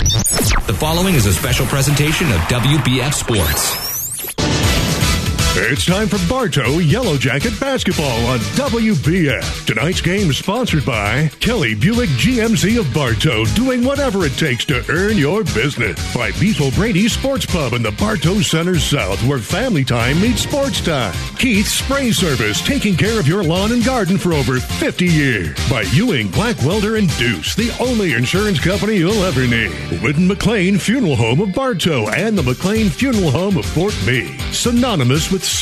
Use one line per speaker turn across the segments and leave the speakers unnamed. The following is a special presentation of WBF Sports.
It's time for Bartow Yellow Jacket Basketball on WBF. Tonight's game is sponsored by Kelly Buick GMC of Bartow, doing whatever it takes to earn your business. By Beetle Brady Sports Pub in the Bartow Center South, where family time meets sports time. Keith Spray Service, taking care of your lawn and garden for over 50 years. By Ewing Black Welder and Deuce, the only insurance company you'll ever need. Whitten McLean Funeral Home of Bartow and the McLean Funeral Home of Fort Meade. Synonymous with service.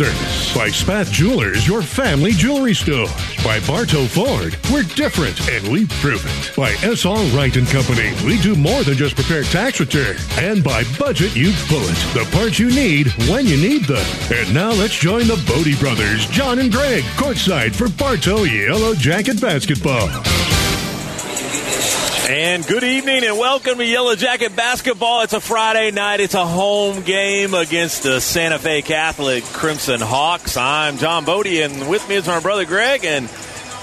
By Spath Jewelers, your family jewelry store. By Bartow Ford, we're different and we prove it. By SR Wright and Company, we do more than just prepare tax return. And by Budget You Bullet, the parts you need when you need them. And now let's join the Bodie brothers, John and Greg, courtside for Bartow Yellow Jacket Basketball.
And good evening and welcome to Yellow Jacket Basketball. It's a Friday night. It's a home game against the Santa Fe Catholic Crimson Hawks. I'm John Bodie and with me is my brother Greg. And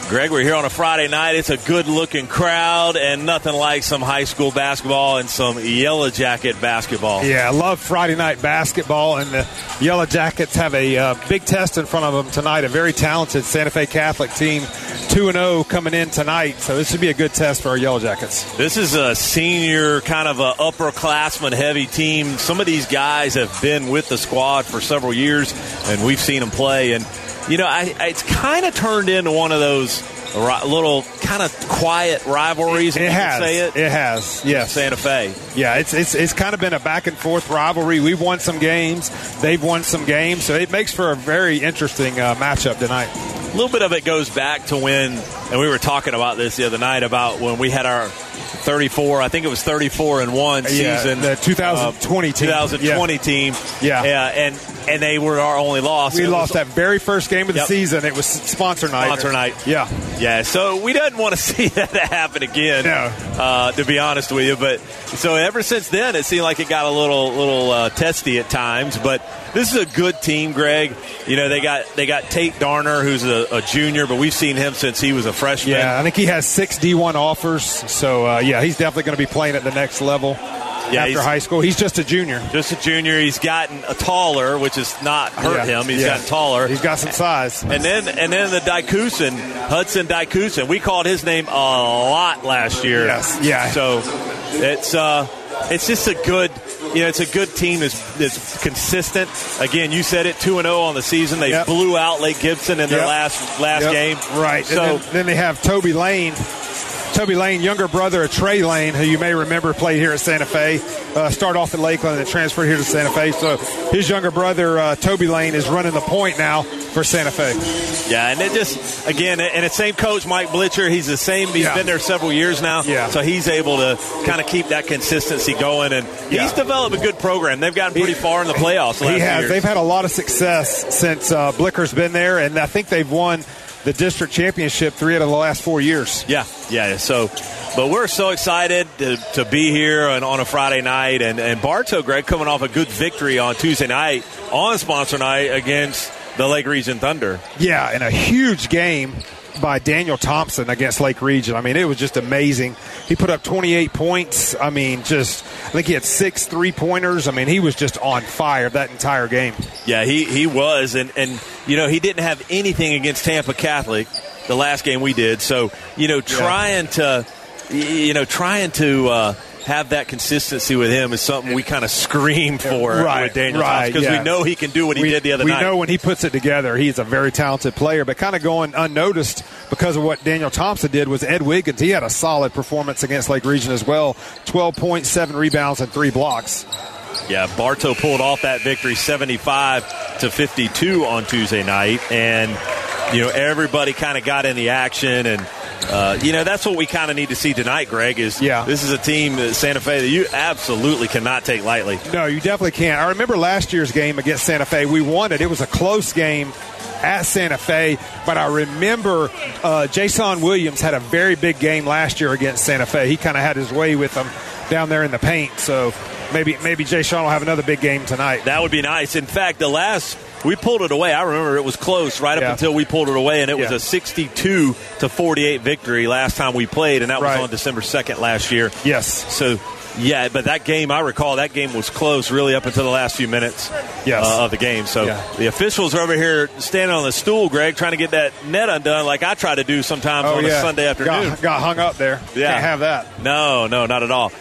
Greg, we're here on a Friday night. It's a good looking crowd and nothing like some high school basketball and some Yellow Jacket basketball.
Yeah, I love Friday night basketball, and the Yellow Jackets have a uh, big test in front of them tonight. A very talented Santa Fe Catholic team, two and zero coming in tonight, so this should be a good test for our Yellow Jackets.
This is a senior kind of a upperclassman heavy team. Some of these guys have been with the squad for several years, and we've seen them play. And you know, I, I, it's kind of turned into one of those ri- little kind of quiet rivalries. if
It
you can
has,
say it.
has, yes,
Santa Fe.
yeah. It's it's it's kind of been a back and forth rivalry. We've won some games, they've won some games, so it makes for a very interesting uh, matchup tonight.
A little bit of it goes back to when, and we were talking about this the other night about when we had our 34. I think it was 34 and one
Yeah,
season.
the
uh,
2020 team.
2020
Yeah.
team.
Yeah.
yeah, and and they were our only loss.
We
It was
lost that very first game of the
Yep.
season. It was sponsor night.
Sponsor night.
Yeah.
Yeah, so we didn't want to see that happen again.
No.
Uh, to be honest with you, but so ever since then, it seemed like it got a little little uh, testy at times. But this is a good team, Greg. You know they got they got Tate Darner, who's a, a junior, but we've seen him since he was a freshman.
Yeah, I think he has six D1 offers. So, uh, yeah, he's definitely going to be playing at the next level after
he's-
high school. He's just a junior.
just a junior. He's gotten a taller, which has not hurt
Yeah,
him. He's
yeah.
gotten taller.
He's got some size.
And then and then the Dykusin, Hudson Dykusin. We called his name a lot last year.
Yes, yeah.
So it's uh it's just a good you know, it's a good team that's, that's consistent. Again, you said it, two and zero on the season. They
Yep.
blew out Lake Gibson in their
Yep.
last last
Yep,
game.
Right.
So
and then, then they have Toby Lane. Toby Lane, younger brother of Trey Lane, who you may remember played here at Santa Fe, uh, start off at Lakeland and transferred here to Santa Fe. So his younger brother, uh, Toby Lane, is running the point now for Santa Fe.
Yeah, and it just again, and it's same coach Mike Blitcher. He's the same. He's
Yeah.
been there several years now.
Yeah.
So he's able to kind of keep that consistency going, and
Yeah.
he's developed a good program. They've gotten pretty
He-
far in the playoffs. the
He
last few
has.
years.
They've had a lot of success since uh, Blicker's been there, and I think they've won the district championship three out of the last four years.
Yeah, yeah. So, but we're so excited to, to be here and on a Friday night, and and Bartow Greg coming off a good victory on Tuesday night on sponsor night against the Lake Region Thunder.
Yeah, and a huge game by Daniel Thompson against Lake Region. I mean, it was just amazing. He put up 28 points. I mean, just I think he had six three pointers. I mean, he was just on fire that entire game.
Yeah, he, he was, and, and you know he didn't have anything against Tampa Catholic the last game we did. So you know trying to y- you know trying to uh, have that consistency with him is something we kind of scream for
Right,
with Daniel
right,
because
yeah.
we know he can do what he
we,
did the other
we
night.
know when he puts it together, he's a very talented player, but kind of going unnoticed because of what Daniel Thompson did was Ed Wiggins. He had a solid performance against Lake Region as well 12.7 rebounds and three blocks.
Yeah, Bartow pulled off that victory 75 to 52 on Tuesday night. And, you know, everybody kind of got in the action. And, uh, you know, that's what we kind of need to see tonight, Greg, is
Yeah.
this is a team, uh, Santa Fe, that you absolutely cannot take lightly.
No, you definitely can't. I remember last year's game against Santa Fe. We won it. It was a close game at Santa Fe, but I remember uh, Jason Williams had a very big game last year against Santa Fe. He kind of had his way with them down there in the paint. So maybe maybe Jason will have another big game tonight.
That would be nice. In fact, the last We pulled it away. I remember it was close right up
Yeah.
until we pulled it away, and it was
Yeah.
a 62 to 48 victory last time we played, and that
Right.
was on December 2nd last year.
Yes.
So, yeah, but that game, I recall that game was close really up until the last few minutes
Yes.
uh, of the game. So
Yeah.
the officials are over here standing on the stool, Greg, trying to get that net undone like I try to do sometimes
Oh,
on a Sunday afternoon.
Got, got hung up there.
Yeah.
Can't have that.
No, no, not at all.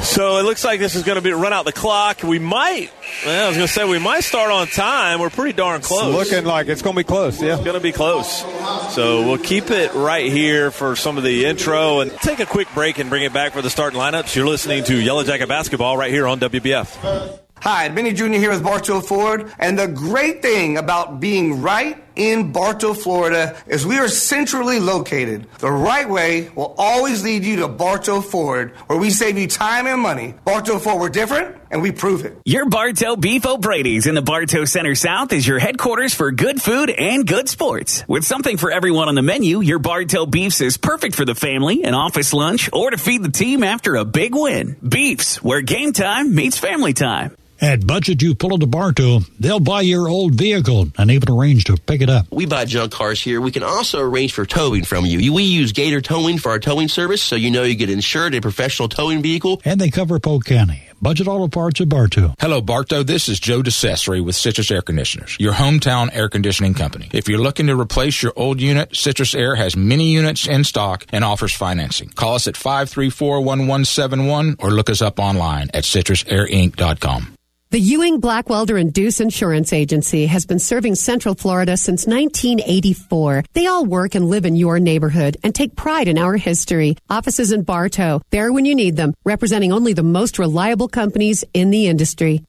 So it looks like this is going to be run out the clock. We might, well, I was going to say, we might start on time. We're pretty darn close.
It's looking like it's going to be close. Yeah.
It's going to be close. So we'll keep it right here for some of the intro and take a quick break and bring it back for the starting lineups. You're listening to Yellow Jacket Basketball right here on WBF.
Hi, Benny Jr. here with Bartow Ford, and the great thing about being right in Bartow, Florida, is we are centrally located. The right way will always lead you to Bartow Ford, where we save you time and money. Bartow Ford, we're different, and we prove it.
Your Bartow Beef O'Brady's in the Bartow Center South is your headquarters for good food and good sports. With something for everyone on the menu, your Bartow Beefs is perfect for the family, an office lunch, or to feed the team after a big win. Beefs, where game time meets family time.
At Budget You Pull into Bartow, they'll buy your old vehicle and even arrange to pick it up.
We buy junk cars here. We can also arrange for towing from you. We use Gator Towing for our towing service, so you know you get insured a professional towing vehicle.
And they cover Polk County. Budget Auto Parts of Bartow.
Hello, Bartow. This is Joe DeCessory with Citrus Air Conditioners, your hometown air conditioning company. If you're looking to replace your old unit, Citrus Air has many units in stock and offers financing. Call us at 534-1171 or look us up online at citrusairinc.com.
The Ewing Blackwelder and Deuce Insurance Agency has been serving Central Florida since 1984. They all work and live in your neighborhood and take pride in our history. Offices in Bartow, there when you need them, representing only the most reliable companies in the industry.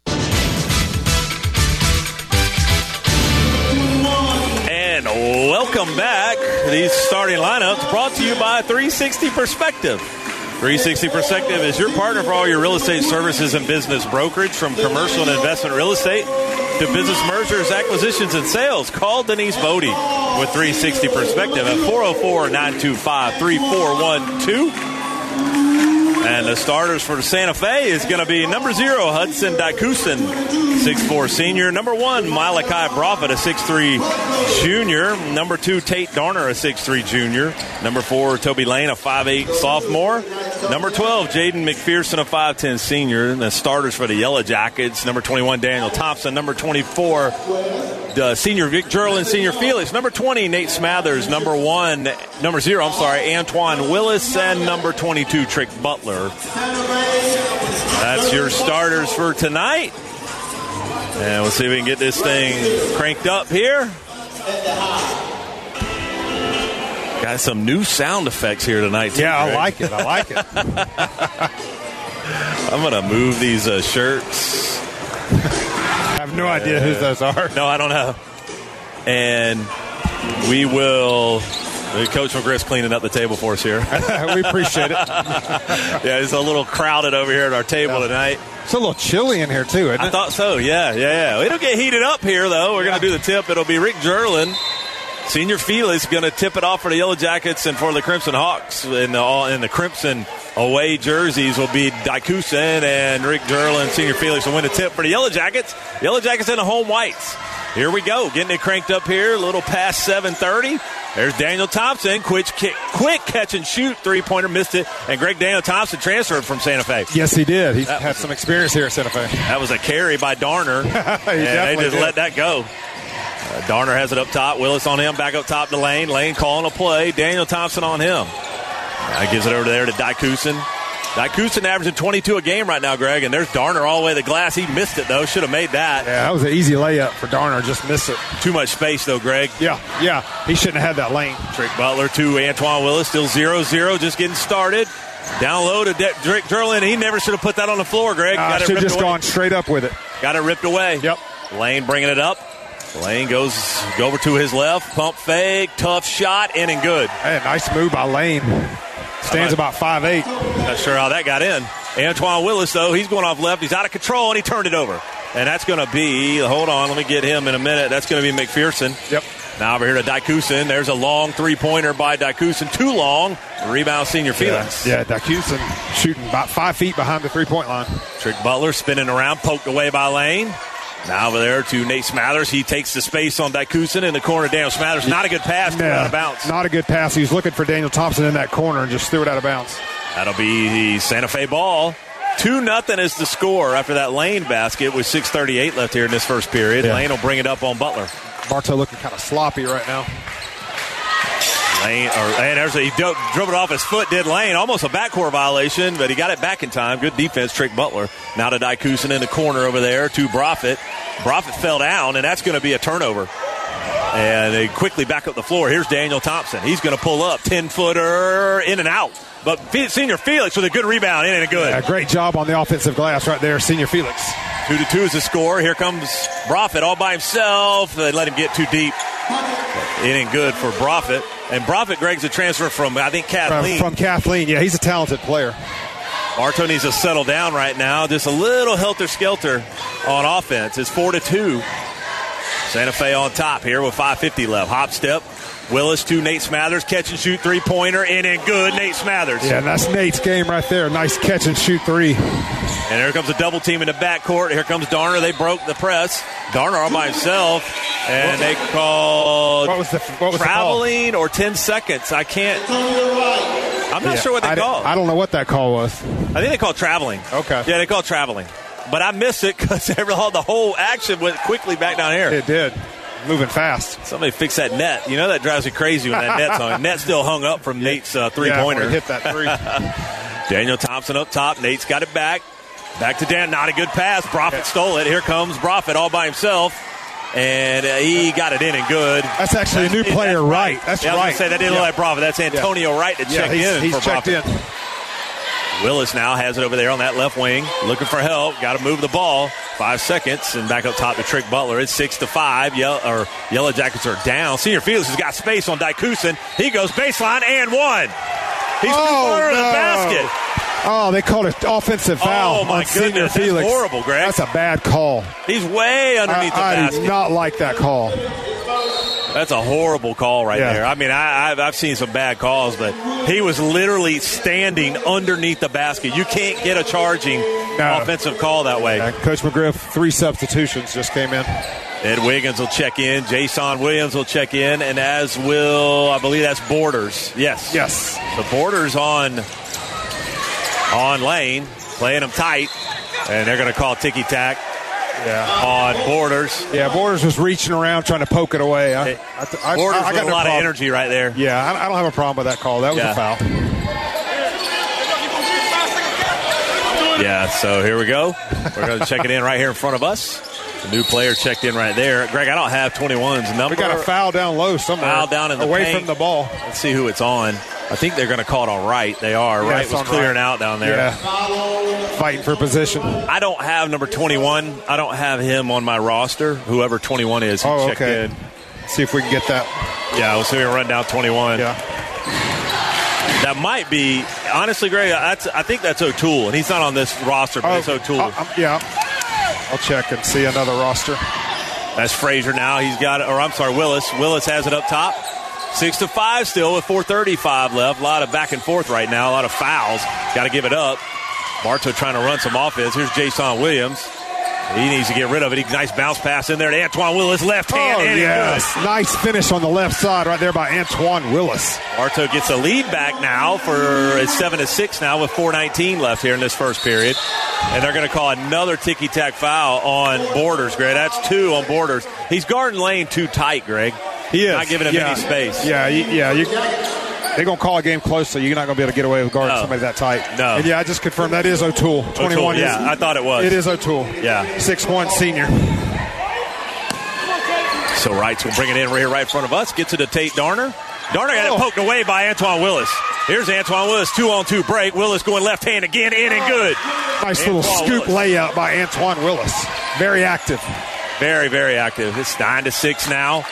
And welcome back. These starting lineups brought to you by 360 Perspective. 360 Perspective is your partner for all your real estate services and business brokerage from commercial and investment real estate to business mergers, acquisitions, and sales. Call Denise Bodie with 360 Perspective at 404 925 3412. And the starters for Santa Fe is going to be number zero, Hudson Dakusin, six-four senior. Number one, Malachi Broffitt, a six-three junior. Number two, Tate Darner, a six-three junior. Number four, Toby Lane, a five-eight sophomore. Number 12, Jaden McPherson, a 5'10 senior. And the starters for the Yellow Jackets, number 21, Daniel Thompson. Number 24, uh, senior Vic Gerlin, senior Felix. Number 20, Nate Smathers. Number one, number zero, I'm sorry, Antoine Willis. And number 22, Trick Butler. That's your starters for tonight. And we'll see if we can get this thing cranked up here. Got some new sound effects here tonight. too,
Yeah, I
Greg.
like it. I like it.
I'm gonna move these uh, shirts.
I have no idea who those are.
No, I don't know. And we will. uh, Coach McGriff's cleaning up the table for us here.
we appreciate it.
yeah, it's a little crowded over here at our table tonight.
It's a little chilly in here too, isn't
I
it?
thought so. Yeah, yeah, yeah. It'll get heated up here though. We're gonna do the tip. It'll be Rick Gerlin. Senior Felix going to tip it off for the Yellow Jackets and for the Crimson Hawks. And all in the Crimson away jerseys will be Dykusin and Rick Durland. Senior Felix will win the tip for the Yellow Jackets. Yellow Jackets and the home whites. Here we go, getting it cranked up here, a little past 7:30. There's Daniel Thompson, quick, kick, quick catch and shoot three pointer, missed it. And Greg Daniel Thompson transferred from Santa Fe.
Yes, he did. He had some experience here at Santa Fe.
That was a carry by Darner. and they
definitely
just
did.
let that go. Uh, Darner has it up top. Willis on him. Back up top to Lane. Lane calling a play. Daniel Thompson on him. That gives it over there to Dykusin. Dykusin averaging 22 a game right now, Greg. And there's Darner all the way to the glass. He missed it, though. Should have made that.
Yeah, that was an easy layup for Darner. Just missed it.
Too much space, though, Greg.
Yeah, yeah. He shouldn't have had that lane.
Drake Butler to Antoine Willis. Still 0 0. Just getting started. Down low to De- Drake Derlin. He never should have put that on the floor, Greg.
Uh,
Got it
should have
ripped
just
away.
gone straight up with it.
Got it ripped away.
Yep.
Lane bringing it up. Lane goes go over to his left. Pump fake. Tough shot. In and good.
Hey, nice move by Lane. Stands about five eight.
Not sure how that got in. Antoine Willis, though, he's going off left. He's out of control, and he turned it over. And that's going to be, hold on, let me get him in a minute. That's going to be McPherson.
Yep.
Now over here to Dykusin. There's a long three pointer by Dykusin. Too long. Rebound, senior Felix.
Yeah, Dacuson shooting about five feet behind the three point line.
Trick Butler spinning around, poked away by Lane. Now over there to Nate Smathers. He takes the space on Dykusin in the corner. Daniel Smathers, not a good pass, but out of bounds.
Not a good pass. He was looking for Daniel Thompson in that corner and just threw it out of bounds.
That'll be the Santa Fe ball. 2 nothing is the score after that Lane basket with 6.38 left here in this first period.
Yeah.
Lane will bring it up on Butler.
Bartow looking kind of sloppy right now.
Lane, or, and there's a, he dro- drove it off his foot, did Lane. Almost a backcourt violation, but he got it back in time. Good defense, Trick Butler. Now to Dykusin in the corner over there to Broffitt. Broffitt fell down, and that's going to be a turnover. And they quickly back up the floor. Here's Daniel Thompson. He's going to pull up, 10 footer, in and out. But Fe- senior Felix with a good rebound, in and good.
A great job on the offensive glass right there, Senior Felix.
Two to two is the score. Here comes Broffitt all by himself. They let him get too deep. It ain't good for Broffitt. And Broffitt, Greg's a transfer from, I think,
From,
Kathleen.
from Kathleen. Yeah, he's a talented player.
Bartow needs to settle down right now. Just a little helter skelter on offense. It's four to two. Santa Fe on top here with 550 left. Hop step. Willis to Nate Smathers. Catch and shoot three pointer. In and good. Nate Smathers.
Yeah, and that's Nate's game right there. Nice catch and shoot three.
And here comes a double team in the backcourt. Here comes Darner. They broke the press. Darner all by himself. And they called
What was the- what was the call?
traveling or 10 seconds. I can't. I'm
Yeah,
not sure what they
I di-
called.
I
I,
don't know what that call was.
think they called traveling.
Okay.
Yeah, they called traveling. But I missed it because the whole action went quickly back down here.
It did. Moving fast.
Somebody fix that net. You know that drives me crazy when that net's on. Net's still hung up from Nate's uh, three
Yeah, when
pointer.
he Hit that three.
Daniel Thompson up top. Nate's got it back. Back to Dan. Not a good pass. Broffitt stole it. Here comes Broffitt all by himself. And uh, he got it in and good.
That's actually a new
That's-
player,
that's
right. That's
yeah, I was
right.
gonna say that didn't
Yeah.
look like Broffitt. That's Antonio Wright to check
he's,
in
he's
for
checked
Broffitt.
in.
Willis now has it over there on that left wing, looking for help. Got to move the ball. Five seconds, and back up top to Trick Butler. It's six to five. Yellow, or Yellow Jackets are down. Senior Felix has got space on Dykusin. He goes baseline and one. He's too
Oh,
far in
no.
the basket.
Oh, they called an offensive foul
Oh, my
on Senior
goodness. That's
Felix.
horrible, Greg.
That's a bad call.
He's way
I,
underneath
I
the
do
basket.
not like that call.
That's a horrible call right
Yeah.
there. I mean, I, I've, I've seen some bad calls, but he was literally standing underneath the basket. You can't get a charging
No.
offensive call that way.
Yeah, Coach McGriff, three substitutions just came in.
Ed Wiggins will check in. Jason Williams will check in, and as will I believe that's Borders. Yes,
Yes.
The Borders on on lane playing them tight, and they're going to call ticky tack
Yeah.
on Borders.
Yeah, Borders was reaching around trying to poke it away. I, I, I,
Borders
I, I got
with a
no
lot of
problem.
energy right there.
Yeah, I, I don't have a problem with that call. That was
Yeah.
a foul.
Yeah, so here we go. We're going to check it in right here in front of us. The new player checked in right there. Greg, I don't have 21's number.
We got a foul down low somewhere.
Foul down in the
away
paint.
from the ball.
Let's see who it's on. I think they're going to call it on right. They are.
Yeah,
right
it's
was
on
clearing
right.
out down there.
Yeah. Fighting for position.
I don't have number 21. I don't have him on my roster. Whoever 21 is, he
Oh,
checked
okay.
in.
See if we can get that.
Yeah, we'll see him run down 21.
Yeah.
That might be, honestly, Greg, that's, I think that's O'Toole, and he's not on this roster, but it's O'Toole.
I- I'm- Oh, uh, um, yeah. I'll check and see another roster. uh,
That's Frazier now. He's got it, or I'm sorry, Willis. Willis has it up top. Six to five still with 4:35 left. A lot of back and forth right now. A lot of fouls. Got to give it up. Bartow trying to run some offense. Here's Jason Williams. He needs to get rid of it. He, nice bounce pass in there to Antoine Willis, left hand. and it's
Oh, yes. Nice finish on the left side right there by Antoine Willis.
good. Bartow gets a lead back now for it's seven to six now with 4:19 left here in this first period, and they're going to call another ticky tack foul on Borders. Greg, that's two on Borders. He's guarding lane too tight, Greg.
He is.
Not giving him
yeah.
any space.
Yeah, you, yeah. You, they're going to call a game close, so you're not going to be able to get away with guarding
No.
somebody that tight.
No.
And yeah, I just confirmed that is O'Toole. 21 is.
yeah, I thought it was.
It is O'Toole.
Yeah.
6'1 senior.
So Wrights will bring it in right here, right in front of us. Gets it to Tate Darner. Darner got
Oh.
it poked away by Antoine Willis. Here's Antoine Willis, two on two break. Willis going left hand again, in and good.
Nice little
Antoine
scoop
Willis.
layout by Antoine Willis. Very active.
Very, very active. It's nine to six now.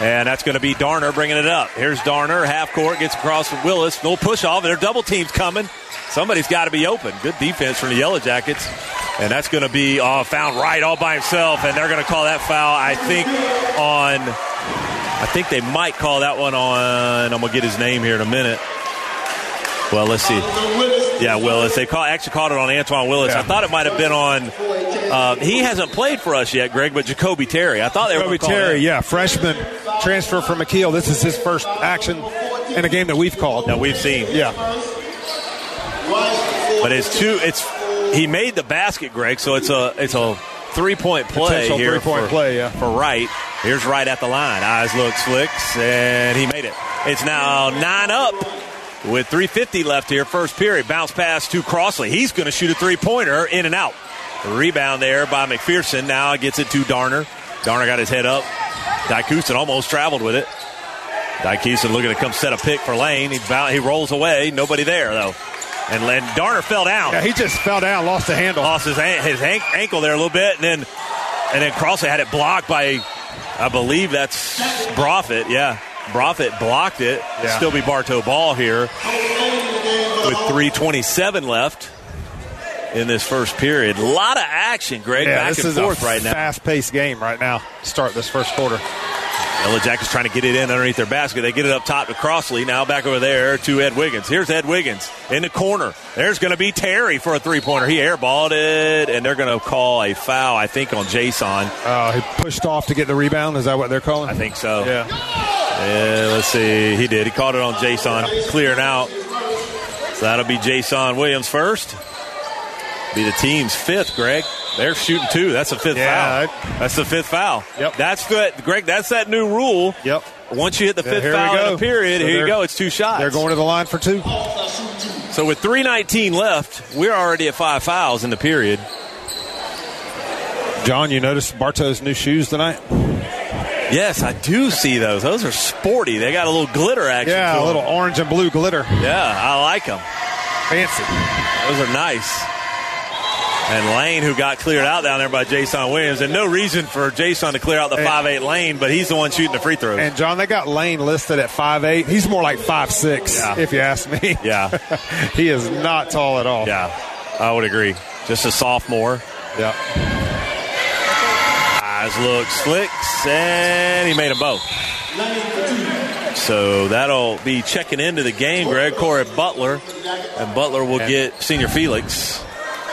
And that's going to be Darner bringing it up. Here's Darner, half court, gets across to Willis. No push off. Their double team's coming. Somebody's got to be open. Good defense from the Yellow Jackets. And that's going to be uh, found right all by himself. And they're going to call that foul, I think, on. I think they might call that one on. I'm going to get his name here in a minute. Well, let's see. Yeah, Willis. They call, actually called it on Antoine Willis. I thought it might have been on. Uh, he hasn't played for us yet, Greg, but Jacoby Terry. I thought they were
Kobe
gonna call
Terry,
him.
yeah, freshman transfer from McKeel. This is his first action in a game that we've called.
that we've seen.
Yeah,
But it's two. It's he made the basket, Greg. So it's a it's a three point play
Potential
here.
three-point
for,
play, yeah.
for right. Here's right at the line. Eyes look slicks, and he made it. It's now nine up with 350 left here. First period. Bounce pass to Crossley. He's going to shoot a three pointer in and out. Rebound there by McPherson. Now gets it to Darner. Darner got his head up. Dykusin almost traveled with it. Dykeson looking to come set a pick for Lane. He, bou- he rolls away. Nobody there, though. And Len Darner fell down.
yeah. He just fell down, lost the handle.
Lost his, an- his an- ankle there a little bit. And then and then Crossley had it blocked by, I believe that's Broffitt. Yeah. Broffitt blocked it.
Yeah.
Still be Bartow ball here with 327 left in this first period. A lot of action, Greg.
yeah,
back
this
and
is
forth
a
right now.
fast-paced game right now. to Start this first quarter.
Ella Jack is trying to get it in underneath their basket. They get it up top to Crossley. Now back over there to Ed Wiggins. Here's Ed Wiggins in the corner. There's going to be Terry for a three pointer. He airballed it, and they're going to call a foul, I think, on Jason.
Uh, he pushed off to get the rebound. Is that what they're calling?
I think so.
Yeah,
Yeah, Uh, let's see. He did. He caught it on Jason, clearing out. So that'll be Jason Williams first. Be the team's fifth, Greg. They're shooting two. That's a fifth
Yeah,
foul. That's the fifth foul.
Yep.
That's good, Greg. That's that new rule.
Yep.
Once you hit the
Yeah,
fifth
here we
foul in
go.
a period,
So
here you
they're-
go. It's two shots.
they're going to the line for two.
So with 319 left, we're already at five fouls in the period.
John, you noticed Bartow's new shoes tonight?
Yes, I do see those. Those are sporty. They got a little glitter action. to
Yeah, a
them.
little orange and blue glitter.
Yeah, I like them.
Fancy.
Those are nice. And Lane, who got cleared out down there by Jason Williams, and no reason for Jason to clear out the
And-
five eight Lane, but he's the one shooting the free throws.
And John, they got Lane listed at 5'8". He's more like 5'6",
Yeah.
if you ask me.
Yeah.
he is not tall at all.
yeah, I would agree. Just a sophomore.
Yeah.
Eyes look slicks, and he made them both. So that'll be checking into the game, Greg Corey Butler, and Butler will get senior Felix,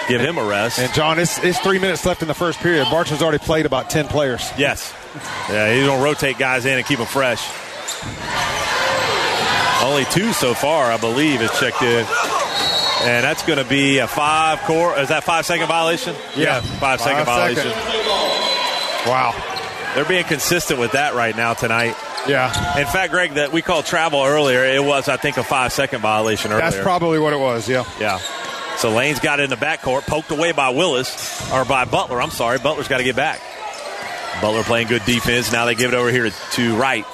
give him a rest.
And John, it's, it's three minutes left in the first period. Bartow's already played about 10 players.
Yes. Yeah, he's going to rotate guys in and keep them fresh. Only two so far, I believe, is checked in. And that's going to be a five core. Is that five second violation?
Yeah.
five second
Five
violation.
Wow.
They're being consistent with that right now tonight.
Yeah.
In fact, Greg, that we called travel earlier, it was, I think, a five second violation earlier.
That's probably what it was, yeah.
Yeah. So Lane's got it in the backcourt, poked away by Willis, or by Butler. I'm sorry. Butler's got to get back. Butler playing good defense. Now they give it over here to, to Wright.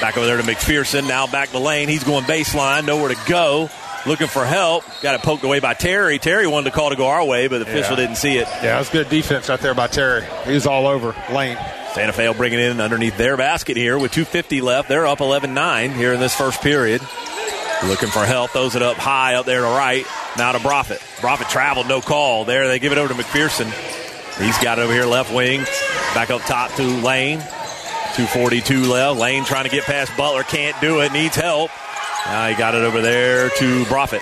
Back over there to McPherson. Now back to Lane. He's going baseline, nowhere to go. Looking for help. Got it poked away by Terry. Terry wanted to call to go our way, but the official
Yeah.
didn't see it.
Yeah, that's good defense right there by Terry. He's all over Lane.
Santa Fe will bring it in underneath their basket here with 2.50 left. They're up 11 9 here in this first period. Looking for help. Throws it up high up there to right. Now to Broffitt. Broffitt traveled, no call. There they give it over to McPherson. He's got it over here left wing. Back up top to Lane. 242 left. Lane trying to get past Butler. Can't do it. Needs help. Now he got it over there to Broffitt.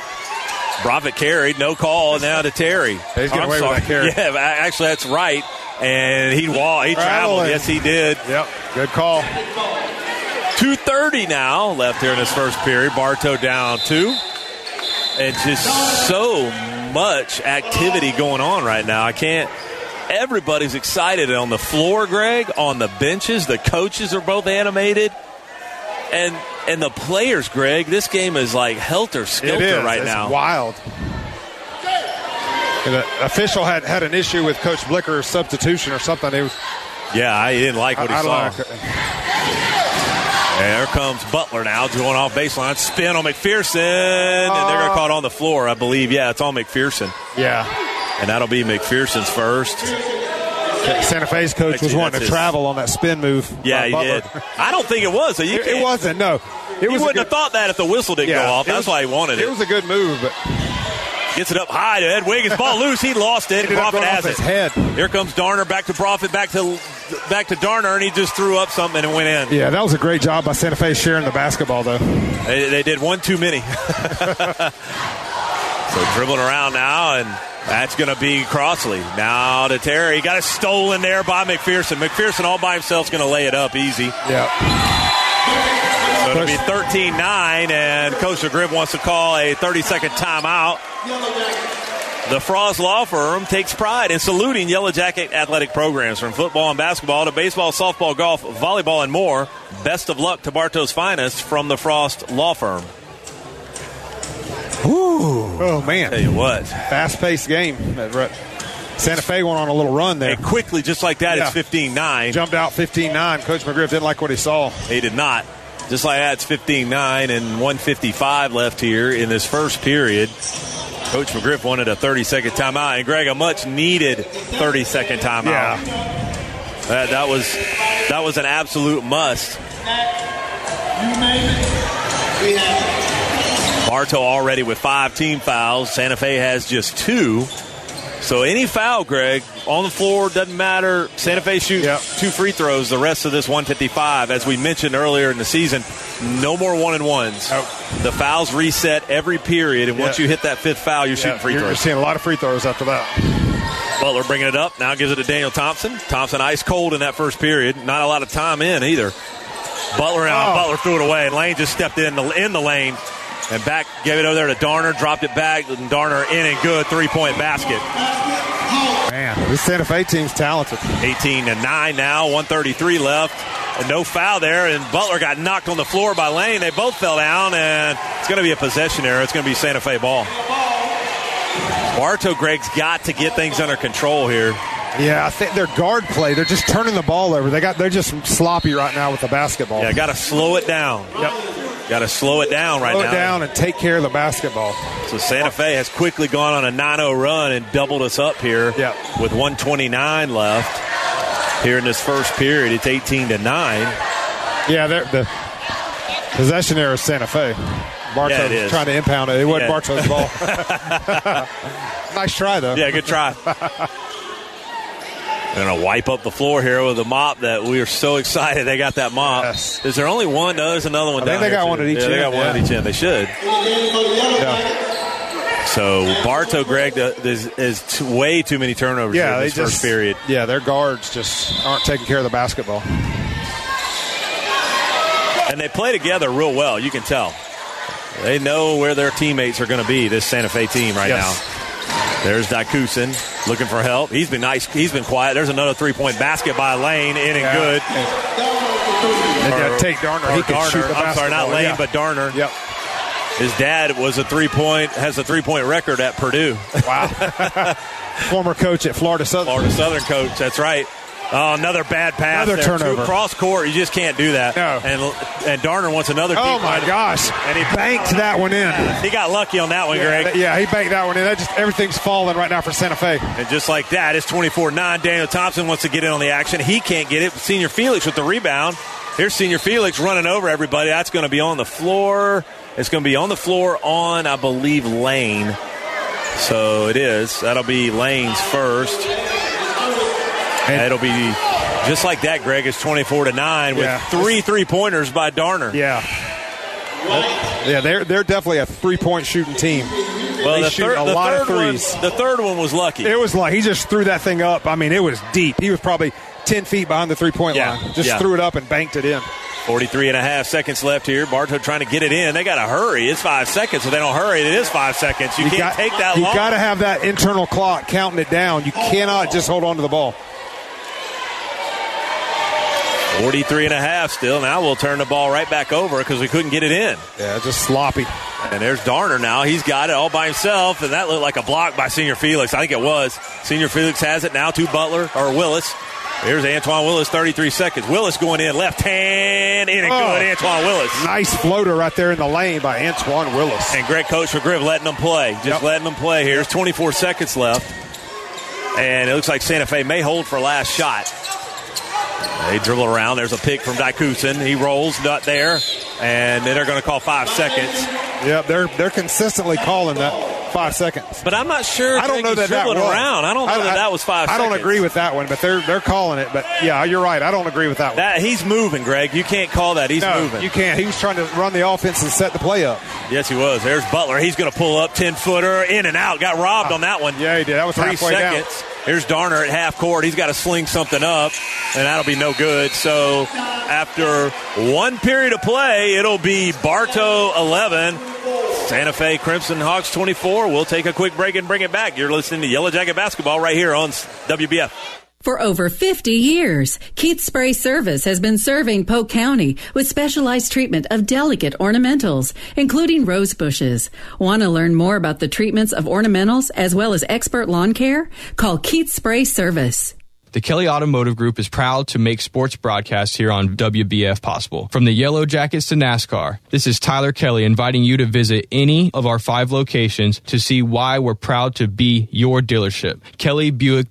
Broffitt carried, no call. Now to Terry.
He's getting
I'm
away with
sorry.
that carry.
Yeah, actually that's right. And he wa- he traveled.
Traveling.
Yes, he did.
Yep. Good call.
2.30 now left here in this first period. Bartow down two. And just so much activity going on right now. I can't. Everybody's excited on the floor, Greg, on the benches. The coaches are both animated. And and the players, Greg, this game is like helter
It
skelter
is
right
It's
now.
Wild. And the official had had an issue with Coach Blicker's substitution or something. It was,
Yeah, I didn't like
I,
what he
I
saw.
don't know.
There comes Butler now, going off baseline. Spin on McPherson, and they're
Uh,
caught on the floor, I believe. Yeah, it's on McPherson,
Yeah,
and that'll be McPherson's first.
Santa Fe's coach was
Actually,
wanting
that's
to
his-
travel on that spin move.
Yeah,
by
he
Butler.
did. I don't think it was. So you
It,
can't-
it wasn't. No, it
You
was. a
wouldn't
good-
have thought that if the whistle didn't
yeah,
go off.
it
That's
was-
why he wanted it.
It was a good move, but
Gets it up high to Ed Wiggins. Ball loose. He lost it.
ended up
Profit
going
has
off
it.
his head.
Here comes Darner back to Profit, back to back to Darner, and he just threw up something and it went in.
Yeah, that was a great job by Santa Fe sharing the basketball, though.
They, they did one too many. so dribbling around now, and that's going to be Crossley. Now to Terry. He got it stolen there by McPherson. McPherson all by himself is going to lay it up easy.
Yeah.
So it'll be 13 9, and Coach Grib wants to call a 30 second timeout. The Frost Law Firm takes pride in saluting Yellow Jacket athletic programs from football and basketball to baseball, softball, golf, volleyball, and more. Best of luck to Bartow's finest from the Frost Law Firm.
Ooh. Oh, man.
Tell you what,
Fast paced game. That re- Santa Fe went on a little run there.
and quickly, just like that,
Yeah.
it's 15 9.
Jumped out 15 9. Coach McGriff didn't like what he saw.
He did not. Just like that, it's 15 9 and 155 left here in this first period. Coach McGriff wanted a 30 second timeout, and Greg, a much needed 30 second timeout. That, that was that was an absolute must. Bartow already with five team fouls. Santa Fe has just two. So any foul, Greg, on the floor doesn't matter. Santa Fe shoots
Yep.
two free throws. The rest of this 155, as we mentioned earlier in the season, no more one and ones.
Nope.
The fouls reset every period, and once
Yeah.
you hit that fifth foul, you're shooting
Yeah,
free
you're
throws.
seeing a lot of free throws after that.
Butler bringing it up. Now gives it to Daniel Thompson. Thompson ice cold in that first period. Not a lot of time in either. Butler out.
Oh.
Butler threw it away, and Lane just stepped in the in the lane and back gave it over there to Darner. Dropped it back. And Darner in and good three point basket.
Man, this Santa Fe team's talented.
18 to nine now. 133 left. And no foul there. And Butler got knocked on the floor by Lane. They both fell down, and it's going to be a possession error. It's going to be Santa Fe ball. Bartow Greg's got to get things under control here.
Yeah, I think their guard play, they're just turning the ball over. They got they're just sloppy right now with the basketball.
Yeah, got to slow it down. Yep. Got to slow it down right
Slow
now.
it down and take care of the basketball.
So Santa Fe has quickly gone on a 9-0 run and doubled us up here
Yep.
with 129 left here in this first period. It's 18 to 9.
Yeah, they're, the possession error is Santa Fe. Bartow's
Yeah, it is.
trying to impound it. It wasn't
Yeah.
Bartow's ball. nice try, though.
Yeah, good try. They're going to wipe up the floor here with a mop that we are so excited they got that mop.
Yes.
Is there only one? No, there's another one
I think
down
they
here,
got
too.
one at each
yeah, They
end,
got one at
yeah.
each end. They should.
Yeah.
So Bartow, Greg, th- there's, there's t- way too many turnovers
Yeah,
here in
they
this
just
first period.
Yeah, their guards just aren't taking care of the basketball.
And they play together real well, you can tell. They know where their teammates are going to be, this Santa Fe team right
Yes.
now. There's Dakusin looking for help. He's been nice. He's been quiet. There's another three point basket by Lane. In and
Yeah.
good.
And, and yeah, take Darner.
Or
He can
Darner.
shoot the
I'm sorry,
basketball,
not Lane,
yeah.
but Darner.
Yep.
His dad was a three point, has a three point record at Purdue.
Wow. Former coach at Florida Southern.
Florida Southern coach. That's right. Oh, another bad pass.
Another
there.
turnover.
Two- Cross court. You just can't do that.
No.
And, and Darner wants another
Oh
deep
my
line.
gosh!
And he-
banked that one in.
He got lucky on that one, Greg.
Yeah, yeah, he banked that one in. That just everything's falling right now for Santa Fe.
And just like that, it's 24 9. Daniel Thompson wants to get in on the action. He can't get it. Senior Felix with the rebound. Here's Senior Felix running over everybody. That's going to be on the floor. It's going to be on the floor on, I believe, Lane. So it is. That'll be Lane's first. And it'll be just like that, Greg. It's 24 to 9 with
Yeah.
three three pointers by Darner.
Yeah. Yeah, they're they're definitely a three point shooting team. they shoot a
the
lot of
third one-
threes.
the third one was lucky.
It was like he just threw that thing up. I mean, it was deep. He was probably ten feet behind the three point
Yeah,
line. Just
yeah.
threw it up and banked it in.
43 and a half seconds left here. Bartow trying to get it in. They got to hurry. It's five seconds. If they don't hurry, it is five seconds. You, can't
got-
take that
You
long.
got to have that internal clock counting it down. You cannot just hold on to the ball.
43 and a half still. Now we'll turn the ball right back over because we couldn't get it in.
Yeah, just sloppy.
And there's Darner now. He's got it all by himself. And that looked like a block by Senior Felix. I think it was. Senior Felix has it now to Butler or Willis. Here's Antoine Willis, 33 seconds. Willis going in left hand. In and
Oh.
good, Antoine Willis.
Nice floater right there in the lane by Antoine Willis.
And Greg Coach McGriff letting them play. Just
Yep.
letting them play here. There's 24 seconds left. And it looks like Santa Fe may hold for last shot. They dribble around. There's a pick from Dykusin. He rolls, not there. And then they're going to call five seconds.
Yeah, they're they're consistently calling that. five seconds.
But I'm not sure.
I don't know that that was.
dribbling around. I don't know that that was five.
I don't
seconds.
agree with that one, but they're they're calling it. But yeah, you're right. I don't agree with that one.
That he's moving, Greg. You can't call that. He's
no,
moving.
you can't. He was trying to run the offense and set the play up.
Yes, he was. There's Butler. He's going to pull up ten footer in and out. Got robbed on that one.
Uh, Yeah, he did. That was
three
halfway down.
seconds. Here's Darner at half court. He's got to sling something up, and that'll be no good. So after one period of play, it'll be Bartow 11, Santa Fe Crimson Hawks 24. We'll take a quick break and bring it back. You're listening to Yellow Jacket Basketball right here on WBF.
For over 50 years, Keith Spray Service has been serving Polk County with specialized treatment of delicate ornamentals, including rose bushes. Want to learn more about the treatments of ornamentals as well as expert lawn care? Call Keith Spray Service.
The Kelly Automotive Group is proud to make sports broadcasts here on WBF possible. From the Yellow Jackets to NASCAR, this is Tyler Kelly inviting you to visit any of our five locations to see why we're proud to be your dealership.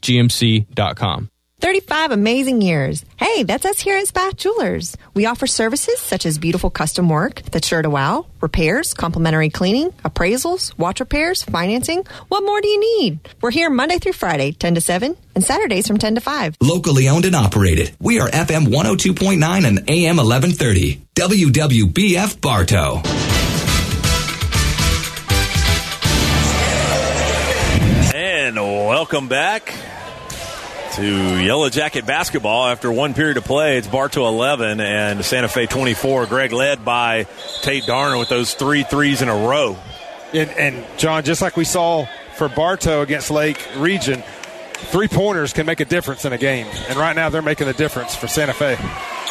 KellyBuickGMC.com.
35 amazing years. Hey, that's us here at Spath Jewelers. We offer services such as beautiful custom work, that's sure to wow, repairs, complimentary cleaning, appraisals, watch repairs, financing. What more do you need? We're here Monday through Friday, 10 to 7, and Saturdays from 10 to 5.
Locally owned and operated. We are FM 102.9 and AM 1130. WWBF Bartow.
And welcome back to Yellow Jacket basketball. After one period of play, it's Bartow 11 and Santa Fe 24. Greg led by Tate Darner with those three threes in a row.
And, and John, just like we saw for Bartow against Lake Region, three pointers can make a difference in a game. And right now, they're making the difference for Santa Fe.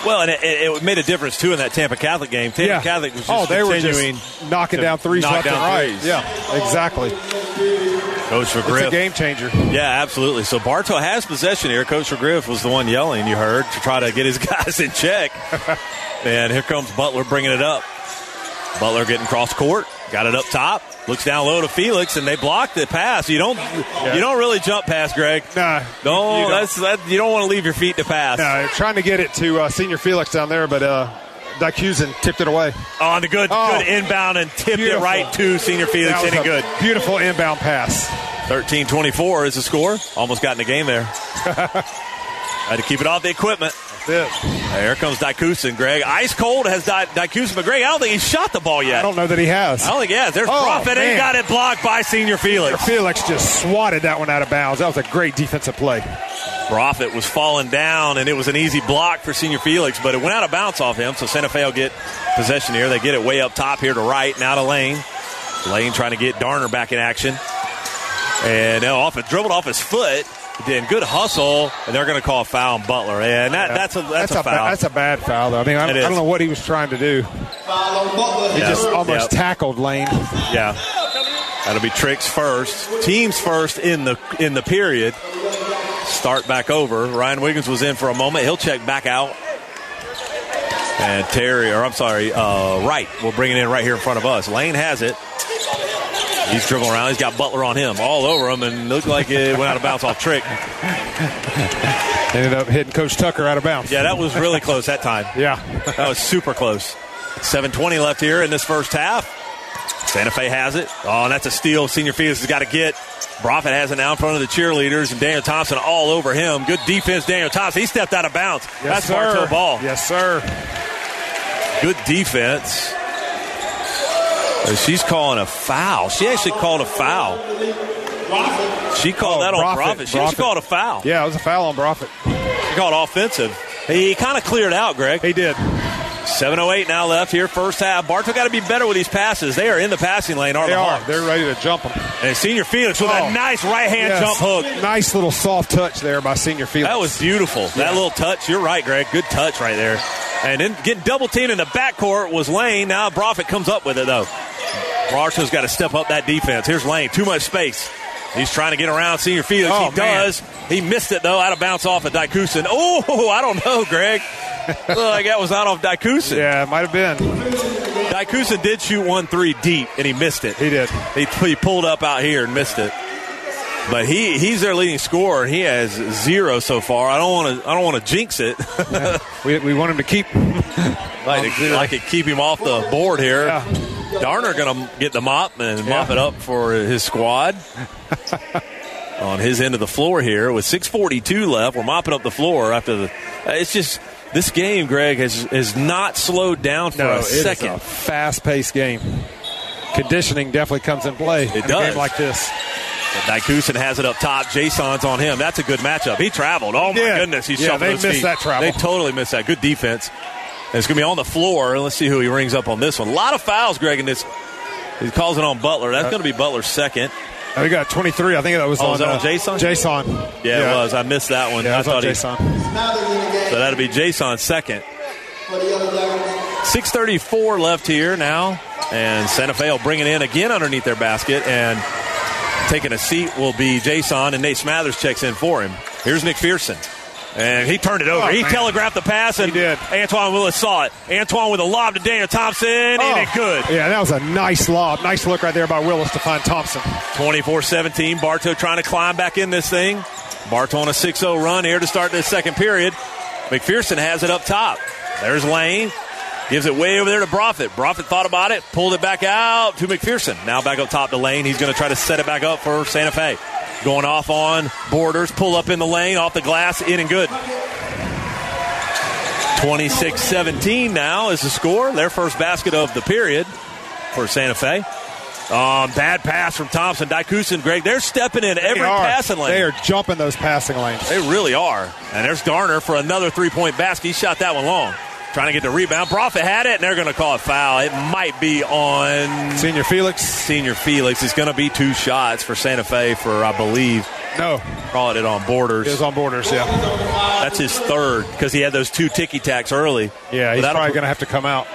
Well, and it, it it made a difference too in that Tampa Catholic game. Tampa
yeah.
Catholic was just
oh, they were
continuing
just knocking
to
down threes
knock
left
down
and right.
threes.
Yeah, exactly.
Coach
It's a
McGriff.
game changer.
Yeah, absolutely. So Bartow has possession here. Coach McGriff was the one yelling, you heard, to try to get his guys in check. and here comes Butler bringing it up. Butler getting cross court, got it up top, looks down low to Felix, and they block the pass. You don't, you don't really jump pass, Greg.
Nah,
No,
you don't.
that's that. You don't want to leave your feet to pass.
No, trying to get it to uh, senior Felix down there, but uh, Dacusin tipped it away.
On the good,
Oh.
good inbound and tipped
Beautiful.
it right to senior Felix,
That was
hitting
a
good.
Beautiful inbound pass.
13-24 is the score. Almost got in the game there. Had to keep it off the equipment.
That's it.
Here comes Dykusin, Greg. Ice cold has Dy- Dykusin, but Greg, I don't think he's shot the ball yet.
I don't know that he has.
I don't think he has. There's
Oh,
Profit, and he
man.
got it blocked by senior Felix.
Felix just swatted that one out of bounds. That was a great defensive play.
Profit was falling down, and it was an easy block for senior Felix, but it went out of bounds off him, so Santa Fe will get possession here. They get it way up top here to right, now to Lane. Lane trying to get Darner back in action. And now off it, dribbled off his foot. Then good hustle, and they're going to call a foul on Butler. And that, that's a that's, a
ba-
foul.
that's a bad foul, though. I mean, I, I
It is.
don't know what he was trying to do. He
Yeah.
just almost
Yeah.
tackled Lane.
Yeah. That'll be tricks first. Teams first in the in the period. Start back over. Ryan Wiggins was in for a moment. He'll check back out. And Terry, or I'm sorry, uh, Wright will bring it in right here in front of us. Lane has it. He's dribbling around. He's got Butler on him, all over him, and looked like it went out of bounds off trick.
Ended up hitting Coach Tucker out of bounds.
Yeah, that was really close that time.
Yeah.
That was super close. 7.20 left here in this first half. Santa Fe has it. Oh, and that's a steal. Senior Felix has got to get. Broffitt has it now in front of the cheerleaders, and Daniel Thompson all over him. Good defense, Daniel Thompson. He stepped out of bounds. that's
Yes, sir.
Bartow ball.
Yes, sir.
Good defense. And She's calling a foul. She actually called a foul. She called
Oh,
that on
Broffitt,
Broffitt. She actually
Broffitt.
called a foul.
Yeah, it was a foul on Broffitt.
She called offensive. He kind of cleared out, Greg.
He did.
7.08 now left here, first half. Bartow got to be better with these passes. They are in the passing lane, aren't
They
the
are.
Hawks?
They're ready to jump him.
And Senior Felix with
Oh.
a nice right hand
Yes.
jump hook.
Nice little soft touch there by senior Felix.
That was beautiful. That little touch. You're right, Greg. Good touch right there. And then getting double teamed in the backcourt was Lane. Now Broffitt comes up with it, though. Bartow's got to step up that defense. Here's Lane. Too much space. He's trying to get around Senior Felix.
Oh,
he
man.
does. He missed it, though, out of bounce off of Dykusin. Oh, I don't know, Greg. Looked like that was not off Dykusin.
Yeah, it might have been.
Dykusin did shoot one three deep, and he missed it.
He did.
He, he pulled up out here and missed it. But he, he's their leading scorer, and he has zero so far. I don't want to I don't want to jinx it.
We, we want him to keep.
like, to, like to keep him off the board here.
Yeah.
Darner going to get the mop and mop it up for his squad. on his end of the floor here with 642 left. We're mopping up the floor after the. uh, It's just this game, Greg, has has not slowed down for
No,
a
it is
second.
a fast-paced game. Conditioning definitely comes in play. It in A
does.
game like this.
Nykusin has it up top. Jason's on him. That's a good matchup. He traveled. Oh, my
did.
goodness. He
Yeah,
shuffled
they
his
missed
feet.
that travel.
They totally missed that. Good defense. And it's going to be on the floor. Let's see who he rings up on this one. A lot of fouls, Greg, in this. He calls it on Butler.
Uh,
That's going to be Butler's second.
Oh, we got 23. I think that was
Oh,
on,
was that on
uh,
Jason?
Jason.
Yeah, it was. I missed that one.
Yeah,
I
it was on
thought he-
Jason.
So that'll be Jason second. 634 left here now. And Santa Fe will bring it in again underneath their basket. And taking a seat will be Jason. And Nate Smathers checks in for him. Here's McPherson. And he turned it over.
Oh,
he
man.
telegraphed the pass, and Antoine Willis saw it. Antoine with a lob to Daniel Thompson,
Oh.
and it good.
Yeah, that was a nice lob. Nice look right there by Willis to find Thompson.
24 17. Bartow trying to climb back in this thing. Bartow on a 6 0 run here to start this second period. McPherson has it up top. There's Lane. Gives it way over there to Broffitt. Broffitt thought about it, pulled it back out to McPherson. Now back up top to Lane. He's going to try to set it back up for Santa Fe. Going off on borders, pull up in the lane, off the glass, in and good. 26 17 now is the score. Their first basket of the period for Santa Fe. Um, bad pass from Thompson. Dykusin, Greg, they're stepping in every
They are.
passing lane.
They are jumping those passing lanes.
They really are. And there's Garner for another three point basket. He shot that one long. Trying to get the rebound. Broffitt had it, and they're going to call a foul. It might be on
Senior Felix.
Senior Felix. It's going to be two shots for Santa Fe for, I believe.
No.
Called it on borders.
It was on borders, yeah.
That's his third because he had those two ticky tacks early.
Yeah,
But
he's
that'll
probably
put-
going to have to come out.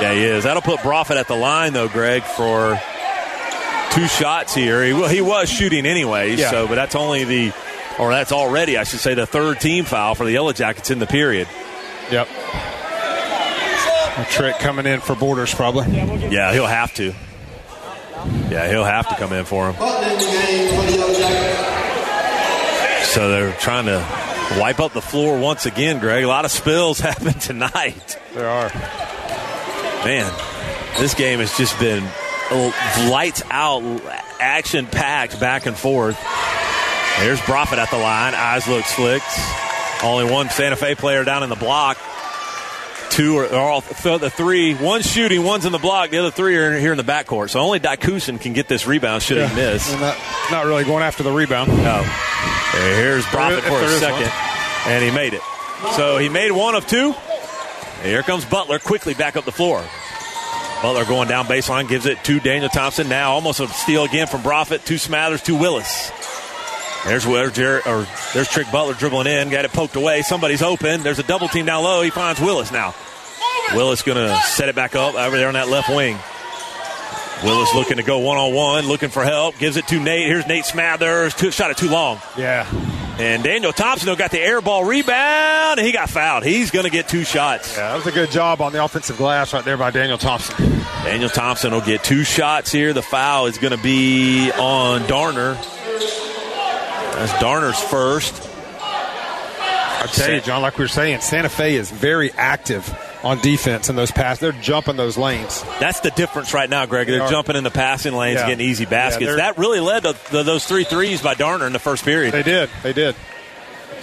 Yeah, he is. That'll put Broffitt at the line though, Greg, for two shots here. He, well, he was shooting anyway,
Yeah.
so but that's only the, or that's already, I should say, the third team foul for the Yellow Jackets in the period.
Yep. A trick coming in for Borders, probably.
Yeah, he'll have to. Yeah, he'll have to come in for him. So they're trying to wipe up the floor once again, Greg. A lot of spills happened tonight.
There are.
Man, this game has just been lights out, action packed, back and forth. There's Broffitt at the line. Eyes look flicked. Only one Santa Fe player down in the block. Two are, are all so the three. One's shooting, one's in the block. The other three are here in the backcourt. So only Dykusin can get this rebound should
Yeah.
he miss.
They're Not, not really going after the rebound.
No. Here's Broffitt
If
for a
there is
second, and he made it. So he made one of two. Here comes Butler quickly back up the floor. Butler going down baseline, gives it to Daniel Thompson. Now almost a steal again from Broffitt, two Smathers, two Willis. There's where Jer- or there's Trick Butler dribbling in, got it poked away. Somebody's open. There's a double team down low. He finds Willis now. Willis gonna set it back up over there on that left wing. Willis looking to go one on one, looking for help. Gives it to Nate. Here's Nate Smathers. Two, shot it too long.
Yeah.
And Daniel Thompson though, got the air ball rebound, and he got fouled. He's going to get two shots.
Yeah, that was a good job on the offensive glass right there by Daniel Thompson.
Daniel Thompson will get two shots here. The foul is going to be on Darner. That's Darner's first.
I tell you, John, like we were saying, Santa Fe is very active on defense in those passes. They're jumping those lanes.
That's the difference right now, Greg. They're
They are.
jumping in the passing lanes,
Yeah.
getting easy
Yeah,
baskets.
they're-
that really led to to those three threes by Darner in the first period.
They did. They did.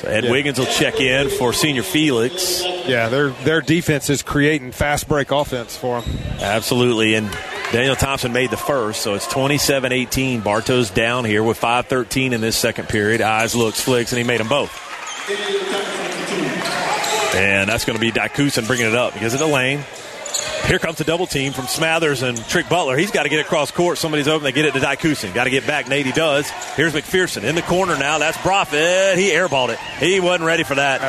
So Ed
Yeah.
Wiggins will check in for senior Felix.
Yeah, their their defense is creating fast break offense for them.
Absolutely. And Daniel Thompson made the first, so it's 27 18. Bartow's down here with 5 13 in this second period. Eyes, looks, flicks, and he made them both. And that's going to be Dykusin bringing it up. He gives it to Lane. Here comes the double team from Smathers and Trick Butler. He's got to get across court. Somebody's open. They get it to Dykusin. Got to get back. Nady does. Here's McPherson in the corner now. That's Broffitt. He airballed it. He wasn't ready for that.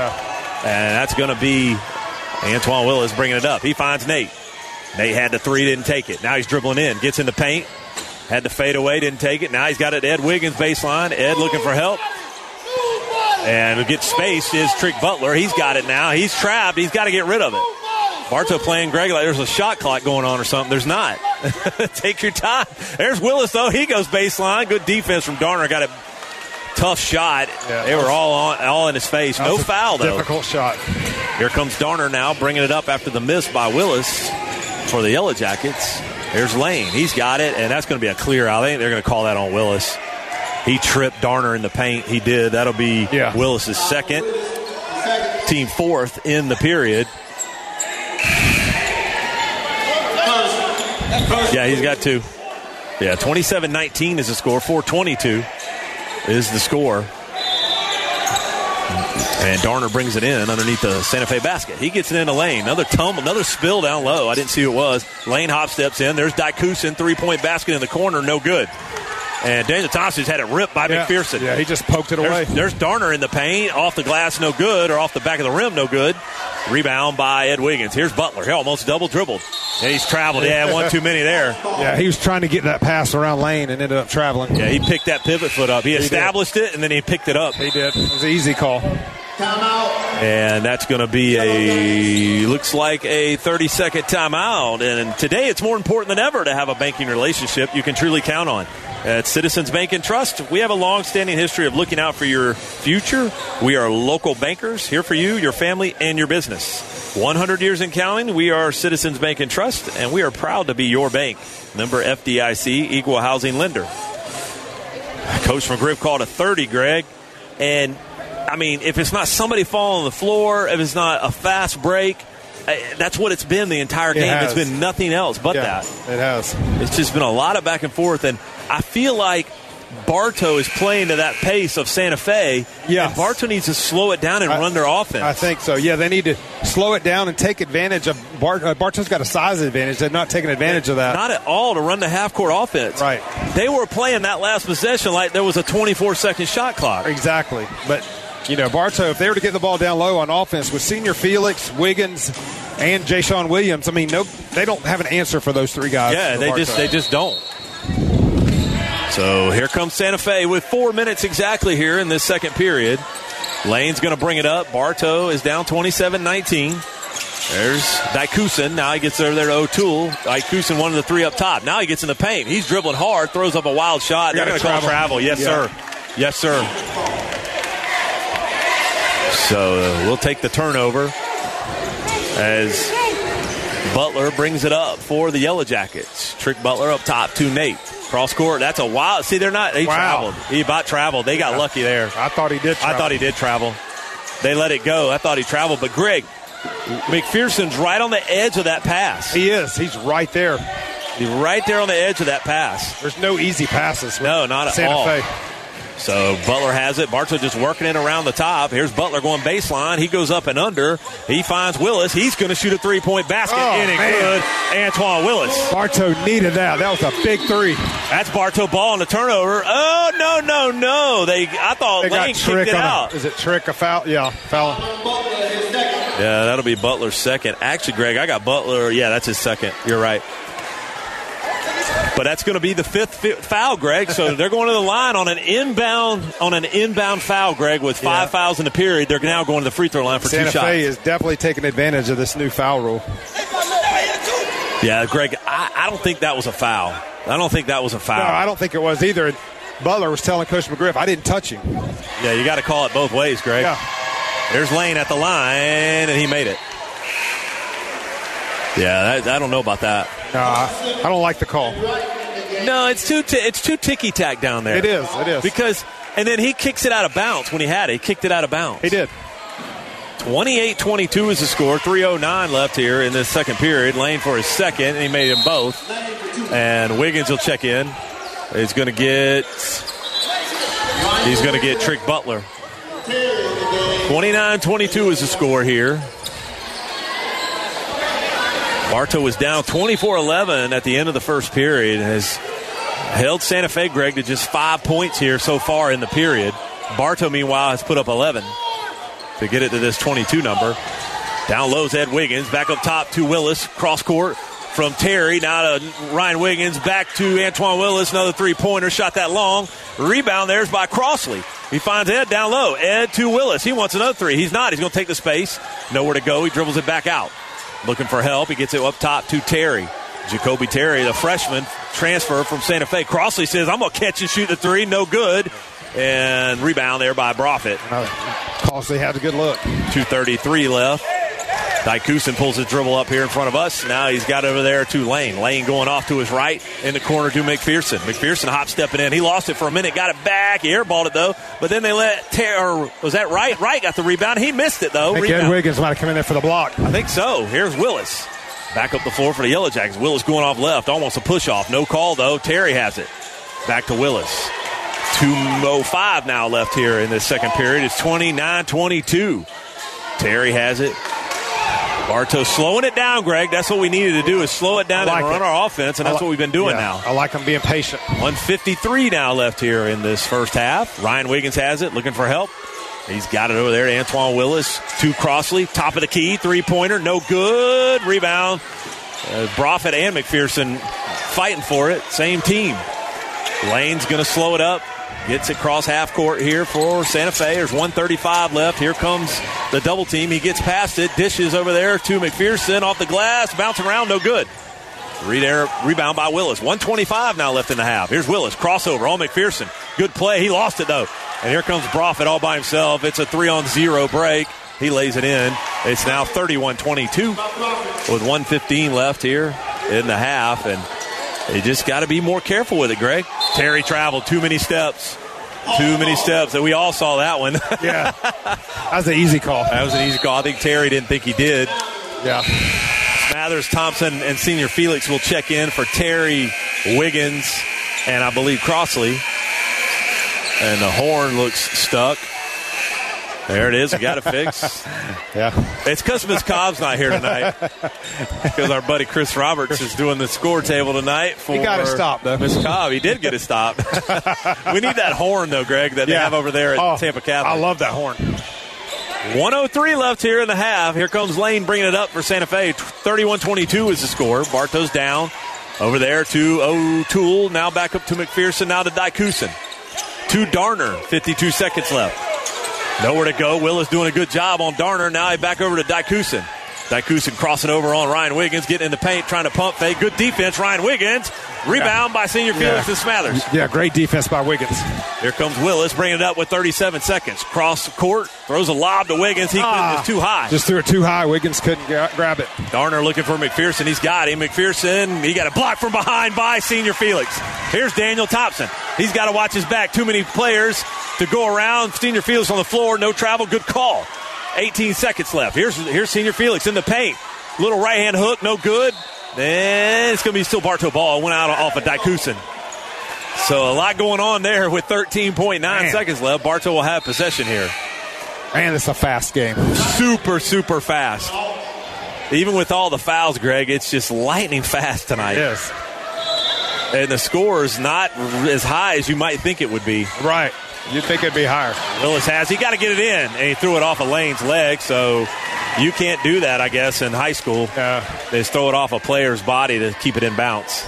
And that's going to be Antoine Willis bringing it up. He finds Nate. Nate had the three, didn't take it. Now he's dribbling in. Gets in the paint. Had the fade away, didn't take it. Now he's got it. to Ed Wiggins baseline. Ed looking for help. And who gets space is Trick Butler. He's got it now. He's trapped. He's got to get rid of it. Bartow playing Greg like there's a shot clock going on or something. There's not. Take your time. There's Willis though. He goes baseline. Good defense from Darner. Got a tough shot. they were all on, all in his face. No
That's a
foul though.
Difficult shot.
Here comes Darner now, bringing it up after the miss by Willis for the Yellow Jackets. There's Lane. He's got it, and that's going to be a clear out. I think they're going to call that on Willis. He tripped Darner in the paint. He did. That'll be Willis's second, team fourth in the period. Yeah, he's got two. Yeah, 27 19 is the score. 422 is the score. And Darner brings it in underneath the Santa Fe basket. He gets it into Lane. Another tumble, another spill down low. I didn't see who it was. Lane hop steps in. There's Dykusin, three point basket in the corner. No good. And Daniel Thompson's had it ripped by
Yeah.
McPherson.
Yeah, he just poked it
There's-
away.
There's Darner in the paint, off the glass, no good, or off the back of the rim, no good. Rebound by Ed Wiggins. Here's Butler. He almost double dribbled, and he's traveled. Yeah, one too many there.
Yeah, he was trying to get that pass around lane and ended up traveling.
Yeah, he picked that pivot foot up. He,
He did.
established it, and then he picked it up. He
did. It was an easy call.
And that's going to be a looks like a 30 second timeout. And today it's more important than ever to have a banking relationship you can truly count on. At Citizens Bank and Trust, we have a long standing history of looking out for your future. We are local bankers here for you, your family, and your business. 100 years in counting, we are Citizens Bank and Trust, and we are proud to be your bank. Member FDIC, equal housing lender. Coach McGriff called a 30, Greg. And, I mean, if it's not somebody falling on the floor, if it's not a fast break, eh, that's what it's been the entire
It
game.
has.
it's been nothing else but
Yeah,
that.
It has.
It's just been a lot of back and forth. And I feel like Bartow is playing to that pace of Santa Fe. Yeah. And Bartow needs to slow it down and run their offense.
I think so. Yeah, they need to slow it down and take advantage of Bart. Uh, Bartow's got a size advantage. They're not taking advantage of that.
Not at all to run the half court offense. Right. They were playing that last possession like there was a 24 second shot clock.
Exactly. But, you know, Bartow, if they were to get the ball down low on offense with senior Felix, Wiggins, and Jayshon Williams, I mean, no, they don't have an answer for those three guys.
Yeah,
for
they
Bartow.
just they just don't. So here comes Santa Fe with four minutes exactly here in this second period. Lane's going to bring it up. Bartow is down 27-19. There's Dykusin. Now he gets over there to O'Toole. Dykusin, one of the three up top. Now he gets in the paint. He's dribbling hard, throws up a wild shot. They're
Gotta
going to call
travel.
travel. Yes,
Yeah.
sir. Yes, sir. So uh, we'll take the turnover as Butler brings it up for the Yellow Jackets. Trick Butler up top to Nate. Cross court. That's a wild. See, they're not. He
Wow.
traveled. He about traveled. They got lucky there. I
thought he did.
I thought he did travel. They let it go. I thought he traveled. But Greg McPherson's right on the edge of that pass.
He is. He's right there.
He's right there on the edge of that pass.
There's no easy passes. with
No, not at
Santa
all.
Fe.
So Butler has it. Bartow just working it around the top. Here's Butler going baseline. He goes up and under. He finds Willis. He's going to shoot a three point basket.
Oh,
and it
man.
good. Antoine Willis.
Bartow needed that. That was a big three.
That's Bartow ball on the turnover. Oh no no no! They I thought
They
Lane
got trick
kicked it
on a-
out.
Is it trick a foul? Yeah, foul.
Yeah, that'll be Butler's second. Actually, Greg, I got Butler. Yeah, that's his second. You're right. But that's going to be the fifth fi- foul, Greg. So they're going to the line on an inbound on an inbound foul, Greg, with five fouls in the period. They're now going to the free throw line for
Santa
two shots.
Fe is definitely taking advantage of this new foul rule.
Yeah, Greg, I, I don't think that was a foul. I don't think that was a
No,
foul.
I don't think it was either. And Butler was telling Coach McGriff, "I didn't touch him."
Yeah, you got to call it both ways, Greg.
Yeah.
There's Lane at the line, and he made it. Yeah, I, I don't know about that.
No, I, I don't like the call.
No, it's too t- it's too ticky tack down there.
It is, it is.
because and then he kicks it out of bounds when he had it. He kicked it out of bounds. He
did.
28-22 is the score. 309 left here in this second period. Lane for his second, and he made them both. And Wiggins will check in. He's going to get he's going to get Trick Butler. 29-22 is the score here. Bartow was down 24-11 at the end of the first period. Has held Santa Fe, Greg, to just five points here so far in the period. Bartow, meanwhile, has put up 11 to get it to this 22 number. Down low's Ed Wiggins. Back up top to Willis. Cross court from Terry. Now to Ryan Wiggins. Back to Antoine Willis. Another three pointer. Shot that long. Rebound there's by Crossley. He finds Ed down low. Ed to Willis. He wants another three. He's not. He's going to take the space. Nowhere to go. He dribbles it back out. Looking for help. He gets it up top to Terry. Jacoby Terry, the freshman transfer from Santa Fe. Crossley says, I'm going to catch and shoot the three. No good. And
Uh,
rebound there by Broffitt.
Costly had a good look.
233 left. Dykusin pulls his dribble up here in front of us. Now he's got over there to Lane. Lane going off to his right in the corner to McPherson. McPherson hop stepping in. He lost it for a minute, got it back, he airballed it though. But then they let Ter- or was that right? Right got the rebound. He missed it though.
I think
Rebound.
Ed Wiggins might have come in there for the block.
I think so. Here's Willis. Back up the floor for the Yellow Jackets. Willis going off left. Almost a push off. No call, though. Terry has it. Back to Willis. 2.05 now left here in this second period. It's 29 22. Terry has it. Bartow slowing it down, Greg. That's what we needed to do is slow it down
I like
and run
it.
our offense, and
I
that's
li-
what we've been doing
Yeah,
now.
I like him being patient.
153 now left here in this first half. Ryan Wiggins has it, looking for help. He's got it over there to Antoine Willis. Two Crossley, top of the key, three pointer, no good. Rebound. Uh, Broffitt and McPherson fighting for it. Same team. Lane's going to slow it up. Gets it cross half court here for Santa Fe. There's 135 left. Here comes the double team. He gets past it, dishes over there to McPherson off the glass, bounce around, no good. Reed air, rebound by Willis. 125 now left in the half. Here's Willis. Crossover. All McPherson. Good play. He lost it, though. And here comes Broffitt all by himself. It's a three on zero break. He lays it in. It's now 31 22 with 115 left here in the half. And they just got to be more careful with it, Greg. Terry traveled too many steps. Too many steps. And we all saw that one.
yeah. That was an easy call.
That was an easy call. I think Terry didn't think he did.
Yeah.
Mathers, Thompson, and Senior Felix will check in for Terry Wiggins and I believe Crossley. And the horn looks stuck. There it is. We got to fix.
yeah.
It's because Miss Cobb's not here tonight. Because our buddy Chris Roberts is doing the score table tonight for
He got it stopped, though.
Miss Cobb. He did get it stopped. we need that horn though, Greg, that they
Yeah.
have over there at
Oh,
Tampa Catholic.
I love that horn.
103 left here in the half. Here comes Lane bringing it up for Santa Fe. 31 22 is the score. Bartos down over there to O'Toole. Now back up to McPherson. Now to Dykusin. To Darner. 52 seconds left. Nowhere to go. Willis doing a good job on Darner. Now he back over to Dykusin. Dykusin crossing over on Ryan Wiggins, getting in the paint, trying to pump fake. Good defense, Ryan Wiggins. Rebound by senior Felix and Smathers.
Yeah, great defense by Wiggins.
Here comes Willis bringing it up with 37 seconds. Cross the court, throws a lob to Wiggins. He couldn't- it was too high.
Ah. Just threw it too high. Wiggins couldn't gra- grab it.
Darner looking for McPherson. He's got him. McPherson, he got a block from behind by senior Felix. Here's Daniel Thompson. He's got to watch his back. Too many players to go around. Senior Felix on the floor. No travel. Good call. 18 seconds left. Here's, here's senior Felix in the paint. Little right hand hook. No good. Then it's going to be still Bartow ball. Went out off of Dykusin. So a lot going on there with 13.9 seconds left. Bartow will have possession here
And it's a fast game.
super, super fast. Even with all the fouls, Greg, it's just lightning fast tonight.
Yes.
And the score is not as high as you might think it would be.
Right. You'd think it'd be higher.
Willis has. He got to get it in, and he threw it off of Lane's leg. So you can't do that, I guess, in high school. They just throw it off a player's body to keep it in bounce.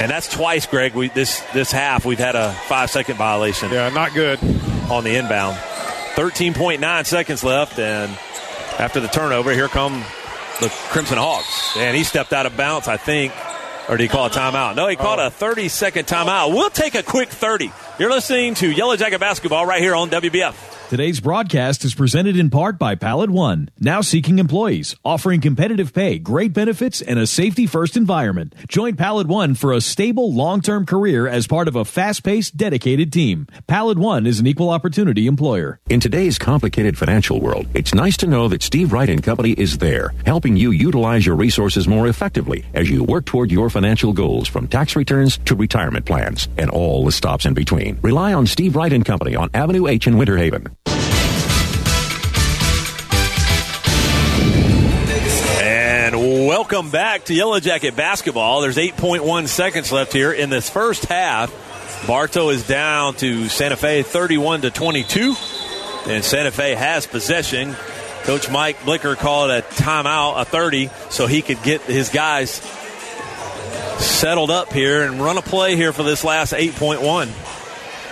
And that's twice, Greg. We this this half we've had a five second violation.
Yeah, not good
on the inbound. Thirteen point nine seconds left, and after the turnover, here come the Crimson Hawks. And he stepped out of bounds, I think. Or did he call a timeout? No, he called a 30 second timeout. We'll take a quick 30. You're listening to Yellow Jacket Basketball right here on WBF.
Today's broadcast is presented in part by Pallet One, now seeking employees, offering competitive pay, great benefits, and a safety first environment. Join Pallet One for a stable, long term career as part of a fast paced, dedicated team. Pallet One is an equal opportunity employer.
In today's complicated financial world, it's nice to know that Steve Wright and Company is there, helping you utilize your resources more effectively as you work toward your financial goals from tax returns to retirement plans and all the stops in between. Rely on Steve Wright and Company on Avenue H in Winter Haven.
And welcome back to Yellow Jacket basketball. There's 8.1 seconds left here in this first half. Bartow is down to Santa Fe 31 to 22. And Santa Fe has possession. Coach Mike Blicker called a timeout, a 30, so he could get his guys settled up here and run a play here for this last 8.1.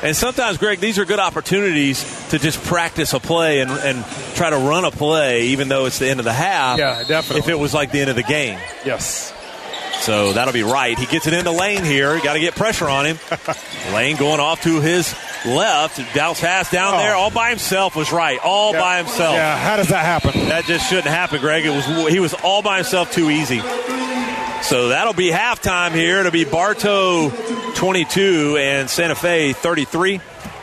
And sometimes, Greg, these are good opportunities to just practice a play and, and try to run a play, even though it's the end of the half.
Yeah, definitely.
If it was like the end of the game.
Yes.
So that'll be right. He gets it into Lane here. Got to get pressure on him. Lane going off to his left. Dallas Hass down there all by himself was right. All by himself.
Oh. Yeah, how does that happen?
That just shouldn't happen, Greg. It was he was all by himself too easy. So that'll be halftime here. It'll be Bartow 22 and Santa Fe 33.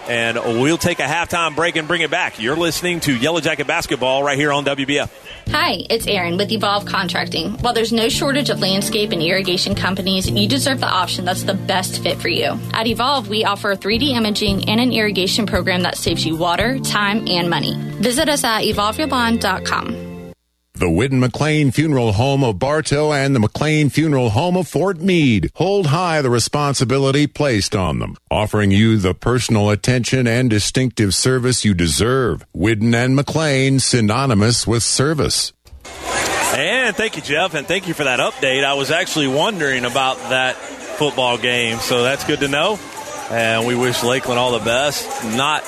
And we'll take a halftime break and bring it back. You're listening to Yellow Jacket Basketball right here on WBF.
Hi, it's Erin with Evolve Contracting. While there's no shortage of landscape and irrigation companies, you deserve the option that's the best fit for you. At Evolve, we offer 3D imaging and an irrigation program that saves you water, time, and money. Visit us at evolveyourbond.com.
The Whidden McLean Funeral Home of Bartow and the McLean Funeral Home of Fort Meade hold high the responsibility placed on them, offering you the personal attention and distinctive service you deserve. Whidden and McLean synonymous with service.
And thank you, Jeff, and thank you for that update. I was actually wondering about that football game, so that's good to know. And we wish Lakeland all the best. Not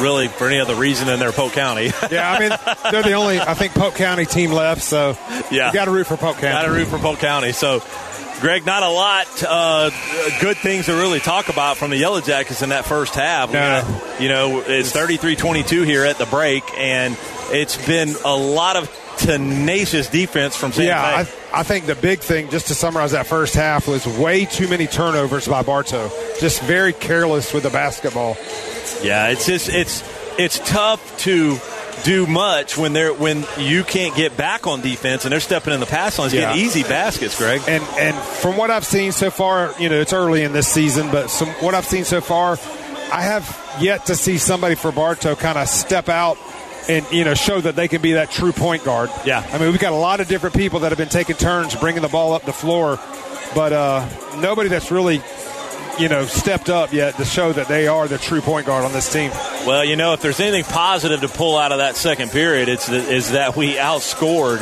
really for any other reason than they're Polk County.
Yeah, I mean they're the only I think Polk County team left, so
Yeah.
you got to root for Polk County.
Got to root for Polk County. So, Greg, not a lot uh, good things to really talk about from the Yellow Jackets in that first half. We
No.
gotta- you know, it's 33-22 here at the break, and it's been a lot of tenacious defense from Santa
yeah,
Fe.
I, I think the big thing, just to summarize that first half, was way too many turnovers by Bartow. Just very careless with the basketball.
Yeah, it's just it's it's tough to do much when they're when you can't get back on defense and they're stepping in the pass lines, getting
Yeah.
easy baskets, Greg.
And and from what I've seen so far, you know, it's early in this season, but some what I've seen so far, I have yet to see somebody for Bartow kind of step out and you know show that they can be that true point guard.
Yeah.
I mean, we've got a lot of different people that have been taking turns bringing the ball up the floor, but uh, nobody that's really you know stepped up yet to show that they are the true point guard on this team.
Well, you know, if there's anything positive to pull out of that second period, it's th- is that we outscored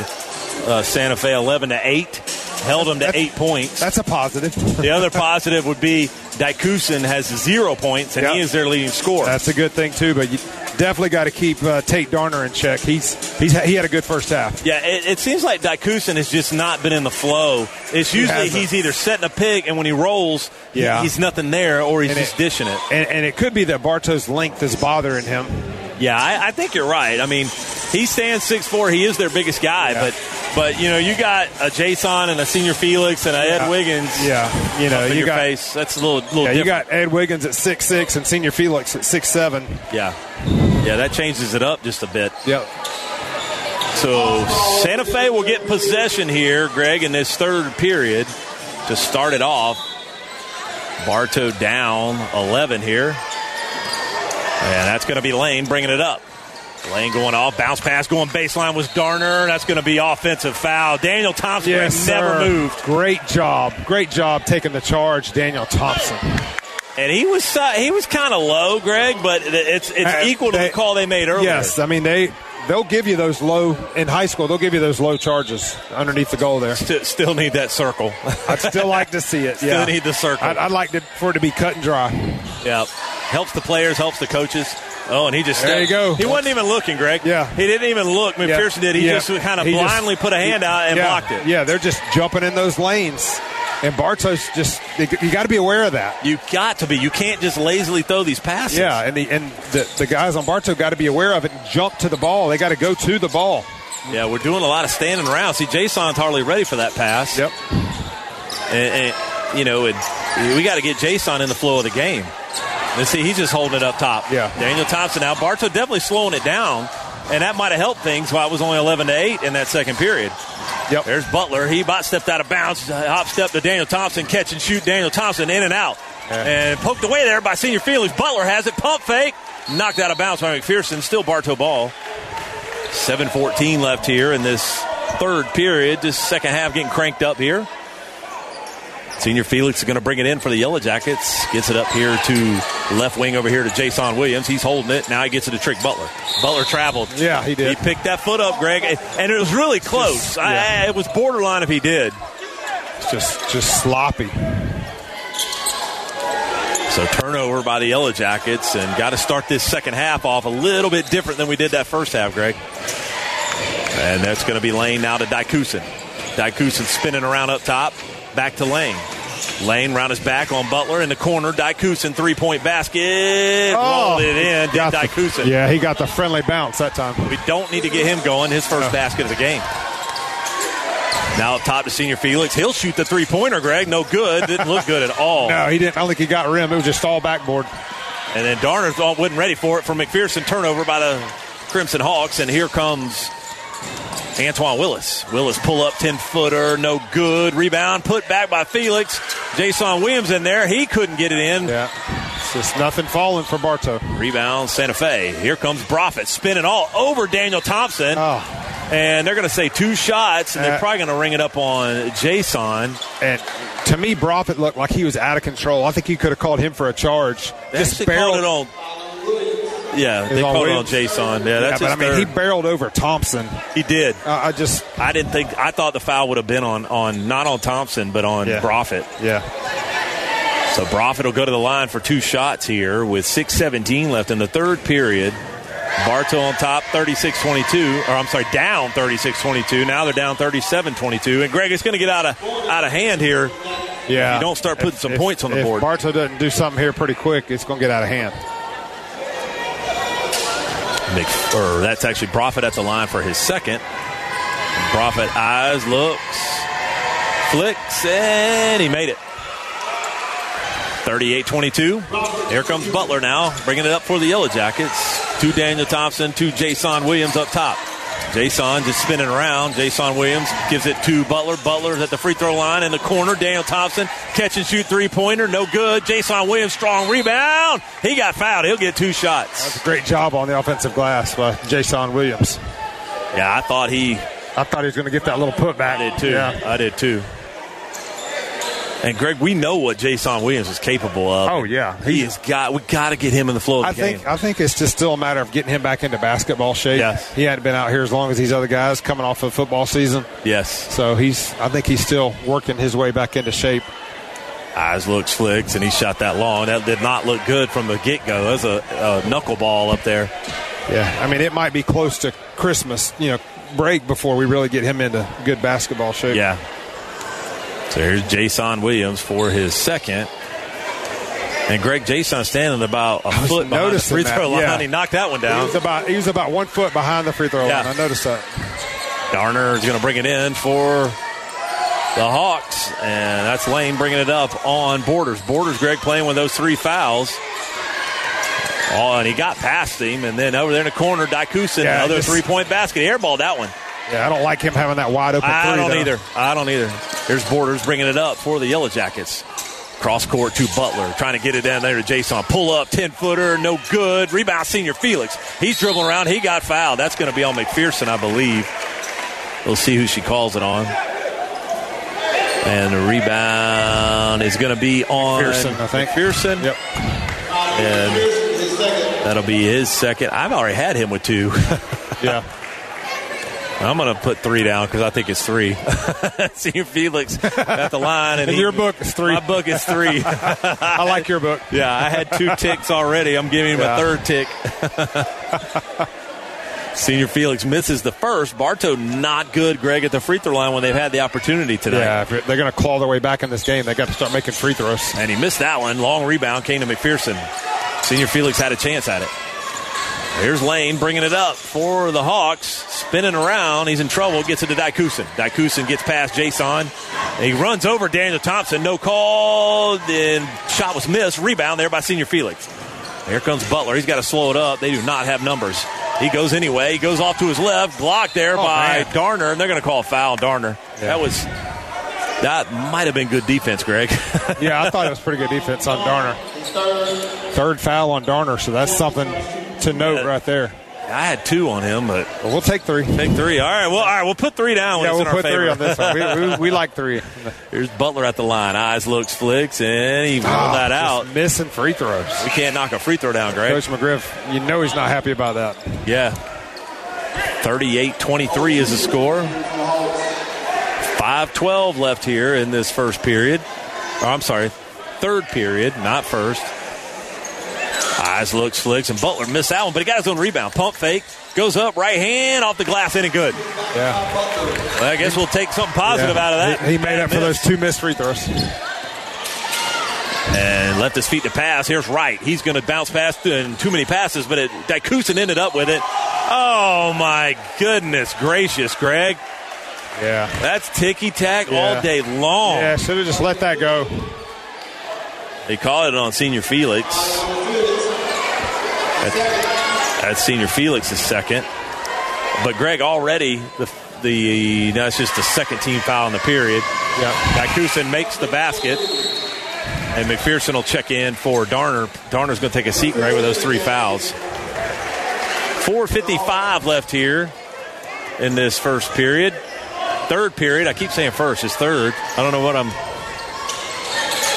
uh, Santa Fe 11 to eight, held them to eight points.
That's a positive.
the other positive would be Dykusin has zero points, and he is their leading scorer.
That's a good thing too, but you definitely got to keep uh, Tate Darner in check. He's he's he had a good first half.
Yeah, it, it seems like Dykusin has just not been in the flow. It's
He
usually
hasn't.
he's either setting a pig, and when he rolls, he-
Yeah.
he's nothing there, or he's
And
just
it-
dishing it.
And, and it could be that Bartow's length is bothering him.
Yeah, I, I think you're right. I mean, he stands six four. He is their biggest guy, but but you know, you got a Jason and a senior Felix and a Ed
Yeah.
Wiggins.
Yeah, you know,
up in
you
your
got-
face. That's a little little
yeah, you
different.
got Ed Wiggins at six six and Senior Felix at six seven.
yeah, yeah, that changes it up just a bit.
Yep.
So Santa Fe will get possession here, Greg, in this third period to start it off. Bartow down 11 here. And that's going to be Lane bringing it up. Lane going off, bounce pass going baseline was Darner. That's going to be offensive foul. Daniel Thompson
Yes,
never
sir.
moved.
Great job, great job taking the charge, Daniel Thompson.
And he was uh, he was kind of low, Greg, but it- it's it's
Uh,
equal to
they-
the call they made earlier.
Yes, I mean they they'll give you those low in high school. They'll give you those low charges underneath the goal there.
Still, still need that circle.
I'd still like to see it.
Still
yeah.
need the circle.
I'd, I'd like to, for it to be cut and dry.
Yeah, helps the players, helps the coaches. Oh, and he just
There you go.
He wasn't even looking, Greg. Yeah, he didn't even look. McPherson did. He
Yeah.
just kind of
He just-
blindly put a hand
he-
out and
yeah.
blocked it.
Yeah, they're just jumping in those lanes, and Bartos just they, you got to be aware of that.
You got to be. You can't just lazily throw these passes.
Yeah, and the and the, the guys on Bartow got to be aware of it and jump to the ball. They got to go to the ball.
Yeah, we're doing a lot of standing around. See, Jason's hardly ready for that pass. Yep. And, and, you know, and we got to get Jason in the flow of the game. And see, he's just holding it up top. Yeah. Daniel Thompson now. Bartow definitely slowing it down, and that might have helped things while it was only 11 to 8 in that second period.
Yep.
There's Butler. He about stepped out of bounds, hop step to Daniel Thompson, catch and shoot Daniel Thompson in and out. And poked away there by senior Felix. Butler has it. Pump fake. Knocked out of bounds by McPherson. Still Bartow ball. 7.14 left here in this third period. This second half getting cranked up here. Senior Felix is going to bring it in for the Yellow Jackets. Gets it up here to left wing over here to Jason Williams. He's holding it. Now he gets it to Trick Butler. Butler traveled.
Yeah, he did.
He picked that foot up, Greg, and it was really close. I- I- it was borderline if he did.
It's just just sloppy.
So turnover by the Yellow Jackets, and got to start this second half off a little bit different than we did that first half, Greg. And that's going to be Lane now to Dykusin. Dykusin spinning around up top, back to Lane. Lane round his back on Butler in the corner. Dykusin three point basket. Rolled it in. Did
Oh, got the-
Dykusin.
Yeah, he got the friendly bounce that time.
We don't need to get him going. His first basket of the game. Now up top to senior Felix. He'll shoot the three pointer, Greg. No good. Didn't look good at all.
No, he didn't. I don't think he got rim. It was just all backboard.
And then Darner thought- wasn't ready for it from McPherson. Turnover by the Crimson Hawks. And here comes Antoine Willis. Willis pull up 10 footer. No good. Rebound put back by Felix. Jason Williams in there. He couldn't get it in.
Yeah. It's just nothing falling for Bartow.
Rebound Santa Fe. Here comes Broffitt spinning all over Daniel Thompson.
Oh.
And they're going to say two shots, and they're
Yeah.
probably going to ring it up on Jason.
And to me, Broffitt looked like he was out of control. I think you could have called him for a charge.
They actually called it on. Yeah,
It
they
was on
called it on
Williams.
Jason. Yeah, that's
but
his
I mean,
third.
he barreled over Thompson.
He did.
I just
I didn't think I thought the foul would have been on on not on Thompson but on
Yeah.
Broffitt.
Yeah.
So Broffitt will go to the line for two shots here with 6:17 left in the third period. Bartow on top 36-22 or I'm sorry down 36-22. Now they're down 37-22 and Greg it's going to get out of out of hand here.
Yeah.
If you don't start putting some points on the
if
board.
Bartow doesn't do something here pretty quick, it's going to get out of hand.
Mc- or that's actually Broffitt at the line for his second. Broffitt eyes, looks, flicks, and he made it. 38-22. Here comes Butler now, bringing it up for the Yellow Jackets. To Daniel Thompson, to Jason Williams up top. Jason just spinning around. Jason Williams gives it to Butler. Butler's at the free throw line in the corner. Daniel Thompson catch and shoot three pointer, no good. Jason Williams strong rebound. He got fouled. He'll get two shots.
That's a great job on the offensive glass by Jason Williams.
Yeah, I thought he.
I thought he was going to get that little putback.
I did too.
Yeah.
I did too. And Greg, we know what Jason Williams is capable of.
Oh, yeah.
he has got. We got to get him in the flow of the
I
game.
think I think it's just still a matter of getting him back into basketball shape. Yes. He hadn't been out here as long as these other guys coming off of football season.
Yes.
So he's I think he's still working his way back into shape.
Eyes looks flicks, and he shot that long. That did not look good from the get go. That was a, a knuckleball up there.
Yeah. I mean it might be close to Christmas, you know, break before we really get him into good basketball shape.
Yeah. So here's Jason Williams for his second. And Greg Jason standing about a foot behind the
noticing
free throw line.
that, yeah.
He knocked that one
He
down.
was about he was about one foot behind the free throw
Yeah.
line. I noticed that.
Garner is going to bring it in for the Hawks, and that's Lane bringing it up on Borders. Borders, Greg, playing with those three fouls. Oh, and he got past him, and then over there in the corner, Dykusin,
Yeah,
another
just-
three-point basket, airballed that one.
Yeah, I don't like him having that wide open
I
three.
don't
though.
either. I don't either. There's Borders bringing it up for the Yellow Jackets. Cross court to Butler, trying to get it down there to Jason. Pull up, 10 footer, no good. Rebound, senior Felix. He's dribbling around. He got fouled. That's going to be on McPherson, I believe. We'll see who she calls it on. And the rebound is going to be on
McPherson, I think.
McPherson.
Yep.
And that'll be his second. I've already had him with two.
yeah.
I'm going to put three down because I think it's three. Senior Felix at the line. And
In
he-
your book, it's three.
My book is three.
I like your book.
Yeah, I had two ticks already. I'm giving him
Yeah.
a third tick. Senior Felix misses the first. Bartow not good, Greg, at the free throw line when they've had the opportunity today.
Yeah, if they're going to claw their way back in this game, they got to start making free throws.
And he missed that one. Long rebound came to McPherson. Senior Felix had a chance at it. Here's Lane bringing it up for the Hawks. Spinning around. He's in trouble. Gets it to Dykusin. Dykusin gets past Jason. He runs over Daniel Thompson. No call. Then shot was missed. Rebound there by Senior Felix. Here comes Butler. He's got to slow it up. They do not have numbers. He goes anyway. He goes off to his left. Blocked there
Oh,
by
man.
Darner. And they're going to call a foul. Darner. That was. That might have been good defense, Greg.
yeah, I thought it was pretty good defense on Darner. Third foul on Darner, so that's something to note right there.
I had two on him, but
we'll take three.
Take three. All right. Well, all right. We'll put three down. when
Yeah,
it's
we'll
in our
put
favor.
three on this one. We, we, we like three.
Here's Butler at the line. Eyes looks flicks, and he rolled
Ah,
that out.
Missing free throws.
We can't knock a free throw down, Greg.
Coach McGriff, you know he's not happy about that.
Yeah. 38 23 is the score. 5 12 left here in this first period. Or, I'm sorry, third period, not first. Eyes looks flicks, and Butler missed that one, but he got his own rebound. Pump fake, goes up, right hand off the glass, in and good.
Yeah.
Well, I guess we'll take something positive
Yeah.
out of that.
He, he made up for those two missed free throws.
And left his feet to pass. Here's Wright. He's going to bounce past and too many passes, but it, Dakusin ended up with it. Oh, my goodness gracious, Greg.
Yeah.
That's ticky tack
Yeah.
all day long.
Yeah, should have just let that go.
They call it on Senior Felix. That- That's Senior Felix's second. But Greg already the the now it's just the second team foul in the period. Yeah. Dakusin makes the basket. And McPherson will check in for Darner. Darner's going to take a seat, Greg, with those three fouls. 4.55 left here in this first period. Third period. I keep saying first. It's third. I don't know what I'm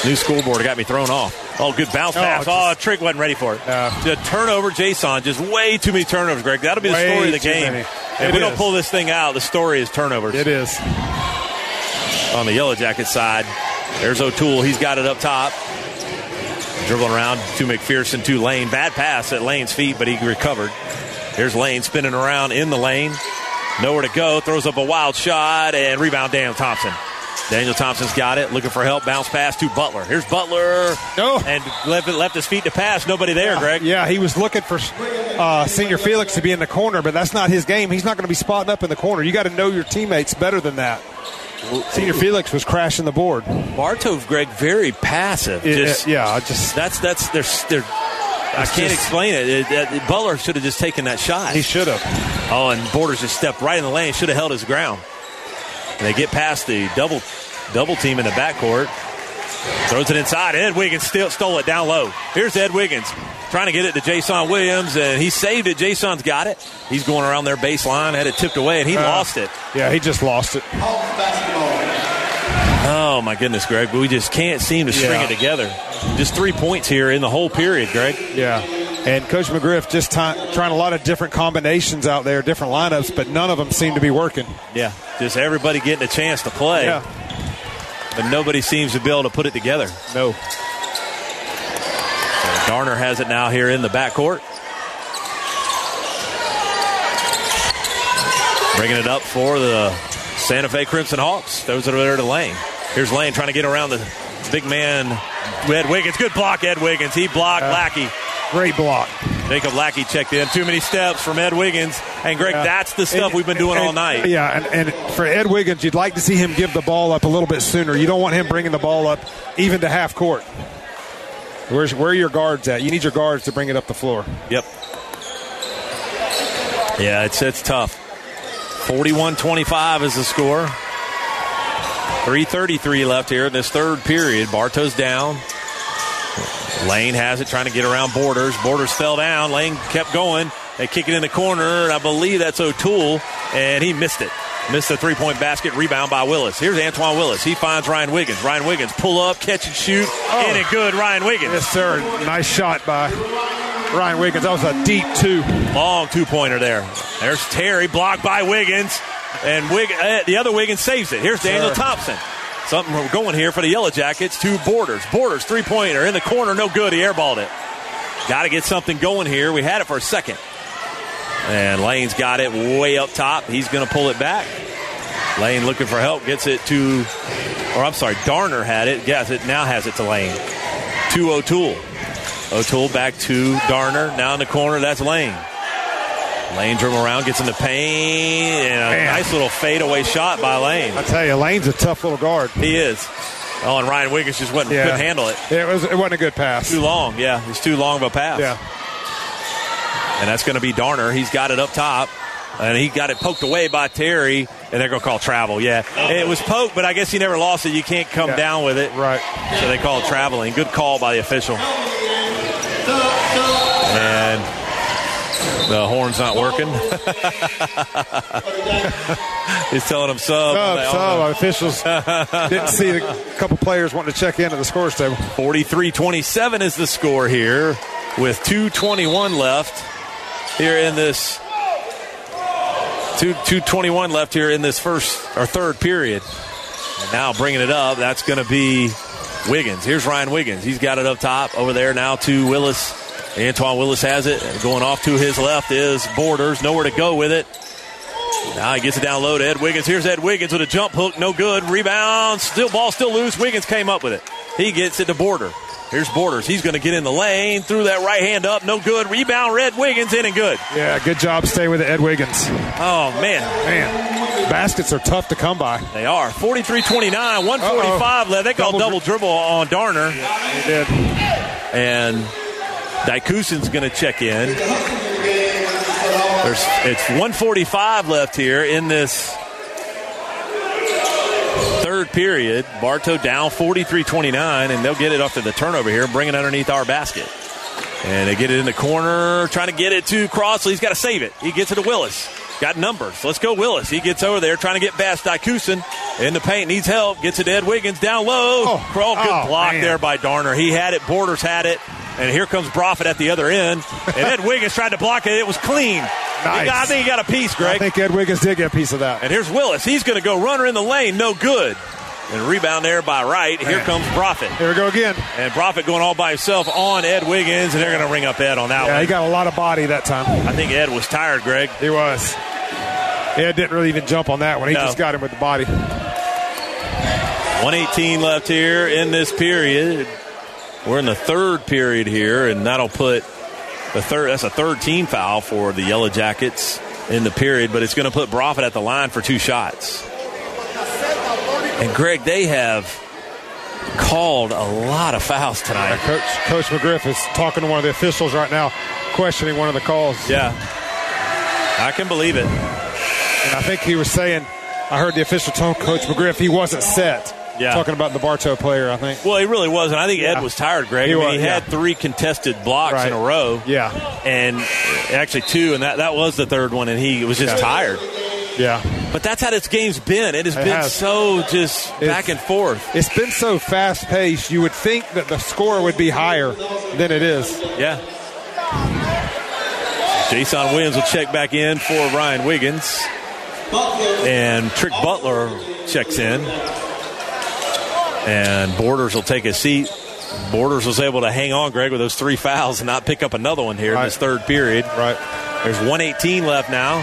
New scoreboard got me thrown off. Oh, good bounce
Oh,
pass.
just-
Oh, Trick wasn't ready for it. the turnover, Jason, just way too many turnovers, Greg. That'll be the
Way
story of the
too
game.
many.
If
It
we don't
is.
pull this thing out, the story is turnovers. It
is.
On the Yellow Jacket side, there's O'Toole. He's got it up top. Dribbling around to McPherson, to Lane. Bad pass at Lane's feet, but he recovered. Here's Lane spinning around in the lane. Nowhere to go. Throws up a wild shot and rebound Daniel Thompson. Daniel Thompson's got it. Looking for help. Bounce pass to Butler. Here's Butler. No. And left, left his feet to pass. Nobody there, Greg.
Uh, Yeah, he was looking for uh, Senior Felix to be in the corner, but that's not his game. He's not going to be spotting up in the corner. You got to know your teammates better than that. Senior Felix was crashing the board.
Bartov, Greg, very passive.
Yeah,
Just,
yeah, I just
that's that's they're, they're I
It's
can't
just-
explain it. It- that- Butler should have just taken that shot. He
should
have. Oh, and Borders just stepped right in the lane. Should have held his ground. And they get past the double double team in the backcourt. Throws it inside. Ed Wiggins still stole it down low. Here's Ed Wiggins trying to get it to Jason Williams, and he saved it. Jason's got it. He's going around their baseline, had it tipped away, and he
Uh,
lost it.
Yeah, he just lost it.
Oh my goodness, Greg! But we just can't seem to string
Yeah.
it together. Just three points here in the whole period, Greg.
Yeah. And Coach McGriff just ti- trying a lot of different combinations out there, different lineups, but none of them seem to be working.
Yeah, just everybody getting a chance to play,
Yeah.
but nobody seems to be able to put it together.
No.
Garner has it now here in the backcourt. Bringing it up for the Santa Fe Crimson Hawks. Throws it over there to Lane. Here's Lane trying to get around the big man, Ed Wiggins. Good block, Ed Wiggins. He blocked Lackey.
Great block.
Jacob Lackey checked in. Too many steps from Ed Wiggins. And Greg,
Yeah.
that's the stuff
And-
we've been doing
and-
all night.
Yeah, and, and for Ed Wiggins, you'd like to see him give the ball up a little bit sooner. You don't want him bringing the ball up even to half court. Where's, where are your guards at? You need your guards to bring it up the floor.
Yep. Yeah, it's it's tough. 41-25 is the score. 333 left here in this third period. Bartos down. Lane has it trying to get around Borders. Borders fell down. Lane kept going. They kick it in the corner, and I believe that's O'Toole, and he missed it. Missed the three point basket, rebound by Willis. Here's Antoine Willis. He finds Ryan Wiggins. Ryan Wiggins pull up, catch and shoot. In it good, Ryan Wiggins.
Yes, sir. Nice shot by Ryan Wiggins. That was a deep two.
Long two pointer there. There's Terry, blocked by Wiggins. And Wig- uh, the other Wiggins saves it. Here's
Sure.
Daniel Thompson. Something we're going here for the Yellow Jackets. Two Borders. Borders, three pointer in the corner. No good. He airballed it. Got to get something going here. We had it for a second. And Lane's got it way up top. He's going to pull it back. Lane looking for help. Gets it to, or I'm sorry, Darner had it. Yes, it now has it to Lane. To O'Toole. O'Toole back to Darner. Now in the corner. That's Lane. Lane dribble around, gets in the paint, and a nice little fadeaway shot by Lane.
I tell you, Lane's a tough little guard.
He is. Oh, and Ryan Wiggins just went,
Yeah.
couldn't handle it.
It, was, it wasn't a good pass.
Too long, yeah. It's too long of a pass.
Yeah.
And that's going to be Darner. He's got it up top, and he got it poked away by Terry, and they're going to call travel, yeah. And it was poked, but I guess he never lost it. You can't come
Yeah.
down with it.
Right.
So they call it traveling. Good call by the official. And the horn's not working. He's telling them sub.
Sub,
"Oh, They-
sub. oh, Officials didn't see a couple players wanting to check in at the scores table.
43 27 is the score here with 221 left here in this 2 221 left here in this first or third period and now bringing it up that's going to be wiggins here's ryan wiggins he's got it up top over there now to willis antoine willis has it and going off to his left is borders nowhere to go with it now Ah, he gets it down low to Ed Wiggins. Here's Ed Wiggins with a jump hook. No good. Rebound. Still ball still loose. Wiggins came up with it. He gets it to Border. Here's Borders. He's going to get in the lane. Threw that right hand up. No good. Rebound. Red Wiggins in and good.
Yeah, good job. Stay with it, Ed Wiggins.
Oh, man.
Man. Baskets are tough to come by.
They are. 43 29, 145 left. They call double, dribble on Darner.
They did.
And Dykusin's going to check in. There's, it's 145 left here in this third period. Bartow down 43 29, and they'll get it after the turnover here, bring it underneath our basket. And they get it in the corner, trying to get it to Crossley. He's got to save it. He gets it to Willis. Got numbers. Let's go, Willis. He gets over there, trying to get past Dykusin in the paint. Needs help. Gets it to Ed Wiggins down low. Oh, Crawl, good
oh,
block
man.
there by Darner. He had it. Borders had it. And here comes Broffitt at the other end. And Ed Wiggins tried to block it. It was clean. He got- I think he got a piece, Greg.
I think Ed Wiggins did get a piece of that.
And here's Willis. He's going to go runner in the lane. No good. And rebound there by Wright. Here
Man.
comes Broffitt.
Here we go again.
And Broffitt going all by himself on Ed Wiggins. And they're going to ring up Ed on that
Yeah,
one.
he got a lot of body that time.
I think Ed was tired, Greg.
He was. Ed didn't really even jump on that one. He
No.
just got him with the body.
118 left here in this period. We're in the third period here, and that'll put the third. That's a third team foul for the Yellow Jackets in the period, but it's going to put Broffitt at the line for two shots. And Greg, they have called a lot of fouls tonight.
Coach Coach McGriff is talking to one of the officials right now, questioning one of the calls.
Yeah. I can believe it.
And I think he was saying, I heard the official tone, Coach McGriff, he wasn't set.
Yeah.
Talking about the Bartow player, I think.
Well, he really wasn't. I think
Yeah.
Ed was tired, Greg.
He
I mean,
was,
he had three contested blocks
Right.
in a row.
Yeah.
And uh, actually two, and that, that was the third one, and he was just
Yeah.
tired.
Yeah.
But that's how this game's been. It has
It
been
has.
so just back and forth.
It's been so fast paced, you would think that the score would be higher than it is.
Yeah. Jason Williams will check back in for Ryan Wiggins. And Trick Butler checks in. And Borders will take a seat. Borders was able to hang on, Greg, with those three fouls and not pick up another one here in this third period.
Right.
There's 118 left now.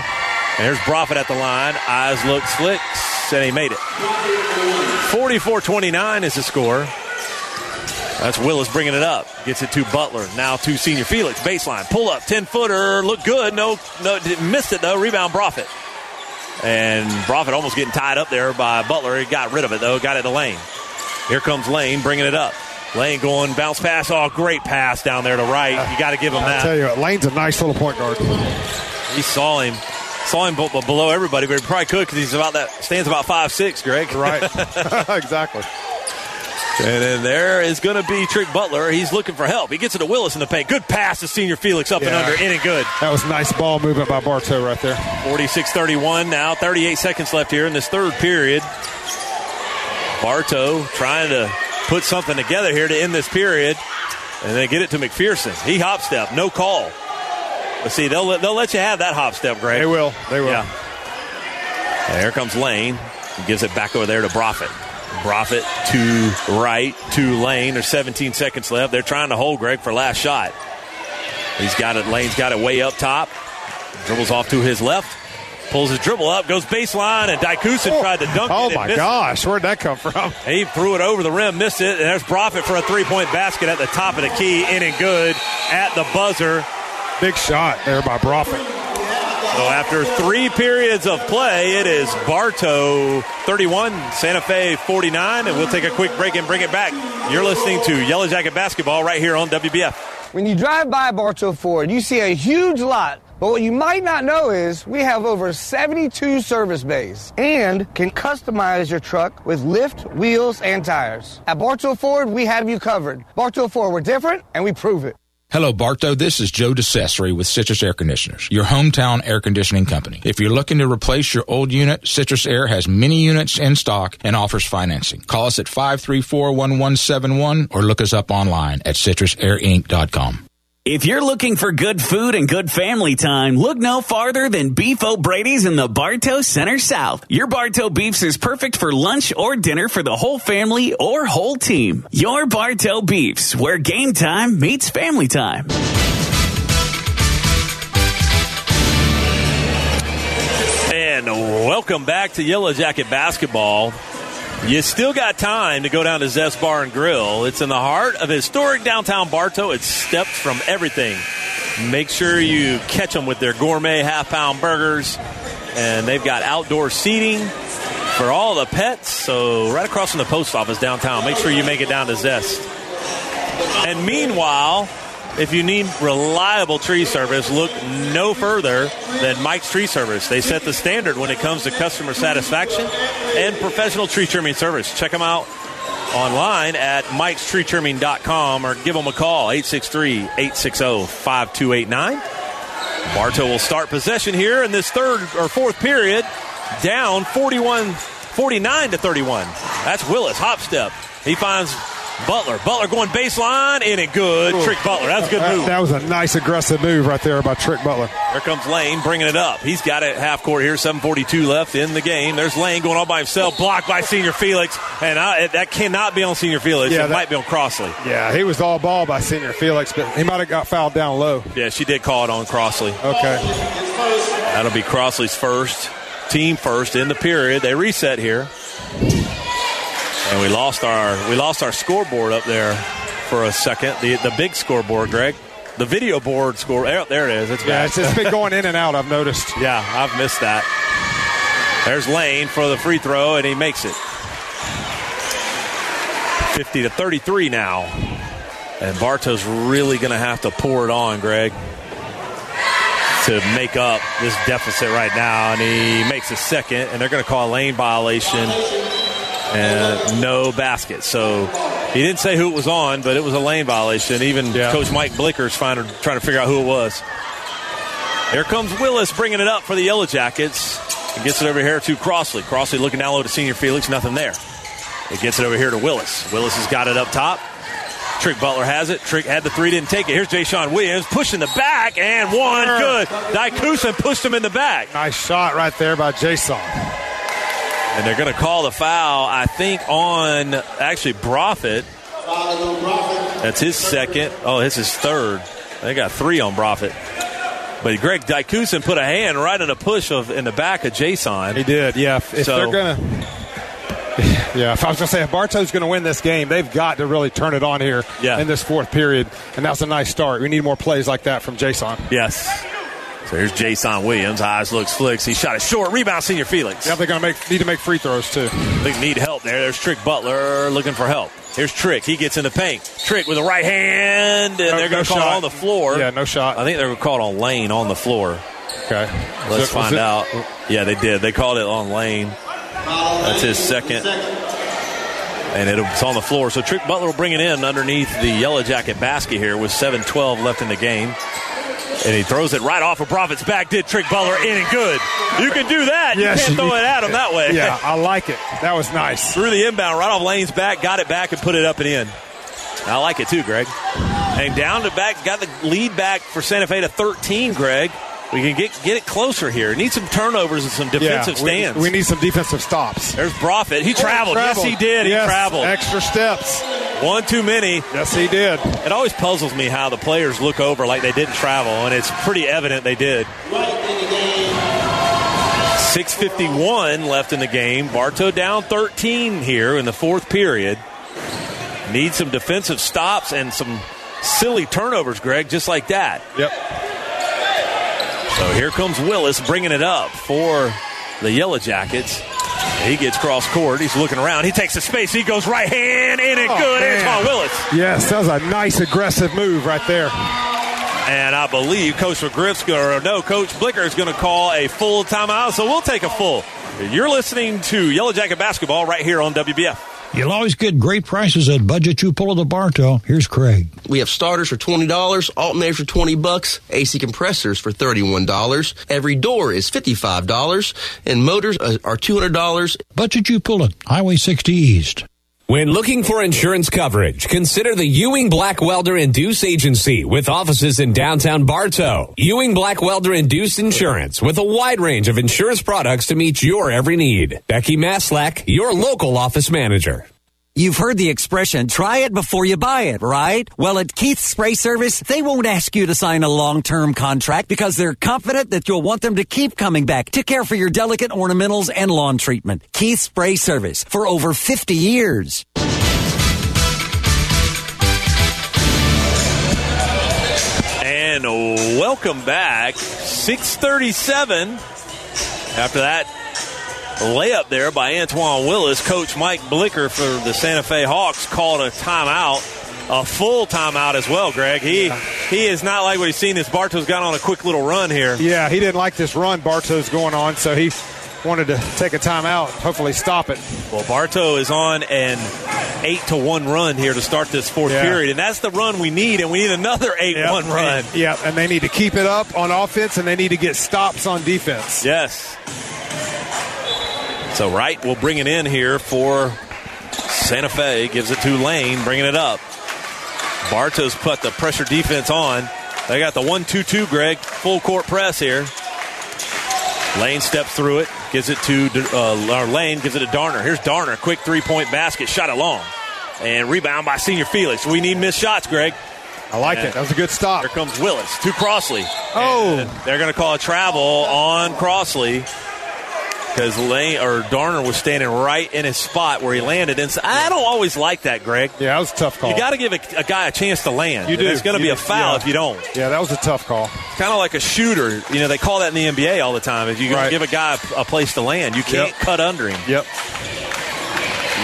And there's Broffitt at the line. Eyes look flicks, and he made it. 44 29 is the score. That's Willis bringing it up. Gets it to Butler. Now to senior Felix. Baseline. Pull up. 10 footer. Look good. No, no, missed it though. Rebound Broffitt. And Broffitt almost getting tied up there by Butler. He got rid of it though. Got it to Lane. Here comes Lane bringing it up. Lane going bounce pass. Oh, great pass down there to right. You got to give him
I
that.
tell you what, Lane's a nice little point guard.
He saw him, saw him b- b- below everybody, but he probably could because he's about that stands about five six, Greg.
Right. exactly.
And then there is going to be Trick Butler. He's looking for help. He gets it to Willis in the paint. Good pass to senior Felix up and
Yeah.
under, in and good.
That was nice ball movement by Bartow right there.
46 31 now, 38 seconds left here in this third period. Bartow trying to put something together here to end this period. And they get it to McPherson. He hop step, no call. But see, they'll, let- they'll let you have that hop step, Greg.
They will. They will.
Yeah. And Here comes Lane. He gives it back over there to Broffitt. Broffitt to right, to Lane. There's 17 seconds left. They're trying to hold Greg for last shot. He's got it. Lane's got it way up top. Dribbles off to his left. Pulls his dribble up, goes baseline, and Dykusin tried to dunk
Oh
it. and
my
missed it.
gosh, where'd that come from?
He threw it over the rim, missed it, and there's Broffitt for a three point basket at the top of the key, in and good at the buzzer.
Big shot there by Broffitt.
So after three periods of play, it is Bartow 31, Santa Fe 49, and we'll take a quick break and bring it back. You're listening to Yellow Jacket Basketball right here on WBF.
When you drive by Bartow Ford, you see a huge lot, but what you might not know is we have over 72 service bays and can customize your truck with lift, wheels, and tires. At Bartow Ford, we have you covered. Bartow Ford, we're different and we prove it.
Hello, Bartow. This is Joe DeCessory with Citrus Air Conditioners, your hometown air conditioning company. If you're looking to replace your old unit, Citrus Air has many units in stock and offers financing. Call us at 534-1171 or look us up online at citrusairinc.com.
If you're looking for good food and good family time, look no farther than Beef O'Brady's in the Bartow Center South. Your Bartow Beefs is perfect for lunch or dinner for the whole family or whole team. Your Bartow Beefs, where game time meets family time.
And welcome back to Yellow Jacket Basketball. You still got time to go down to Zest Bar and Grill. It's in the heart of historic downtown Bartow. It's stepped from everything. Make sure you catch them with their gourmet half pound burgers. And they've got outdoor seating for all the pets. So, right across from the post office downtown, make sure you make it down to Zest. And meanwhile, if you need reliable tree service, look no further than Mike's Tree Service. They set the standard when it comes to customer satisfaction and professional tree trimming service. Check them out online at mikestreetrimming.com or give them a call oh, 863-860-5289. Bartow will start possession here in this third or fourth period down 41 49 to 31. That's Willis hop step. He finds Butler. Butler going baseline in it. Good. Trick Butler. That's a good
That,
move.
that was a nice aggressive move right there by Trick Butler.
There comes Lane bringing it up. He's got it half court here. 7:42 left in the game. There's Lane going all by himself, blocked by Senior Felix, and I, that cannot be on Senior Felix.
Yeah,
it
that-
might be on Crossley.
Yeah, he was all ball by senior Felix, but he might have got fouled down low.
Yeah, she did call it on Crossley.
Okay.
That'll be Crossley's first team first in the period. They reset here, and we lost our we lost our scoreboard up there for a second. The the big scoreboard, Greg. The video board score. There, there it is. It's
Yeah,
back.
it's, it's been going in and out, I've noticed.
Yeah, I've missed that. There's Lane for the free throw, and he makes it. 50 to 33 now. And Bartow's really going to have to pour it on, Greg, to make up this deficit right now. And he makes a second, and they're going to call a lane violation and no basket. So he didn't say who it was on, but it was a lane violation. Even Coach Mike Blicker's trying to, trying to figure out who it was. Here comes Willis bringing it up for the Yellow Jackets. He gets it over here to Crossley. Crossley looking down low to Senior Felix. Nothing there. It gets it over here to Willis. Willis has got it up top. Trick Butler has it. Trick had the three, didn't take it. Here's Jay Sean Williams pushing the back and one good. Dykusin pushed him in the back.
Nice shot right there by Jason.
And they're going to call the foul, I think, on actually Broffitt. That's his second. Oh, this is third. They got three on Broffitt. But Greg Dykusin put a hand right in the push of in the back of Jason. He
did, yeah. If
so
they're gonna, yeah. If I was gonna say if Bartow's gonna win this game, they've got to really turn it on here
Yeah.
in this fourth period, and that's a nice start. We need more plays like that from Jason.
yes. So here's Jason Williams. Eyes looks flicks. He shot a short rebound. Senior Felix.
Yeah, they're gonna make need to make free throws too.
They need help there. There's Trick Butler looking for help. Here's Trick. He gets in the paint. Trick with a right hand, and they're going to call it on the floor.
Yeah, no shot.
I think they were called on Lane on the floor.
Okay. Was it-
Let's
was
find
it-
out. Yeah, they did. They called it on Lane. That's his second. And it'll- it's on the floor. So Trick Butler will bring it in underneath the Yellow Jacket basket here with 7 12 left in the game. And he throws it right off of Profit's back. Did Trick Butler in and good. You can do that.
Yes,
you can't
you-
throw it at him that way.
Yeah, I like it. That was nice.
Threw the inbound right off Lane's back, got it back, and put it up and in. I like it too, Greg. And down to back, got the lead back for Santa Fe to 13, Greg. We can get get it closer here. Need some turnovers and some defensive
yeah, we-
stands.
We, need some defensive stops.
There's Broffitt. He
Oh,
traveled. Yes, he did. He
Yes,
traveled.
Extra steps.
One too many.
Yes, he did.
It always puzzles me how the players look over like they didn't travel, and it's pretty evident they did. 6.51 left in the game. Bartow down 13 here in the fourth period. Need some defensive stops and some silly turnovers, Greg, just like that.
Yep.
So here comes Willis bringing it up for the Yellow Jackets. He gets cross court. He's looking around. He takes the space. He goes right hand in it.
Oh,
Good.
man.
Antoine Willis.
Yes, that was a nice aggressive move right there.
And I believe Coach McGriff's going to, no, Coach Blicker is going to call a full timeout, so we'll take a full. You're listening to Yellow Jacket Basketball right here on WBF.
You'll always get great prices at Budget Chupolo de Barto. Here's Craig.
We have starters for $20, alternators for 20 bucks, AC compressors for $31. Every door is $55 and motors uh, are $200.
Budget Chupolo, Highway 60 East.
When looking for insurance coverage, consider the Ewing Black Welder and Deuce Agency with offices in downtown Bartow. Ewing Black Welder and Deuce Insurance with a wide range of insurance products to meet your every need. Becky Maslack, your local office manager.
You've heard the expression, try it before you buy it, right? Well, at Keith Spray Service, they won't ask you to sign a long-term contract because they're confident that you'll want them to keep coming back to care for your delicate ornamentals and lawn treatment. Keith Spray Service for over 50 years.
And welcome back. 637 after that layup there by Antoine Willis. Coach Mike Blicker for the Santa Fe Hawks called a timeout. A full timeout as well, Greg. He he is not like what he's seen. This Barto's got on a quick little run here.
Yeah, he didn't like this run Barto's going on, so he wanted to take a timeout, hopefully stop it.
Well, Bartow is on an eight to one run here to start this fourth
Yeah.
period, and that's the run we need. And we need another eight one run.
And, yeah, and they need to keep it up on offense, and they need to get stops on defense.
Yes. So Wright will bring it in here for Santa Fe. Gives it to Lane, bringing it up. Bartos put the pressure defense on. They got the one-two-two. Greg. Full court press here. Lane steps through it. Gives it to, uh, or Lane gives it to Darner. Here's Darner. Quick three point basket. Shot it long. And rebound by senior Felix. We need missed shots, Greg.
I like it. That was a good stop.
Here comes Willis to Crossley. Oh. they're going to call a travel on Crossley because Lane or Darner was standing right in his spot where he landed. And I don't always like that, Greg.
Yeah, that was a tough call.
You got to give a, a guy a chance to land.
Oh. You
And
do.
It's going to
You
be a
do.
foul
Yeah.
if you don't.
Yeah, that was a tough call.
Kind of like a shooter. You know, they call that in the NBA all the time. If you
Right.
give a guy a, a place to land, you can't
Yep.
cut under him.
Yep.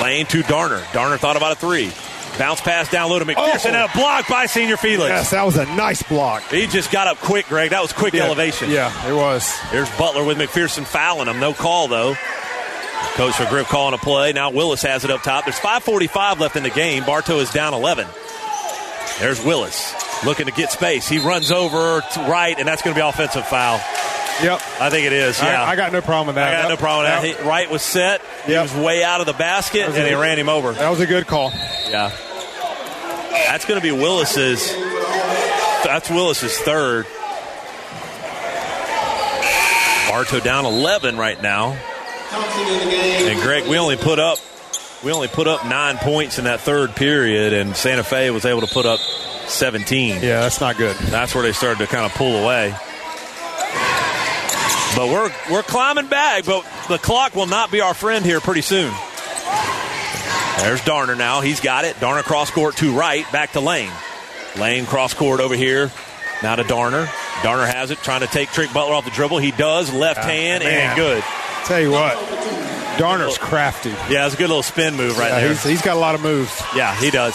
Lane to Darner. Darner thought about a three. Bounce pass down low to McPherson. And a block by senior Felix.
Yes, that was a nice block.
He just got up quick, Greg. That was quick
Yeah,
elevation.
Yeah, it was.
Here's Butler with McPherson fouling him. No call, though. Coach McGriff calling a play. Now Willis has it up top. There's 5.45 left in the game. Bartow is down 11. There's Willis looking to get space. He runs over to right, and that's going to be offensive foul.
Yep.
I think it is.
I-
Yeah.
I, got no problem with that.
I got
That-
no problem with that.
that-
He- Wright was set. He was way out of the basket,
that was
and
a
they
good-
ran him over.
That was a good call.
Yeah. That's going to be Willis's. That's Willis's third. Bartow down 11 right now. And Greg, we only put up we only put up 9 points in that third period and Santa Fe was able to put up 17.
Yeah, that's not good.
That's where they started to kind of pull away. But we're we're climbing back, but the clock will not be our friend here pretty soon. There's Darner now. He's got it. Darner cross court to right, back to Lane. Lane cross court over here. Now to Darner. Darner has it, trying to take Trick Butler off the dribble. He does, left
Ah,
hand,
man.
and good.
Tell you what, Darner's crafty.
Yeah, it's a good little spin move right
Yeah,
there.
he's- he's got a lot of moves.
Yeah, he does.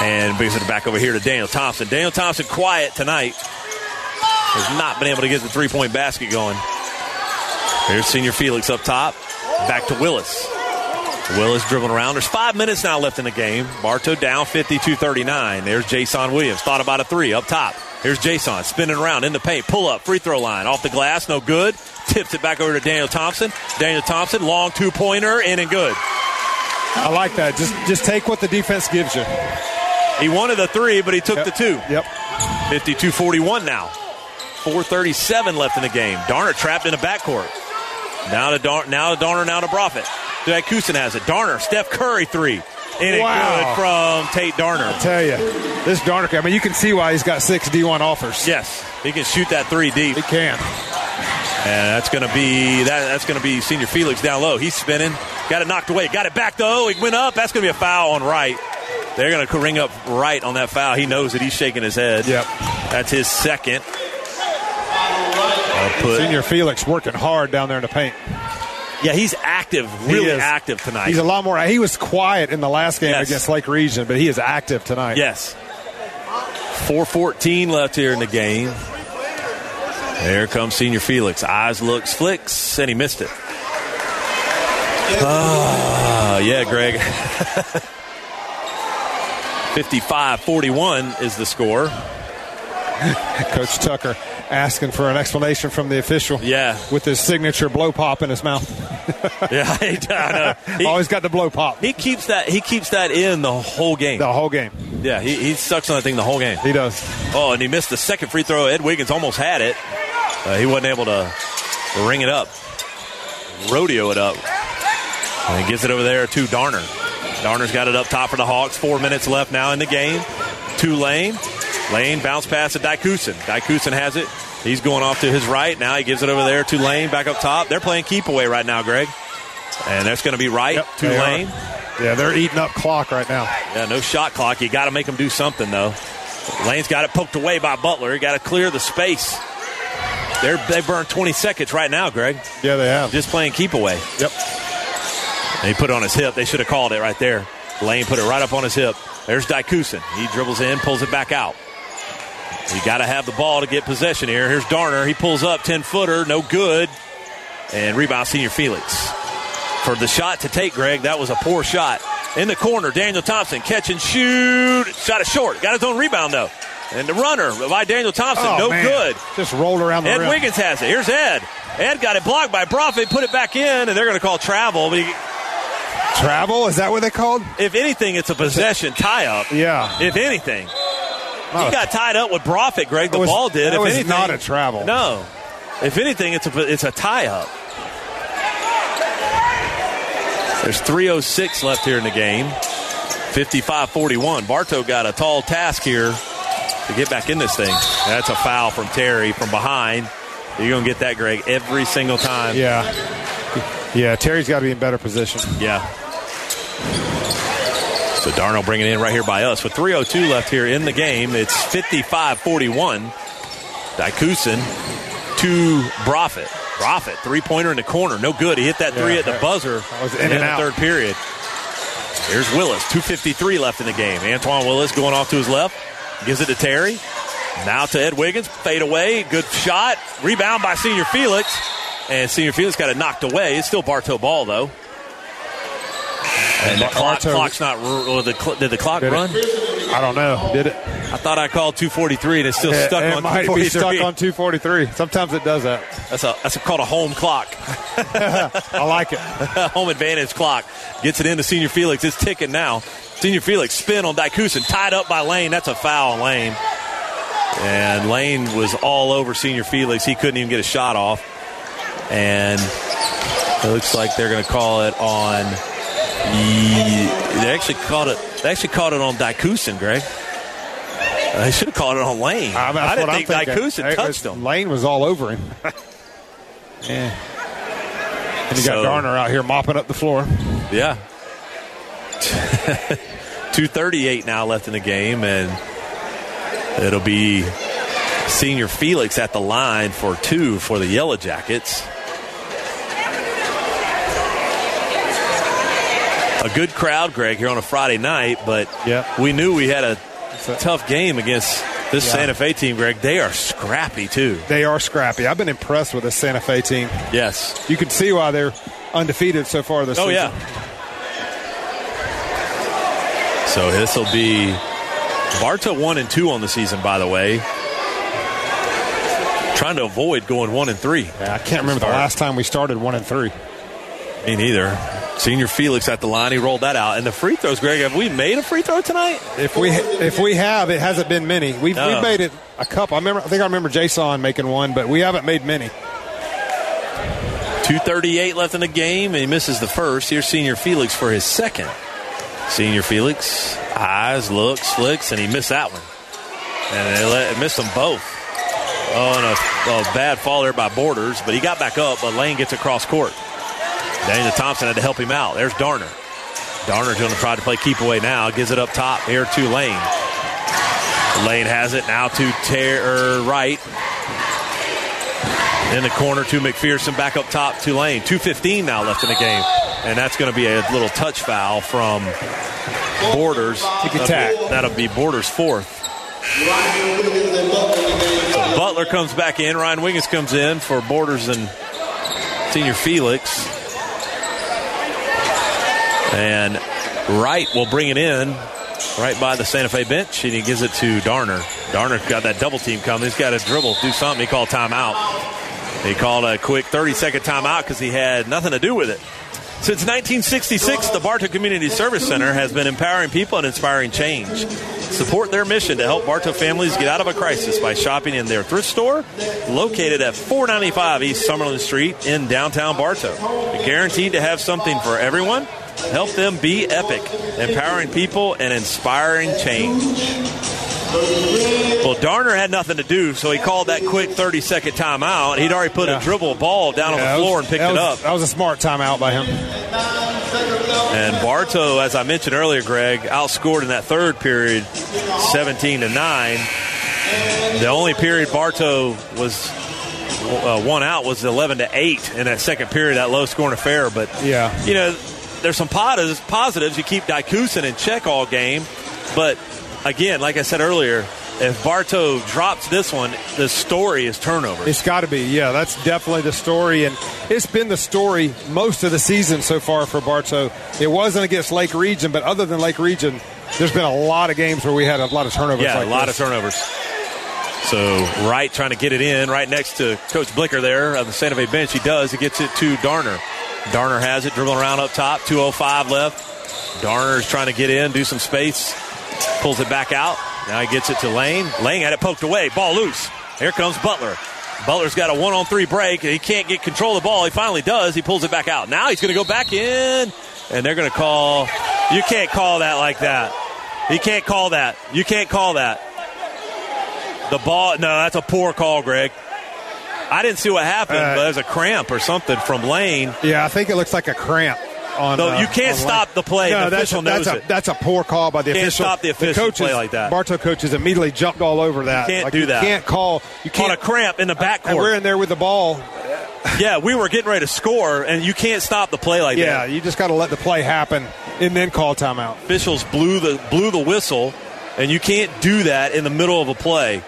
And brings it back over here to Daniel Thompson. Daniel Thompson quiet tonight. Has not been able to get the three point basket going. Here's senior Felix up top. Back to Willis. Willis dribbling around. There's five minutes now left in the game. Bartow down 52 39. There's Jason Williams. Thought about a three up top. Here's Jason spinning around in the paint. Pull up, free throw line. Off the glass, no good. Tips it back over to Daniel Thompson. Daniel Thompson, long two pointer, in and good.
I like that. Just just take what the defense gives you.
He wanted the three, but he took the two.
Yep.
52 41 now. 437 left in the game. Darner trapped in the backcourt. Now to Darner, now to Darner, now to Profit. Jack Kusin has it. Darner, Steph Curry three. In it
Wow.
good from Tate Darner.
I tell you, this Darner. I mean, you can see why he's got six D1 offers.
Yes, he can shoot that three deep. He
can.
And that's going to be that, that's going to be senior Felix down low. He's spinning, got it knocked away, got it back though. It went up. That's going to be a foul on Wright. They're going to ring up Wright on that foul. He knows it. He's shaking his head. Yep. That's his second. I'll put-
Senior Felix working hard down there in the paint.
yeah, he's active,
He
really
is.
active tonight.
He's a lot more. He was quiet in the last game
Yes.
against Lake Region, but he is active tonight.
Yes. 414 left here in the game. There comes senior Felix. Eyes looks, flicks, and he missed it. Ah, yeah, Greg. 55 41 is the score.
Coach Tucker asking for an explanation from the official.
Yeah.
With his signature blow pop in his mouth.
Yeah, he, I know. He-
Always got the blow pop.
He keeps that. He keeps that in the whole game. The
whole game.
Yeah, he, he sucks on that thing the whole game.
He does.
Oh, and he missed the second free throw. Ed Wiggins almost had it. Uh, he wasn't able to ring it up, rodeo it up. And he gives it over there to Darner. Darner's got it up top for the Hawks. Four minutes left now in the game. Two Lane. Lane bounce pass to Dykusin. Dykusin has it. He's going off to his right. Now he gives it over there to Lane back up top. They're playing keep away right now, Greg. And that's going to be right.
Yep,
Two
they are.
Lane.
Yeah, they're eating up clock right now.
Yeah, no shot clock. You got to make them do something, though. Lane's got it poked away by Butler. You got to clear the space. They're, they burned 20 seconds right now, Greg.
Yeah, they have.
Just playing keep away.
Yep.
And he put it on his hip. They should have called it right there. Lane put it right up on his hip. There's Dykusin. He dribbles in, pulls it back out. You got to have the ball to get possession here. Here's Darner. He pulls up, 10 footer, no good. And rebound, senior Felix. For the shot to take, Greg, that was a poor shot. In the corner, Daniel Thompson, catch and shoot. Shot it short. Got his own rebound, though. And the runner by Daniel Thompson,
Oh,
no
man.
good.
Just rolled around the
Ed
rim.
Wiggins has it. Here's Ed. Ed got it blocked by Brophy, put it back in, and they're going to call travel. But he-
Travel? Is that what they called?
If anything, it's a possession tie up.
Yeah.
If anything,
Not
he
a-
got tied up with Broffitt, Greg. The
That was-
ball did.
that
if
was
anything,
not a travel.
No. If anything, it's a it's a tie up. There's 306 left here in the game. 55-41. Bartow got a tall task here to get back in this thing. That's a foul from Terry from behind. You're gonna get that, Greg, every single time.
Yeah. Yeah, Terry's got to be in better position.
Yeah. So Darnell bringing it in right here by us. With 3.02 left here in the game, it's 55 41. Dykusin to Broffitt. Broffitt, three pointer in the corner. No good. He hit that three
Yeah,
at the
that-
buzzer
that was
at
in
the
and
end of
out.
the third period. Here's Willis, 2.53 left in the game. Antoine Willis going off to his left, gives it to Terry. Now to Ed Wiggins, fade away, good shot, rebound by Senior Felix, and Senior Felix got it knocked away. It's still Bartow ball though. And the clock,
Bartow-
clock's not. ru- Or the cl- did the clock
Did it?
run?
I don't know. Did it?
I thought I called 2:43 and it's still
It-
stuck
it
on
might be stuck
2:43.
on 243. Sometimes it does that.
That's a that's a, called a home clock. I
like it.
home advantage clock gets it into Senior Felix. It's ticking now. Senior Felix spin on Dykusin, tied up by Lane. That's a foul on Lane. And Lane was all over Senior Felix. He couldn't even get a shot off. And it looks like they're going to call it on. They actually called it. They actually called it on Dykusin, Greg. They should have called it on Lane.
I, that's
I didn't
what
think
I'm thinking.
Dykusin
It
touched
was-
him.
Lane was all over him. yeah. And you got
So-
Garner out here mopping up the floor.
Yeah. 238 now left in the game, and it'll be senior Felix at the line for two for the Yellow Jackets. A good crowd, Greg, here on a Friday night, but we knew we had a tough game against this
Yeah.
Santa Fe team, Greg. They are scrappy, too.
They are scrappy. I've been impressed with the Santa Fe team.
Yes.
You can see why they're undefeated so far this
Oh,
season.
yeah. So this will be Barta one and two on the season, by the way. Trying to avoid going one and three. Yeah,
I can't remember the last time we started one and three.
Me neither. Senior Felix at the line. He rolled that out. And the free throws, Greg, have we made a free throw tonight?
If we if we have, it hasn't been many. We've,
No.
we've made it a couple. I remember. I think I remember Jason making one, but we haven't made many.
238 left in the game, and he misses the first. Here's Senior Felix for his second. Senior Felix, eyes, looks, flicks, and he missed that one. And they let, missed them both. Oh, and a, a bad fall there by Borders, but he got back up, but Lane gets across court. Daniel Thompson had to help him out. There's Darner. Darner's going to try to play keep away now. Gives it up top here to Lane. Lane has it now to Ter- er, Right. In the corner to McPherson, back up top to Lane. 2.15 now left in the game. And that's going to be a little touch foul from Borders.
Ticky tack.
That'll be Borders' fourth. Butler comes back in. Ryan Wiggins comes in for Borders and senior Felix. And Wright will bring it in right by the Santa Fe bench, and he gives it to Darner. Darner got that double team coming. He's got to dribble, do something. He called timeout. He called a quick 30 second timeout because he had nothing to do with it. Since 1966, the Bartow Community Service Center has been empowering people and inspiring change. Support their mission to help Bartow families get out of a crisis by shopping in their thrift store located at 495 East Summerlin Street in downtown Bartow. They're guaranteed to have something for everyone. Help them be epic, empowering people and inspiring change. Well, Darner had nothing to do, so he called that quick 30 second timeout. He'd already put a dribble ball down
Yeah,
on
that
the floor
was-
and picked
that
it
was-
up.
That was a smart timeout by him.
And Bartow, as I mentioned earlier, Greg, outscored in that third period 17 to 9. The only period Bartow was uh, one out was 11 to 8 in that second period, that low scoring affair. But
Yeah.
you know, there's some positives. Positives. You keep Dykusin in check all game, but again, like I said earlier, if Bartow drops this one, the story is turnover.
It's got to be, yeah. That's definitely the story, and it's been the story most of the season so far for Bartow. It wasn't against Lake Region, but other than Lake Region, there's been a lot of games where we had a lot of turnovers.
Yeah,
like
a lot
this.
of turnovers. So Wright trying to get it in, right next to Coach Blicker there on the Santa Fe bench. He does. He gets it to Darner. Darner has it, dribbling around up top. 2.05 left. Darner's trying to get in, do some space. Pulls it back out. Now he gets it to Lane. Lane had it poked away. Ball loose. Here comes Butler. Butler's got a one on three break. He can't get control of the ball. He finally does. He pulls it back out. Now he's going to go back in, and they're going to call. You can't call that like that. You can't call that. You can't call that. The ball. No, that's a poor call, Greg. I didn't see what happened, but there's a cramp or something from Lane.
Yeah, I think it looks like a cramp. On, uh,
No, you can't
on
stop the play.
No,
The
that's
official
a, that's
knows
a,
it.
That's a poor call by the
Can't
official.
stop the official
coaches,
play like that.
Bartow coaches immediately jumped all over that.
Can't
Like,
do
you
that.
Can't call. You can't
on a cramp in the backcourt.
And we're in there with the ball.
yeah, we were getting ready to score, and you can't stop the play like
yeah,
that.
you just got to let the play happen and then call timeout.
Officials blew the blew the whistle, and you can't do that in the middle of a play.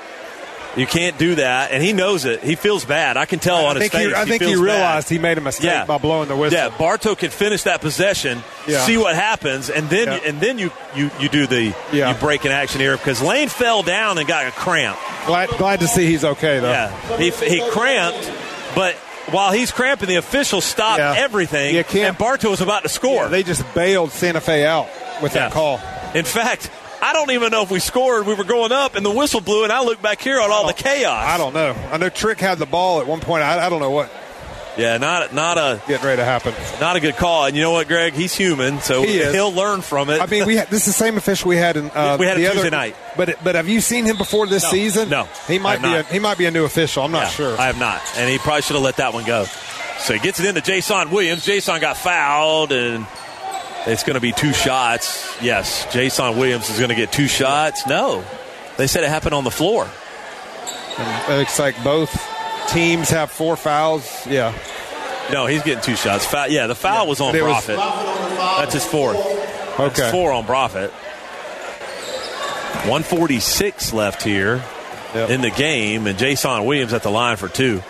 You can't do that, and he knows it. He feels bad. I can tell Oh, on
I
his
think
face.
he, I think he
feels bad.
realized he made a mistake
Yeah.
by blowing the whistle.
Yeah, Bartow could finish that possession,
Yeah.
see what happens, and then and then you you, you do the you break an action here because Lane fell down and got a cramp.
Glad, glad to see he's okay though.
Yeah, he, he cramped, but while he's cramping, the official stopped everything.
You can't-
and Bartow was about to score.
Yeah, they just bailed Santa Fe out with that
Yeah.
call.
In fact, I don't even know if we scored. We were going up, and the whistle blew, and I look back here on all the chaos.
I don't know. I know Trick had the ball at one point. I, I don't know what
Yeah, not not a
getting ready to happen.
Not a good call. And you know what, Greg? He's human, so
He is.
will learn from it.
I mean, we had, this is the same official we had in uh,
We had him
the
Tuesday
other
night.
But but have you seen him before this
No.
season?
No.
he
I
might
have
be a,
not.
he might be a new official. I'm not
Yeah,
sure.
I have not, and he probably should have let that one go. So he gets it into Jason Williams. Jason got fouled, and it's going to be two shots. Yes, Jason Williams is going to get two shots. No, they said it happened on the floor.
And it looks like both teams have four fouls. Yeah,
No, he's getting two shots. Foul, yeah, the foul was on
but it was-
Profit. That's his fourth. That's
Okay.
four on Profit. 146 left here in the game, and Jason Williams at the line for two.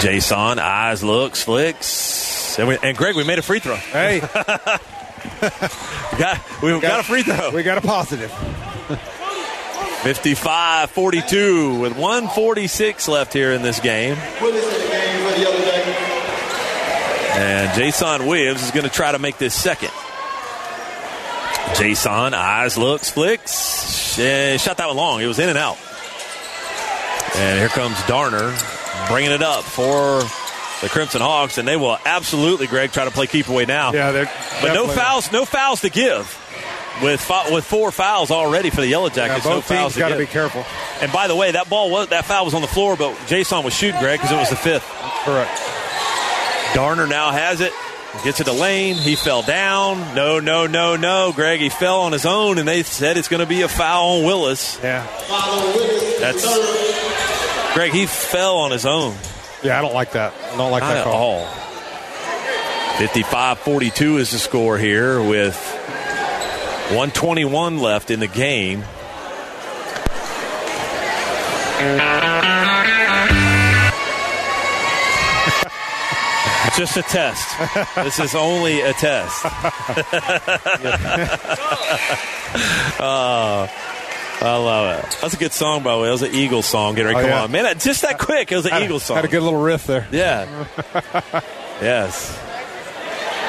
Jason, eyes, looks, flicks. And, we, and Greg, we made a free throw.
Hey.
got, we got, a free throw.
We got a positive.
55 42 with 146 left here in this game. And Jason Williams is going to try to make this second. Jason, eyes, looks, flicks. Eh, shot that one long. It was in and out. And here comes Darner bringing it up for the Crimson Hawks. And they will absolutely, Greg, try to play keep away now.
Yeah, they're
But no
definitely-
fouls, no fouls to give. With fou- with four fouls already for the Yellow
Yeah,
Jackets, no
both
fouls
teams
to
got to
give.
be careful.
And by the way, that ball was that foul was on the floor, but Jason was shooting Greg because it was the fifth.
Correct.
Darner now has it. Gets it to Lane. He fell down. No, no, no, no. Greg, he fell on his own, and they said it's going to be a foul on Willis.
Yeah.
That's Greg. He fell on his own.
Yeah, I don't like that. I don't like
Not
that
at
call.
all. 55-42 is the score here with 121 left in the game. Just a test. This is only a test. oh, I love it. That's a good song, by the way. That was an Eagles song. Get ready.
Oh,
Come
yeah.
on, man. that- Just that quick. It was an
Had a-
Eagles song.
Had a good little riff there.
Yeah. yes.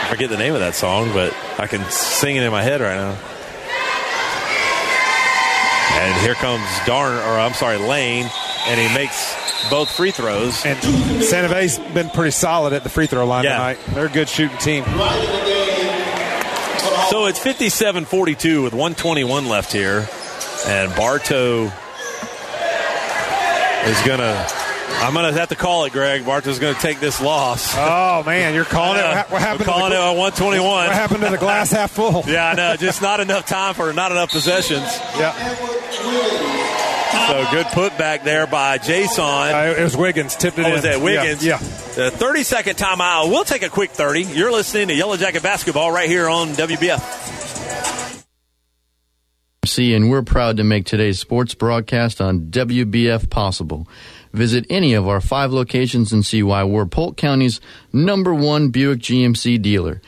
I forget the name of that song, but I can sing it in my head right now. And here comes Darn, or I'm sorry, Lane, and he makes both free throws.
And Santa Fe's been pretty solid at the free throw line
Yeah.
tonight. They're a good shooting team.
So it's 57 42 with 121 left here. And Bartow is going to. I'm going to have to call it, Greg. Bartow's going to take this loss.
Oh man, you're calling it.
I know.
What happened?
I'm calling
to the,
it on 121.
What happened to the glass half full?
yeah, I know. Just not enough time for not enough possessions.
Yeah.
So good put back there by Jason.
Uh, it was Wiggins tipped it
oh,
in.
was that Wiggins?
Yeah,
The 30 second timeout. We'll take a quick 30. You're listening to Yellow Jacket Basketball right here on WBF.
See, and we're proud to make today's sports broadcast on WBF possible. Visit any of our five locations and see why we're Polk County's number one Buick GMC dealer.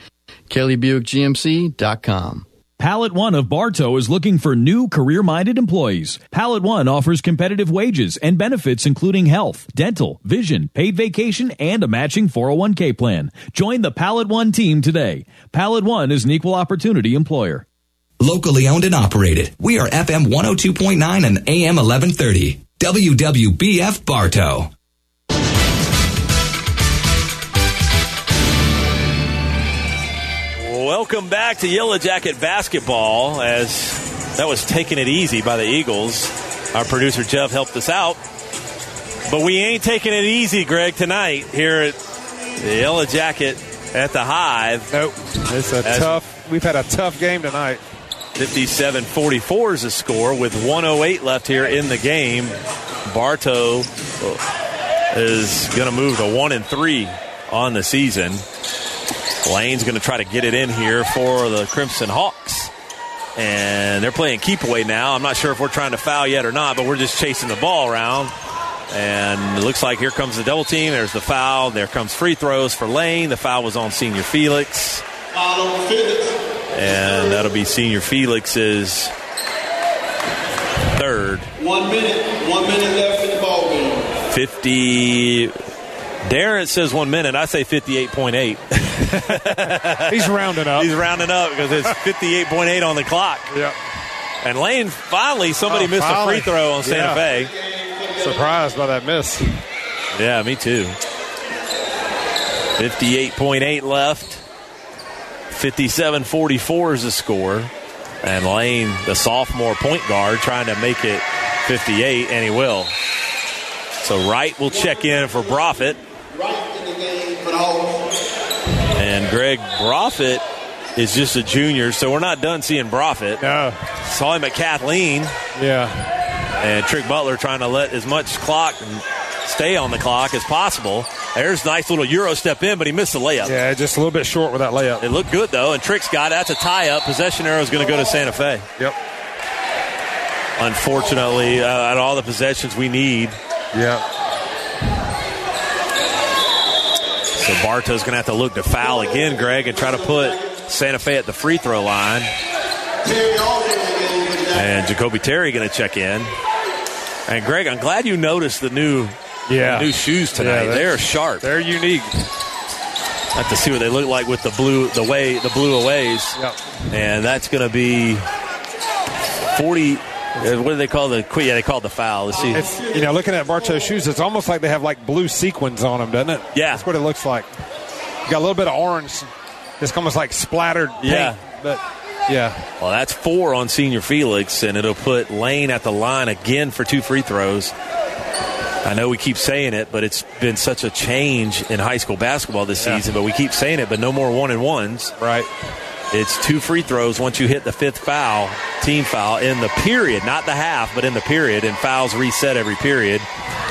KellyBuickGMC.com.
Pallet One of Bartow is looking for new career minded employees. Pallet One offers competitive wages and benefits, including health, dental, vision, paid vacation, and a matching 401k plan. Join the Pallet One team today. Pallet One is an equal opportunity employer.
Locally owned and operated. We are FM 102.9 and AM 1130. WWBF Bartow.
Welcome back to Yellow Jacket Basketball as that was taking it easy by the Eagles. Our producer Jeff helped us out. But we ain't taking it easy, Greg, tonight here at the Yellow Jacket at the Hive.
Nope. It's a tough. We've had a tough game tonight.
57 44 is the score with 108 left here in the game. Bartow uh, is going to move to 1 and 3 on the season. Lane's going to try to get it in here for the Crimson Hawks. And they're playing keep away now. I'm not sure if we're trying to foul yet or not, but we're just chasing the ball around. And it looks like here comes the double team. There's the foul. There comes free throws for Lane. The foul was on senior Felix. And that'll be senior Felix's third.
One minute. One minute left in the ball game.
50. Darren says one minute. I say 58.8.
He's rounding up.
He's rounding up because it's 58.8 on the clock.
Yeah.
And Lane, finally, somebody
Oh,
missed
finally.
a free throw on Santa
Yeah.
Fe.
Surprised by that miss.
Yeah, me too. 58.8 left. 57 44 is the score. And Lane, the sophomore point guard, trying to make it 58, and he will. So Wright will check in for Broffitt. And Greg Broffitt is just a junior, so we're not done seeing Broffitt.
No.
Saw him at Kathleen.
Yeah.
And Trick Butler trying to let as much clock and stay on the clock as possible. There's a nice little Euro step in, but he missed the layup.
Yeah, just a little bit short with that layup.
It looked good, though, and Trick's got it. That's a tie up. Possession arrow is going to go to Santa Fe.
Yep.
Unfortunately, uh, at all the possessions we need.
Yeah.
So Bartow's going to have to look to foul again, Greg, and try to put Santa Fe at the free throw line. And Jacoby Terry going to check in. And Greg, I'm glad you noticed the new
Yeah.
new shoes tonight.
Yeah,
they
that's-
are sharp.
They're unique.
I have to see what they look like with the blue the way the blue aways. And that's going to be 40 uh, what do they call the quit? Yeah, they called the foul. Let's see.
It's you know looking at Bartow's shoes, it's almost like they have like blue sequins on them, doesn't it?
Yeah.
That's what it looks like. Got a little bit of orange. It's almost like splattered. Paint,
Yeah.
But yeah.
Well, that's four on senior Felix, and it'll put Lane at the line again for two free throws. I know we keep saying it, but it's been such a change in high school basketball this season. But we keep saying it, but no more one and ones.
Right.
It's two free throws once you hit the fifth foul, team foul in the period, not the half, but in the period, and fouls reset every period.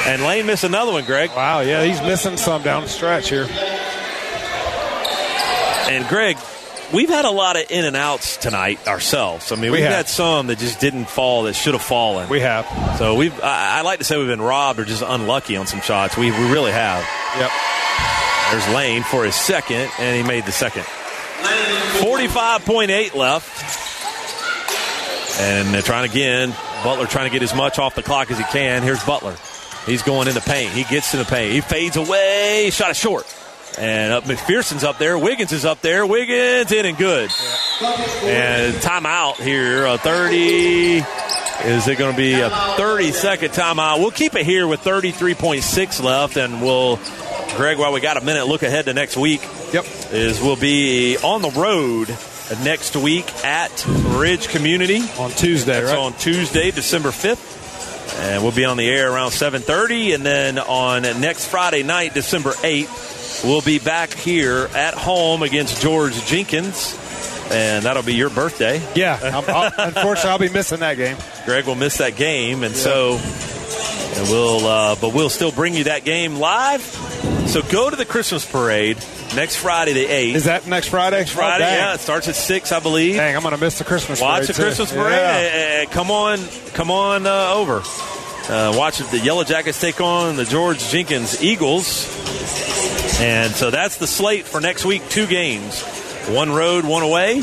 And Lane missed another one, Greg.
Wow, yeah, he's missing some down the stretch here.
And Greg, we've had a lot of in and outs tonight ourselves. I mean,
We
we have
have.
had some that just didn't fall that should have fallen. We
have.
So we've. I, I like to say we've been robbed or just unlucky on some shots. We we really have.
Yep.
There's Lane for his second, and he made the second. Forty-five point eight left. And they're trying again. Butler trying to get as much off the clock as he can. Here's Butler. He's going in the paint. He gets to the paint. He fades away. Shot it short. And up McPherson's up there. Wiggins is up there. Wiggins in and good. And timeout here. A 30 Is it going to be a 30 second timeout? We'll keep it here with 33.6 left, and we'll, Greg, while we got a minute, look ahead to next week. Yep. Is we'll be on the road next week at Ridge Community. On Tuesday, That's on Tuesday, December 5th. And we'll be on the air around 7.30. And then on next Friday night, December 8th, we'll be back here at home against George Jenkins. And that'll be your birthday.
Yeah. I'm, I'll, unfortunately, I'll be missing that game.
Greg will miss that game, and so and we'll, uh, but we'll still bring you that game live. So go to the Christmas parade next Friday, the eighth.
Is that next Friday?
Next Friday, yeah, it starts at six, I believe.
Dang, I'm going to miss the Christmas
Watch
parade.
the
too.
Christmas parade.
Yeah.
Eh, eh, come on, come on uh, over. Uh, watch the Yellow Jackets take on the George Jenkins Eagles, and so that's the slate for next week. Two games, one road, one away.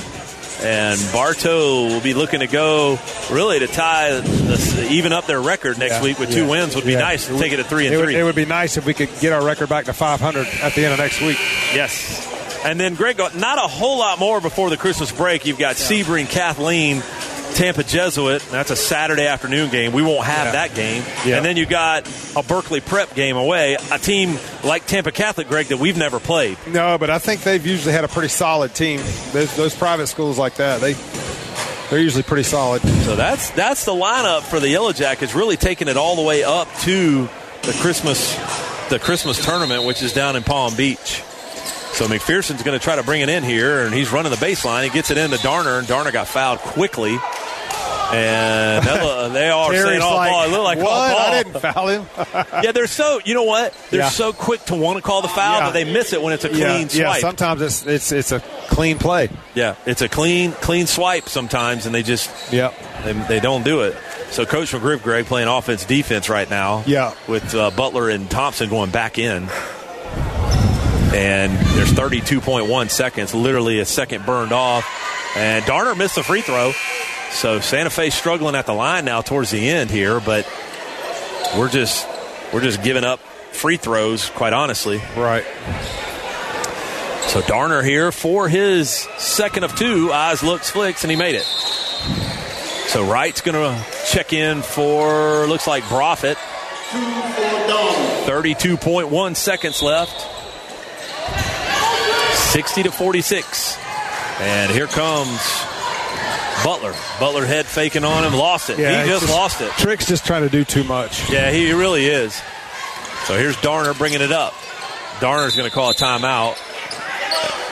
And Bartow will be looking to go really to tie this, even up their record next
Yeah.
week with two
Yeah.
wins would be
Yeah.
nice. to Take it to three and
it would-
three.
it would be nice if we could get our record back to 500 at the end of next week.
Yes. And then, Greg, uh, not a whole lot more before the Christmas break. You've got Sebring, Kathleen, Tampa Jesuit. That's a Saturday afternoon game. We won't have
Yeah.
that game.
Yeah.
And then you got a Berkeley prep game away, a team like Tampa Catholic, Greg, that we've never played.
No, but I think they've usually had a pretty solid team. Those, those private schools like that, they they're usually pretty solid.
So that's that's the lineup for the Yellow Jackets, really taking it all the way up to the Christmas the Christmas tournament, which is down in Palm Beach. So McPherson's going to try to bring it in here, and he's running the baseline. He gets it into Darner, and Darner got fouled quickly. And that lo- they are saying
Terry's
all
like,
ball. It looked like
what?
all ball.
I didn't foul him.
yeah, they're so you know what? They're
Yeah.
so quick to want to call the foul,
Yeah.
but they miss it when it's a clean
yeah,
swipe.
yeah, sometimes it's it's it's a clean play.
Yeah, it's a clean, clean swipe sometimes, and they just
yeah
they, they don't do it. So Coach McGriff, Greg, playing offense defense right now.
Yeah.
with uh, Butler and Thompson going back in, and there's 32.1 seconds, literally a second burned off, and Darner missed the free throw. So Santa Fe struggling at the line now towards the end here, but we're just we're just giving up free throws, quite honestly.
Right.
So Darner here for his second of two. Eyes looks, flicks, and he made it. So Wright's going to check in for, looks like Broffitt. 32.1 seconds left. 60 to 46. And here comes Butler. Butler head faking on him, lost it.
Yeah,
he
it's
just lost it.
Trick's just trying to do too much.
Yeah, he really is. So here's Darner bringing it up. Darner's going to call a timeout.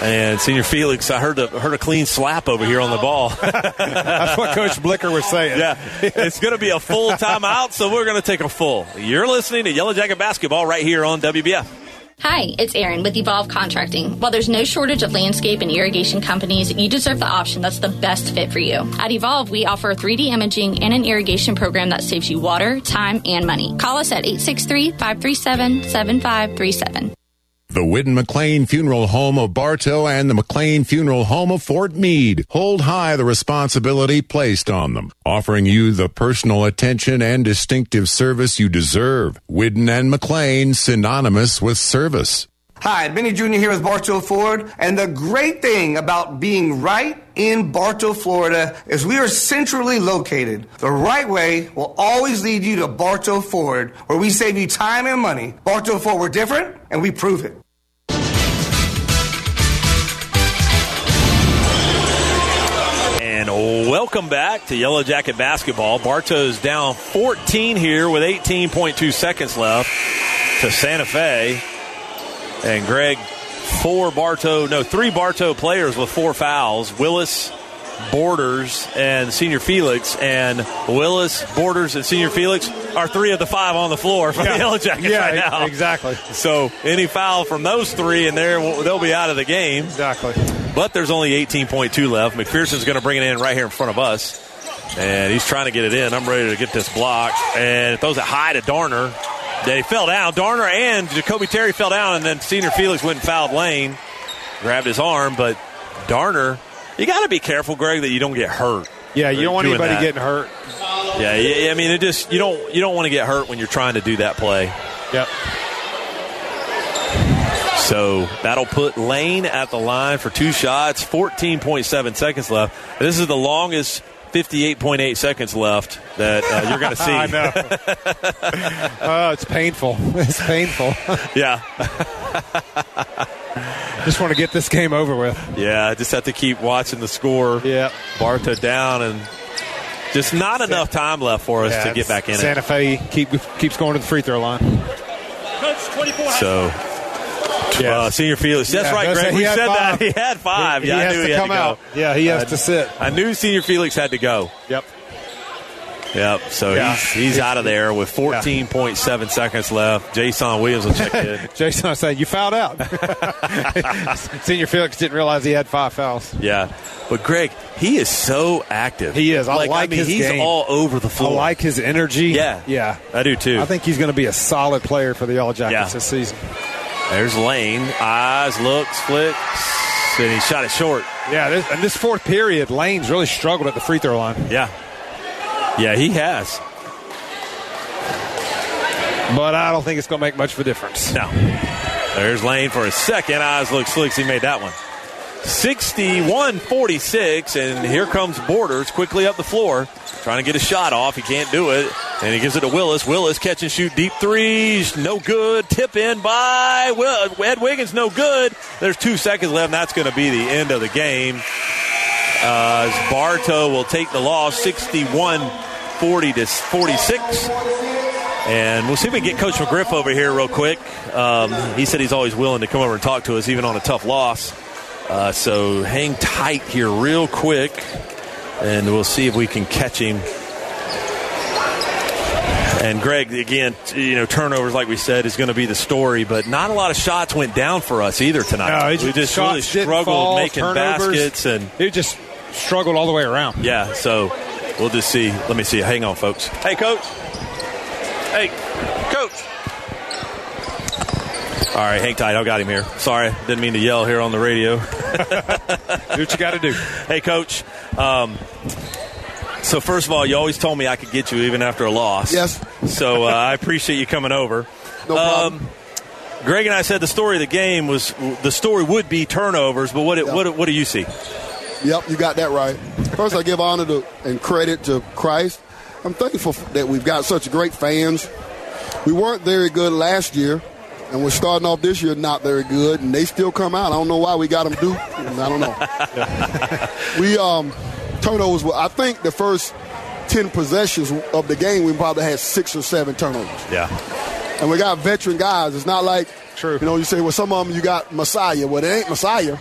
And Senior Felix, I heard a, heard a clean slap over here on the ball.
That's what Coach Blicker was saying.
Yeah, it's going to be a full timeout, so we're going to take a full. You're listening to Yellow Jacket Basketball right here on WBF.
Hi, it's Erin with Evolve Contracting. While there's no shortage of landscape and irrigation companies, you deserve the option that's the best fit for you. At Evolve, we offer 3D imaging and an irrigation program that saves you water, time, and money. Call us at 863 537 7537.
The Whidden McLean Funeral Home of Bartow and the McLean Funeral Home of Fort Meade hold high the responsibility placed on them, offering you the personal attention and distinctive service you deserve. Whidden and McLean synonymous with service.
Hi, Benny Jr. here with Bartow Ford, and the great thing about being right in Bartow, Florida, is we are centrally located. The right way will always lead you to Bartow Ford, where we save you time and money. Bartow Ford, we're different, and we prove it.
And welcome back to Yellow Jacket Basketball. Bartow's down 14 here with 18.2 seconds left to Santa Fe. And Greg, four Bartow, no, three Bartow players with four fouls Willis, Borders, and Senior Felix. And Willis, Borders, and Senior Felix are three of the five on the floor for
Yeah.
the Yellow Jackets
Yeah,
right
e-
now.
exactly.
So any foul from those three, and they're, they'll be out of the game.
Exactly.
But there's only 18.2 left. McPherson's going to bring it in right here in front of us. And he's trying to get it in. I'm ready to get this block. And it throws it high to Darner. They fell down. Darner and Jacoby Terry fell down, and then Senior Felix went and fouled Lane. Grabbed his arm, but Darner, you got to be careful, Greg, that you don't get hurt.
Yeah, you don't want
Doing
anybody
that.
getting hurt.
Yeah, yeah, I mean, it just you don't you don't want to get hurt when you're trying to do that play.
Yep.
So that'll put Lane at the line for two shots, 14.7 seconds left. This is the longest 58.8 seconds left that uh, you're going to see.
I know. Oh, it's painful. It's painful.
Yeah.
Just want to get this game over with.
Yeah, I just have to keep watching the score. Yeah. Barta down and just not enough time left for us
Yeah,
to get back in
Santa
it.
Fe keep, keeps going to the free throw line.
So uh, senior Felix. That's
Yeah,
right,
that's-
Greg.
he
We
had
said
five.
that. He had five.
He-
yeah,
he
I
has
knew
to
he had
come
to go.
out. Yeah, he has
I-
to sit.
I knew senior Felix had to go.
Yep.
Yep. So
Yeah.
he's, he's out of there with 14.7 seconds left. Jason Williams will check in.
Jason, I said, you fouled out. Senior Felix didn't realize he had five fouls.
Yeah, but Greg, he is so active.
He is. I like,
I mean,
his
he's
game.
all over the floor.
I like his energy.
Yeah.
Yeah.
I do too.
I think he's going to be a solid player for the Yellow Jackets
Yeah.
this season.
There's Lane. Eyes, looks, flicks, and he shot it short.
Yeah, this, and this fourth period, Lane's really struggled at the free throw line.
Yeah. Yeah, he has.
But I don't think it's going to make much of a difference.
No. There's Lane for a second. Eyes, looks, flicks. He made that one. 61 46, and here comes Borders quickly up the floor, trying to get a shot off. He can't do it, and he gives it to Willis. Willis catch and shoot deep threes, no good. Tip in by Will- Ed Wiggins, no good. There's two seconds left, and that's going to be the end of the game. Uh, as Bartow will take the loss 61 40 to 46. And we'll see if we can get Coach McGriff over here real quick. Um, he said he's always willing to come over and talk to us, even on a tough loss. Uh, so hang tight here, real quick, and we'll see if we can catch him. And Greg, again, t- you know, turnovers, like we said, is going to be the story. But not a lot of shots went down for us either
No,
tonight.
he
we just
shots
really
didn't
struggled
fall,
making
turnovers.
baskets, and
he just struggled all the way around.
Yeah, so we'll just see. Let me see. Hang on, folks. Hey, coach. Hey, coach. All right, hang tight. I got him here. Sorry, didn't mean to yell here on the radio. do what
you got to do.
Hey, coach. Um, so first of all, you always told me I could get you even after a loss.
Yes.
So uh, I appreciate you coming over. No problem. Um, Greg and I said the story of the game was the story would be turnovers, but what it, what what do you see?
Yep, you got that right. First, I give honor to, and credit to Christ. I'm thankful that we've got such great fans. We weren't very good last year, and we're starting off this year not very good, and they still come out. I don't know why we got them duped. I don't know. we um, turnovers. Were, I think the first ten possessions of the game, we probably had six or seven turnovers.
Yeah.
And we got veteran guys. It's not like you know, you say, well, some of them you got Messiah. Well, it ain't Messiah.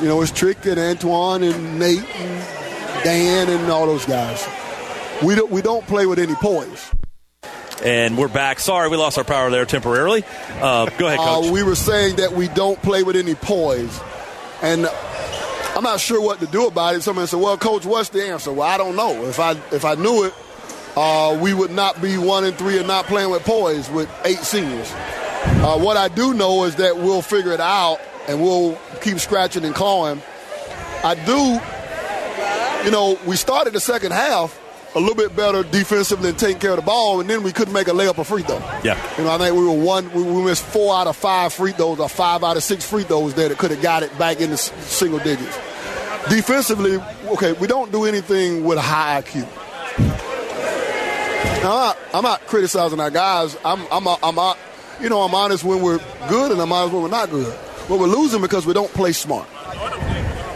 You know, it's Trick and Antoine and Nate and Dan and all those guys. We don't we don't play with any poise.
And we're back. Sorry, we lost our power there temporarily. Uh, go ahead, coach.
Uh, we were saying that we don't play with any poise. And I'm not sure what to do about it. Somebody said, "Well, coach, what's the answer?" Well, I don't know. If I if I knew it, uh, we would not be one and three and not playing with poise with eight seniors. Uh, what I do know is that we'll figure it out and we'll keep scratching and clawing. I do, you know, we started the second half a little bit better defensively and taking care of the ball, and then we couldn't make a layup or free throw.
yeah.
You know, I think we were one. We, we missed four out of five free throws, or five out of six free throws there that could have got it back into s- single digits. Defensively, okay, we don't do anything with a high IQ. Now, I, I'm not criticizing our guys. I'm, I'm, a, I'm, a, you know, I'm honest when we're good, and I'm honest when we're not good. But we're losing because we don't play smart,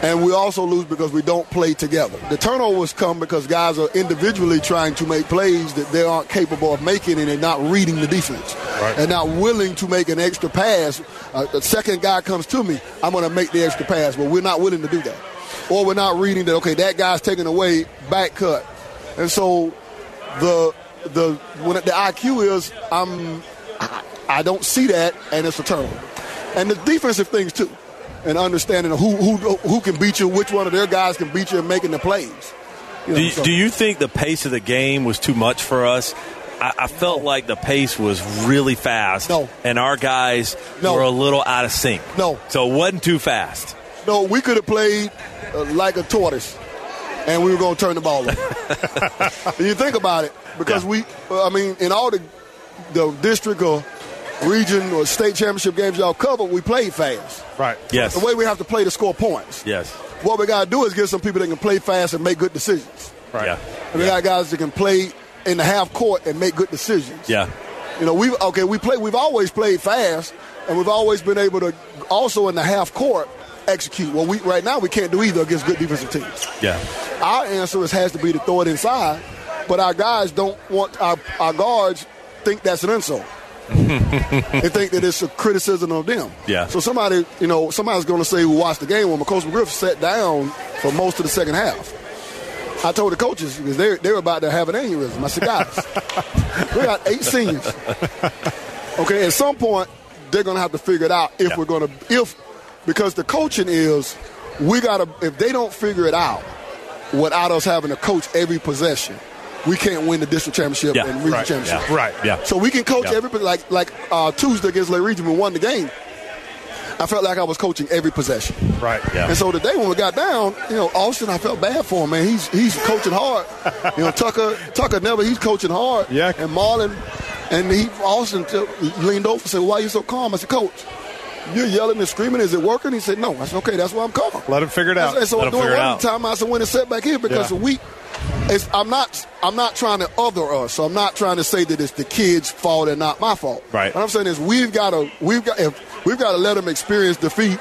and we also lose because we don't play together. The turnovers come because guys are individually trying to make plays that they aren't capable of making, and they're not reading the defense and not willing to make an extra pass. Uh, the second guy comes to me, I'm going to make the extra pass, but we're not willing to do that, or we're not reading that. Okay, that guy's taking away back cut, and so the the when the IQ is I'm I, I don't see that, and it's a turnover, and the defensive things too, and understanding who who who can beat you, which one of their guys can beat you, and making the plays. You know,
Do you,
so-
do you think the pace of the game was too much for us? I, I felt like the pace was really fast. No. And our guys were a little out of sync.
No.
So it wasn't too fast.
No, we could have played uh, like a tortoise, and we were going to turn the ball over. you think about it, because we, uh, I mean, in all the the district or region or state championship games y'all covered, we played fast.
Right.
Yes.
The way we have to play to score points.
Yes.
What we got to do is get some people that can play fast and make good decisions. Right. And we got guys that can play in the half court and make good decisions.
Yeah.
You know, we've okay, we play we've always played fast and we've always been able to also in the half court execute. Well we right now we can't do either against good defensive teams.
Yeah.
Our answer is has to be to throw it inside, but our guys don't want our, our guards think that's an insult. they think that it's a criticism of them.
Yeah.
So somebody, you know, somebody's going to say who watched the game when Coach McGriff sat down for most of the second half. I told the coaches because they they were about to have an aneurysm. I said, guys, we got eight seniors. Okay, at some point they're going to have to figure it out if we're going to if because the coaching is we got to if they don't figure it out without us having to coach every possession. We can't win the district championship
Yeah,
and region
right,
championship.
yeah, right, yeah.
So we can coach
Yeah.
everybody like like uh, Tuesday against Lake Region, we won the game. I felt like I was coaching every possession.
Right. Yeah.
And so today when we got down, you know, Austin, I felt bad for him, man. He's he's coaching hard. You know, Tucker Tucker never he's coaching hard. Yeah. And Marlon and he Austin t- leaned over and said, Why you so calm? I said, Coach, you're yelling and screaming, is it working? He said, No. I said, Okay, that's why I'm calm.
Let him figure it out.
And so
Let
I'm
him
doing
figure it
one
out.
time I said when it's set back here because
Yeah.
we it's I'm not I'm not trying to other us. So I'm not trying to say that it's the kids' fault and not my fault.
Right.
What I'm saying is we've got to we've got if we've got to let them experience defeat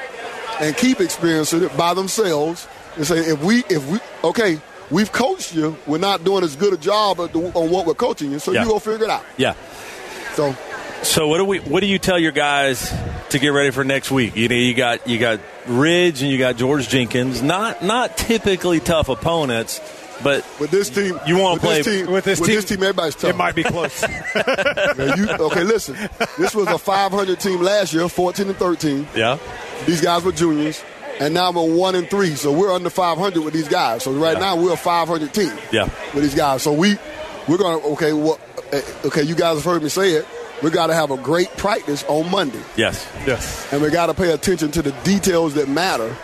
and keep experiencing it by themselves and say if we if we okay we've coached you we're not doing as good a job at the, on what we're coaching you so
Yeah.
you go figure it out.
Yeah.
So
So what do we? What do you tell your guys to get ready for next week? You know, you got you got Ridge and you got George Jenkins. Not not typically tough opponents, but
with this team,
you want
with
to play
this team, with this team, everybody's tough.
it might be close.
Now, you- okay, listen. This was a 500 team last year, 14 and 13.
yeah.
These guys were juniors, and now we're one and three. So we're under 500 with these guys. So right
Yeah.
now we're a 500 team
Yeah.
with these guys. So we we're gonna okay. Well, eh, okay, you guys have heard me say it. We got to have a great practice on Monday,
Yes. Yes.
and we got to pay attention to the details that matter.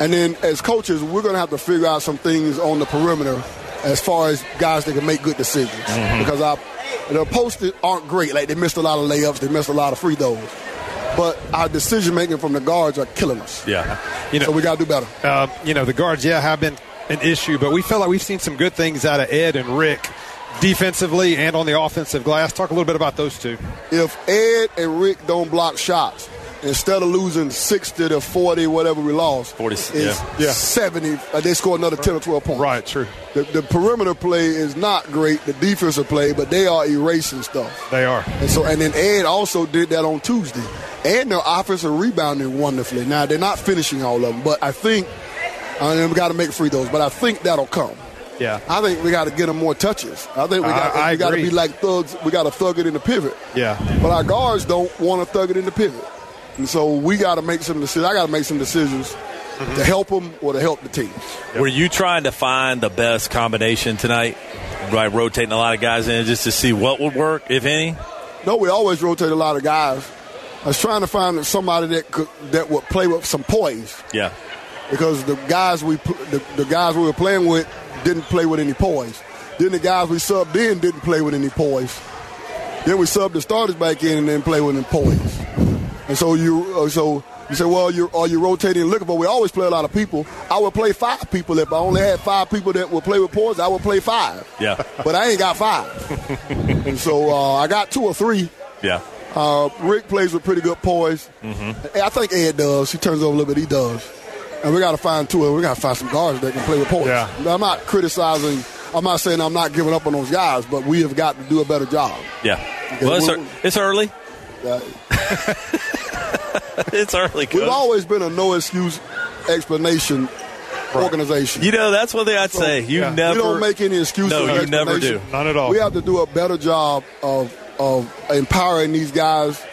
And then as coaches, we're gonna have to figure out some things on the perimeter as far as guys that can make good decisions
Mhm.
Mm-hmm.
because our the posts aren't great. Like they missed a lot of layups, they missed a lot of free throws. But our decision making from the guards are killing us.
Yeah.
so we got to do better.
Uh, you know, the guards, yeah, have been an issue, but we feel like we've seen some good things out of Ed and Rick defensively and on the offensive glass. Talk a little bit about those two.
If Ed and Rick don't block shots, instead of losing 60 to 40, whatever we lost, 40, it's
yeah. Yeah.
70, uh, they score another 10 or 12 points. Right,
true.
The, the perimeter play is not great, the defensive play, but they are erasing stuff.
They are.
And so, and then Ed also did that on Tuesday. And their offense are rebounding wonderfully. Now they're not finishing all of them, but I think I mean, we got to make free throws. But I think that'll come.
Yeah.
I think we got to get them more touches. I think we
I-
got
I
we got to
agree.
be like thugs. We got to thug it in the pivot.
Yeah.
But our guards don't want to thug it in the pivot, and so we got to make some decisions. I got to make some decisions
Mm-hmm.
to help them or to help the team.
Were you trying to find the best combination tonight by rotating a lot of guys in just to see what would work, if any?
No, we always rotate a lot of guys. I was trying to find somebody that could, that would play with some poise.
Yeah.
because the guys we pl- the, the guys we were playing with didn't play with any poise. Then the guys we subbed in didn't play with any poise. Then we subbed the starters back in and didn't play with any poise. And so you uh, so you say, well, you are you rotating and looking for? We always play a lot of people. I would play five people if I only had five people that would play with poise. I would play five,
Yeah.
but I ain't got five. and so uh, I got two or three.
Yeah.
Uh, Rick plays with pretty good poise. I think Ed does. He turns over a little bit. He does. And we got to find two. of- We got to find some guards that can play with poise. I'm not criticizing. I'm not saying I'm not giving up on those guys, but we have got to do a better job.
Yeah. Well, it's, ear- it's early.
Uh,
it's early.
We've
Coach.
always been a no excuse explanation organization.
You know, that's one thing I'd say. You
Yeah.
never
We don't make any excuses.
No,
or
you never do.
explanation. We have to do a better job of of empowering these guys,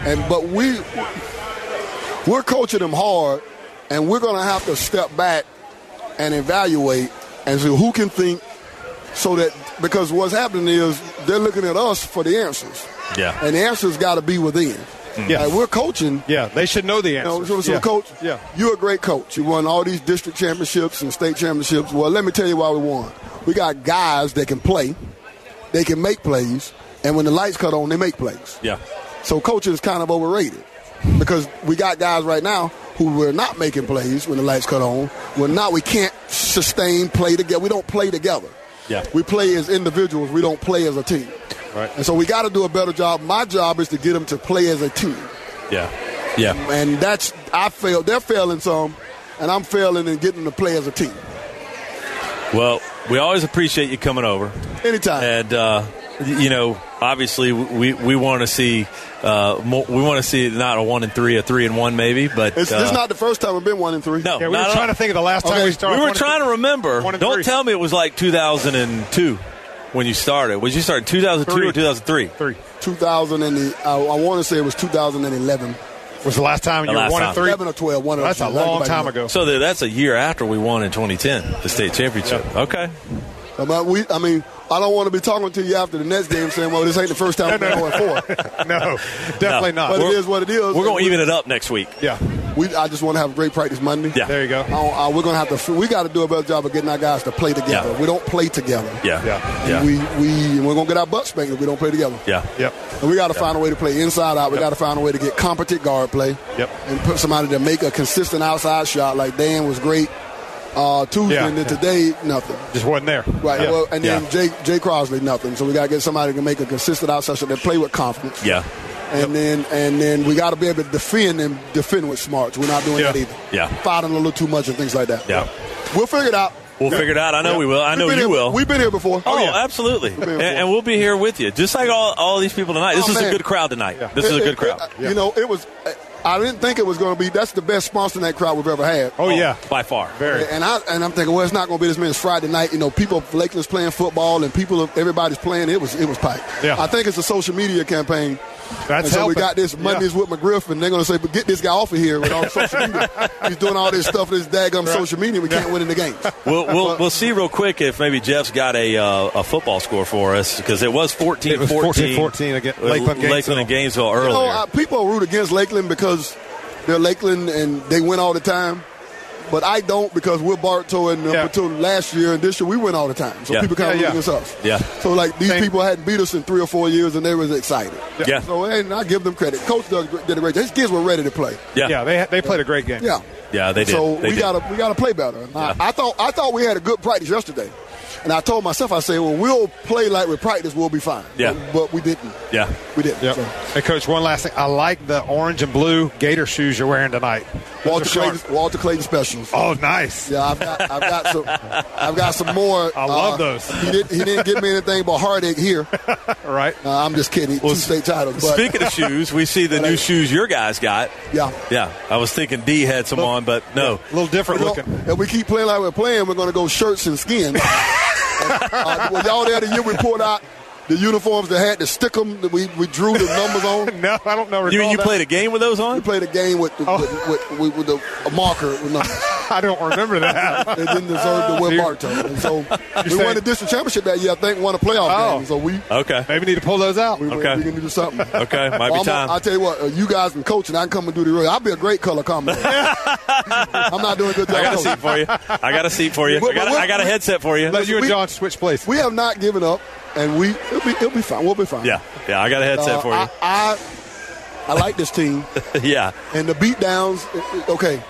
and but we we're coaching them hard, and we're going to have to step back and evaluate and see who can think so that because what's happening is they're looking at us for the answers,
Yeah.
and the answers got to be within.
Yeah.
Like, we're coaching.
Yeah, they should know the
You know,
answer.
so, so
yeah.
coach,
Yeah.
you're a great coach. You won all these district championships and state championships. Well, let me tell you why we won. We got guys that can play, they can make plays, and when the lights cut on, they make plays.
Yeah.
So coaching is kind of overrated because we got guys right now who were not making plays when the lights cut on. We're not. We can't sustain play together. We don't play together.
Yeah.
We play as individuals. We don't play as a team.
Right.
And so we got to do a better job. My job is to get them to play as a team.
Yeah. Yeah.
And that's I failed. They're failing some, and I'm failing in getting them to play as a team.
Well, we always appreciate you coming over.
Anytime.
And uh, you know, obviously, we we want to see uh, more, we want to see not a one and three, a three and one maybe, but
It's,
uh,
this is not the first time we've been one and three. No,
we were not at trying all. to think of the last time we started We were one and trying to remember. Don't tell me it was like 2002 when you started. Was you started 2002 or 2003?
Three. 2000 and the, I, I want to say it was 2011.
Was the last time
The you were last one and time. three?
11 or 12. One or
That's a
12.
long
Everybody
time
knows.
ago.
So that- that's a year after we won in 2010 the state championship. Okay.
I mean, we, I mean, I don't want to be talking to you after the next game saying, well, this ain't the first time we've been 0 and 4.
no, definitely
But
not.
it is what it is.
We're going to even it up next week.
Yeah.
We, I just want to have a great practice Monday.
Yeah. There
you go.
we're going to have to. We got to do a better job of getting our guys to play together.
Yeah.
We don't play together.
Yeah. Yeah.
And We we and we're going to get our butt spanked if we don't play together.
Yeah.
Yep.
And we got to find a way to play inside out. We got to find a way to get competent guard play.
Yep.
And put somebody to make a consistent outside shot like Dan was great uh, Tuesday
Yeah.
and then today nothing.
Just wasn't there.
Right.
Yeah.
Well, and then
Yeah.
Jay Jay Crosley nothing. So we got to get somebody to make a consistent outside shot that play with confidence.
Yeah.
And then and then we got to be able to defend and defend with smarts. We're not doing
Yeah.
that either.
Yeah.
Fighting a little too much and things like that.
Yeah.
We'll figure it out.
We'll
Yeah.
figure it out. I know
Yeah.
we will. I
We've
know
been
you
here-
will.
We've been here before.
Oh, absolutely.
been
And, and we'll be here with you, just like all, all these people tonight. This
Oh,
is a
man.
good crowd tonight. This is a
It-
good
it-
crowd.
it- You know, it was. I didn't think it was going to be. That's the best sponsor in that crowd we've ever had.
Oh,
Oh,
By far.
And I and I'm thinking, well, it's not going to be this many. It's Friday night. You know, people Lakeland's playing football and people everybody's playing. It was it was pipe.
Yeah.
I think it's a social media campaign.
That's
and so we
helping.
got this
Yeah.
Mondays with McGriff, and they're going to say, "But get this guy off of here with all the social media. He's doing all this stuff, this daggum social media. We can't win in the game."
We'll, we'll, we'll see real quick if maybe Jeff's got a uh, a football score for us because it was 14
It was 14-14 against Lakeland Gainesville.
and Gainesville earlier.
You know, uh, people root against Lakeland because they're Lakeland and they win all the time. But I don't because we're Bartow and uh, Platoon last year and this year we win all the time. So
Yeah.
people kind of
Yeah,
root
yeah.
against us.
Yeah.
So like these people hadn't beat us in three or four years and they was excited.
Yeah.
So and I give them credit. Coach Doug did a great job. His kids were ready to play.
Yeah.
Yeah, they, they played a great game.
Yeah.
Yeah, they did.
So
They
we
did.
gotta we gotta play better. And I, I thought I thought we had a good practice yesterday, and I told myself I said, well, we'll play like we practice, we'll be fine.
Yeah.
But, but we didn't.
Yeah.
We did.
Yep. Hey, Coach, one last thing. I like the orange and blue Gator shoes you're wearing tonight. Those
Walter
are sharp.
Clayton, Walter Clayton specials.
Oh, nice.
Yeah, I've got, I've got some, I've got some more. uh,
I love those.
He didn't, he didn't give me anything but heartache here.
right.
Uh, I'm just kidding. Two state titles. But
Speaking of shoes, we see the new shoes your guys got.
Yeah.
Yeah. I was thinking D had some on, but no.
A little different
You know, if we keep playing like we're playing, we're going to go shirts and skin. uh, well, y'all there the year we pulled out the uniforms that had to stick them that we, we drew the numbers on.
no, I don't know.
You mean you played a game with those on?
We played a game with
Oh.
the, with, with, with, with the a marker with numbers.
I don't remember that.
it didn't deserve to win
You're-
Bartow. And so we
saying-
won the district championship that year. I think won a playoff
Oh.
game. So we
Okay.
Maybe need to pull those out.
We,
Okay.
we can do something.
Okay, might be
Well, I'm
time.
I'll tell you what, uh, you guys can coach and I can come and do the real. I'll be a great color commentator. I'm not doing a good job.
I got a
coaching.
seat for you. I got a seat for you.
But-
I got, a-
but
I got a
we-
headset for you.
Let you and John
switch places.
We have not given up, and we it'll be, it'll be fine. We'll be fine.
Yeah. Yeah. I got a headset
Uh,
for you.
I, I I like this team,
yeah.
and the beatdowns. it- it- Okay,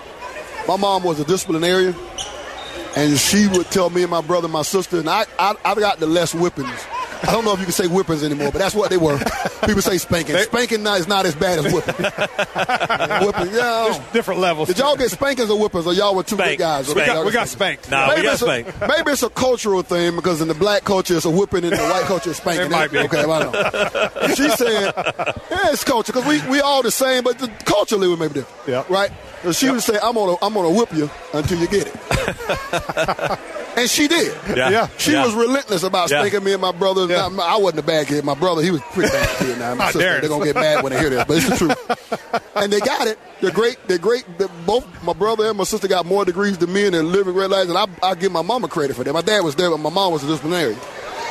my mom was a disciplinarian, and she would tell me and my brother, and my sister, and I I, I got the less whippings. I don't know if you can say whippings anymore, but that's what they were. People say spanking. Spanking not- is not as bad as whipping. whipping, yeah. There's
different levels.
Did y'all get spankings or whippings, or y'all were two good guys?
We got-
y'all
we got spanked. Nah, we got
it's a-
spanked.
maybe it's a cultural thing because in the black culture it's a whipping, in the white culture it's spanking.
It might be.
Okay, well, I know. And she said, "Yeah, it's culture because we, we all the same, but the, culturally we may be different." Yeah. Right. So she would say, "I'm gonna I'm gonna whip you until you get it," and she did.
Yeah. Yeah.
She
Yeah.
was relentless about
Yeah.
spanking me and my brother. Now, my- I wasn't a bad kid. My brother, he was a pretty bad kid. Now my
How dare
sister, they're gonna
it.
get mad when they hear this, but it's the truth. and they got it. They're great. They're great. They're both my brother and my sister got more degrees than me, and they're living great lives. And I, I give my mama credit for that. My dad was there, but my mom was a disciplinarian.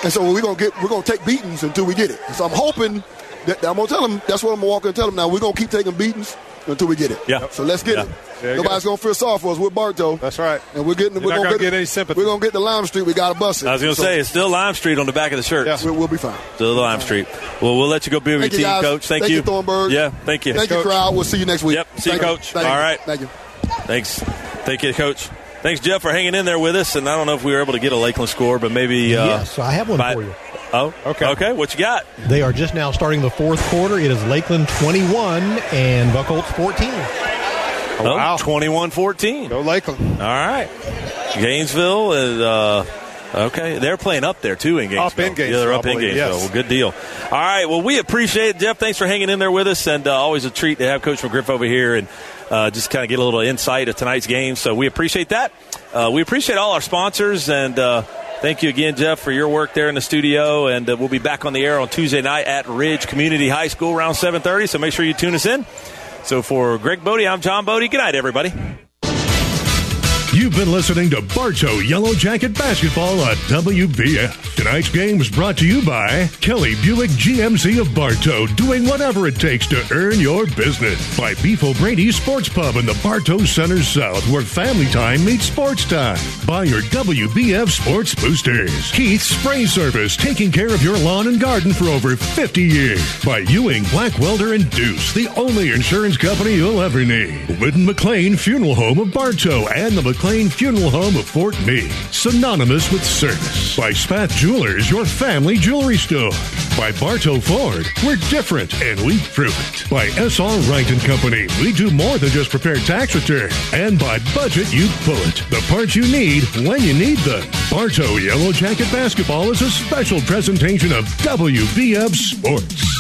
And so we're gonna get we're gonna take beatings until we get it. So I'm hoping that I'm gonna tell them that's what I'm gonna walk in and tell them now. We're gonna keep taking beatings until we get it.
Yeah.
So let's get
Yeah. There
it.
you
Nobody's
go.
gonna feel sorry for us. We're Bartow.
That's right.
And we're getting
You're
we're
not
gonna,
gonna
get,
get any sympathy.
We're gonna get the Lime Street. We gotta bust it.
I was going to
So
say, it's still Lime Street on the back of the shirt.
we- we'll be fine.
Still Lime Street. Well, we'll let you go be with
Thank
your
you,
team,
guys.
Coach. Thank,
Thank you, Thornburg.
Yeah, thank you.
Thank you, crowd. We'll see you next week.
Yep, see
Thank
you, Coach.
Thank
All
you.
right.
Thank you.
Thanks. Thank you, Coach. Thanks, Jeff, for hanging in there with us. And I don't know if we were able to get a Lakeland score, but maybe. Uh,
Yes, I have one
by-
for you.
Oh, okay. Okay, what you got?
They are just now starting the fourth quarter. It is Lakeland 21 and Buckholz 14.
Oh, wow. 21 14. Go Lakeland. All right. Gainesville is. Uh, Okay, they're playing up there too in Gainesville.
Up in
Yeah, they're up
Gainesville, I
in
believe,
Gainesville.
yes.
Well, good deal. All right, well, we appreciate it, Jeff. Thanks for hanging in there with us, and uh, always a treat to have Coach McGriff over here and uh, just kind of get a little insight of tonight's game. So we appreciate that. Uh, we appreciate all our sponsors, and uh, thank you again, Jeff, for your work there in the studio. And uh, we'll be back on the air on Tuesday night at Ridge Community High School around 7:30. So make sure you tune us in. So for Greg Bodie, I'm John Bodie. Good night, everybody.
You've been listening to Bartow Yellow Jacket Basketball on WBF. Tonight's game is brought to you by Kelly Buick GMC of Bartow, doing whatever it takes to earn your business. By Beef O'Brady's Sports Pub in the Bartow Center South, where family time meets sports time. By your WBF Sports Boosters. Keith Spray Service, taking care of your lawn and garden for over 50 years. By Ewing Black Welder and Deuce, the only insurance company you'll ever need. Lytton McLean Funeral Home of Bartow and the McLean Funeral Home of Fort Meade, synonymous with service. By Spath Jewelers, your family jewelry store. By Bartow Ford, we're different and we prove it. By SR Wright and Company, we do more than just prepare tax returns. And by Budget You Bullet, the parts you need when you need them. Bartow Yellow Jacket Basketball is a special presentation of WBF Sports.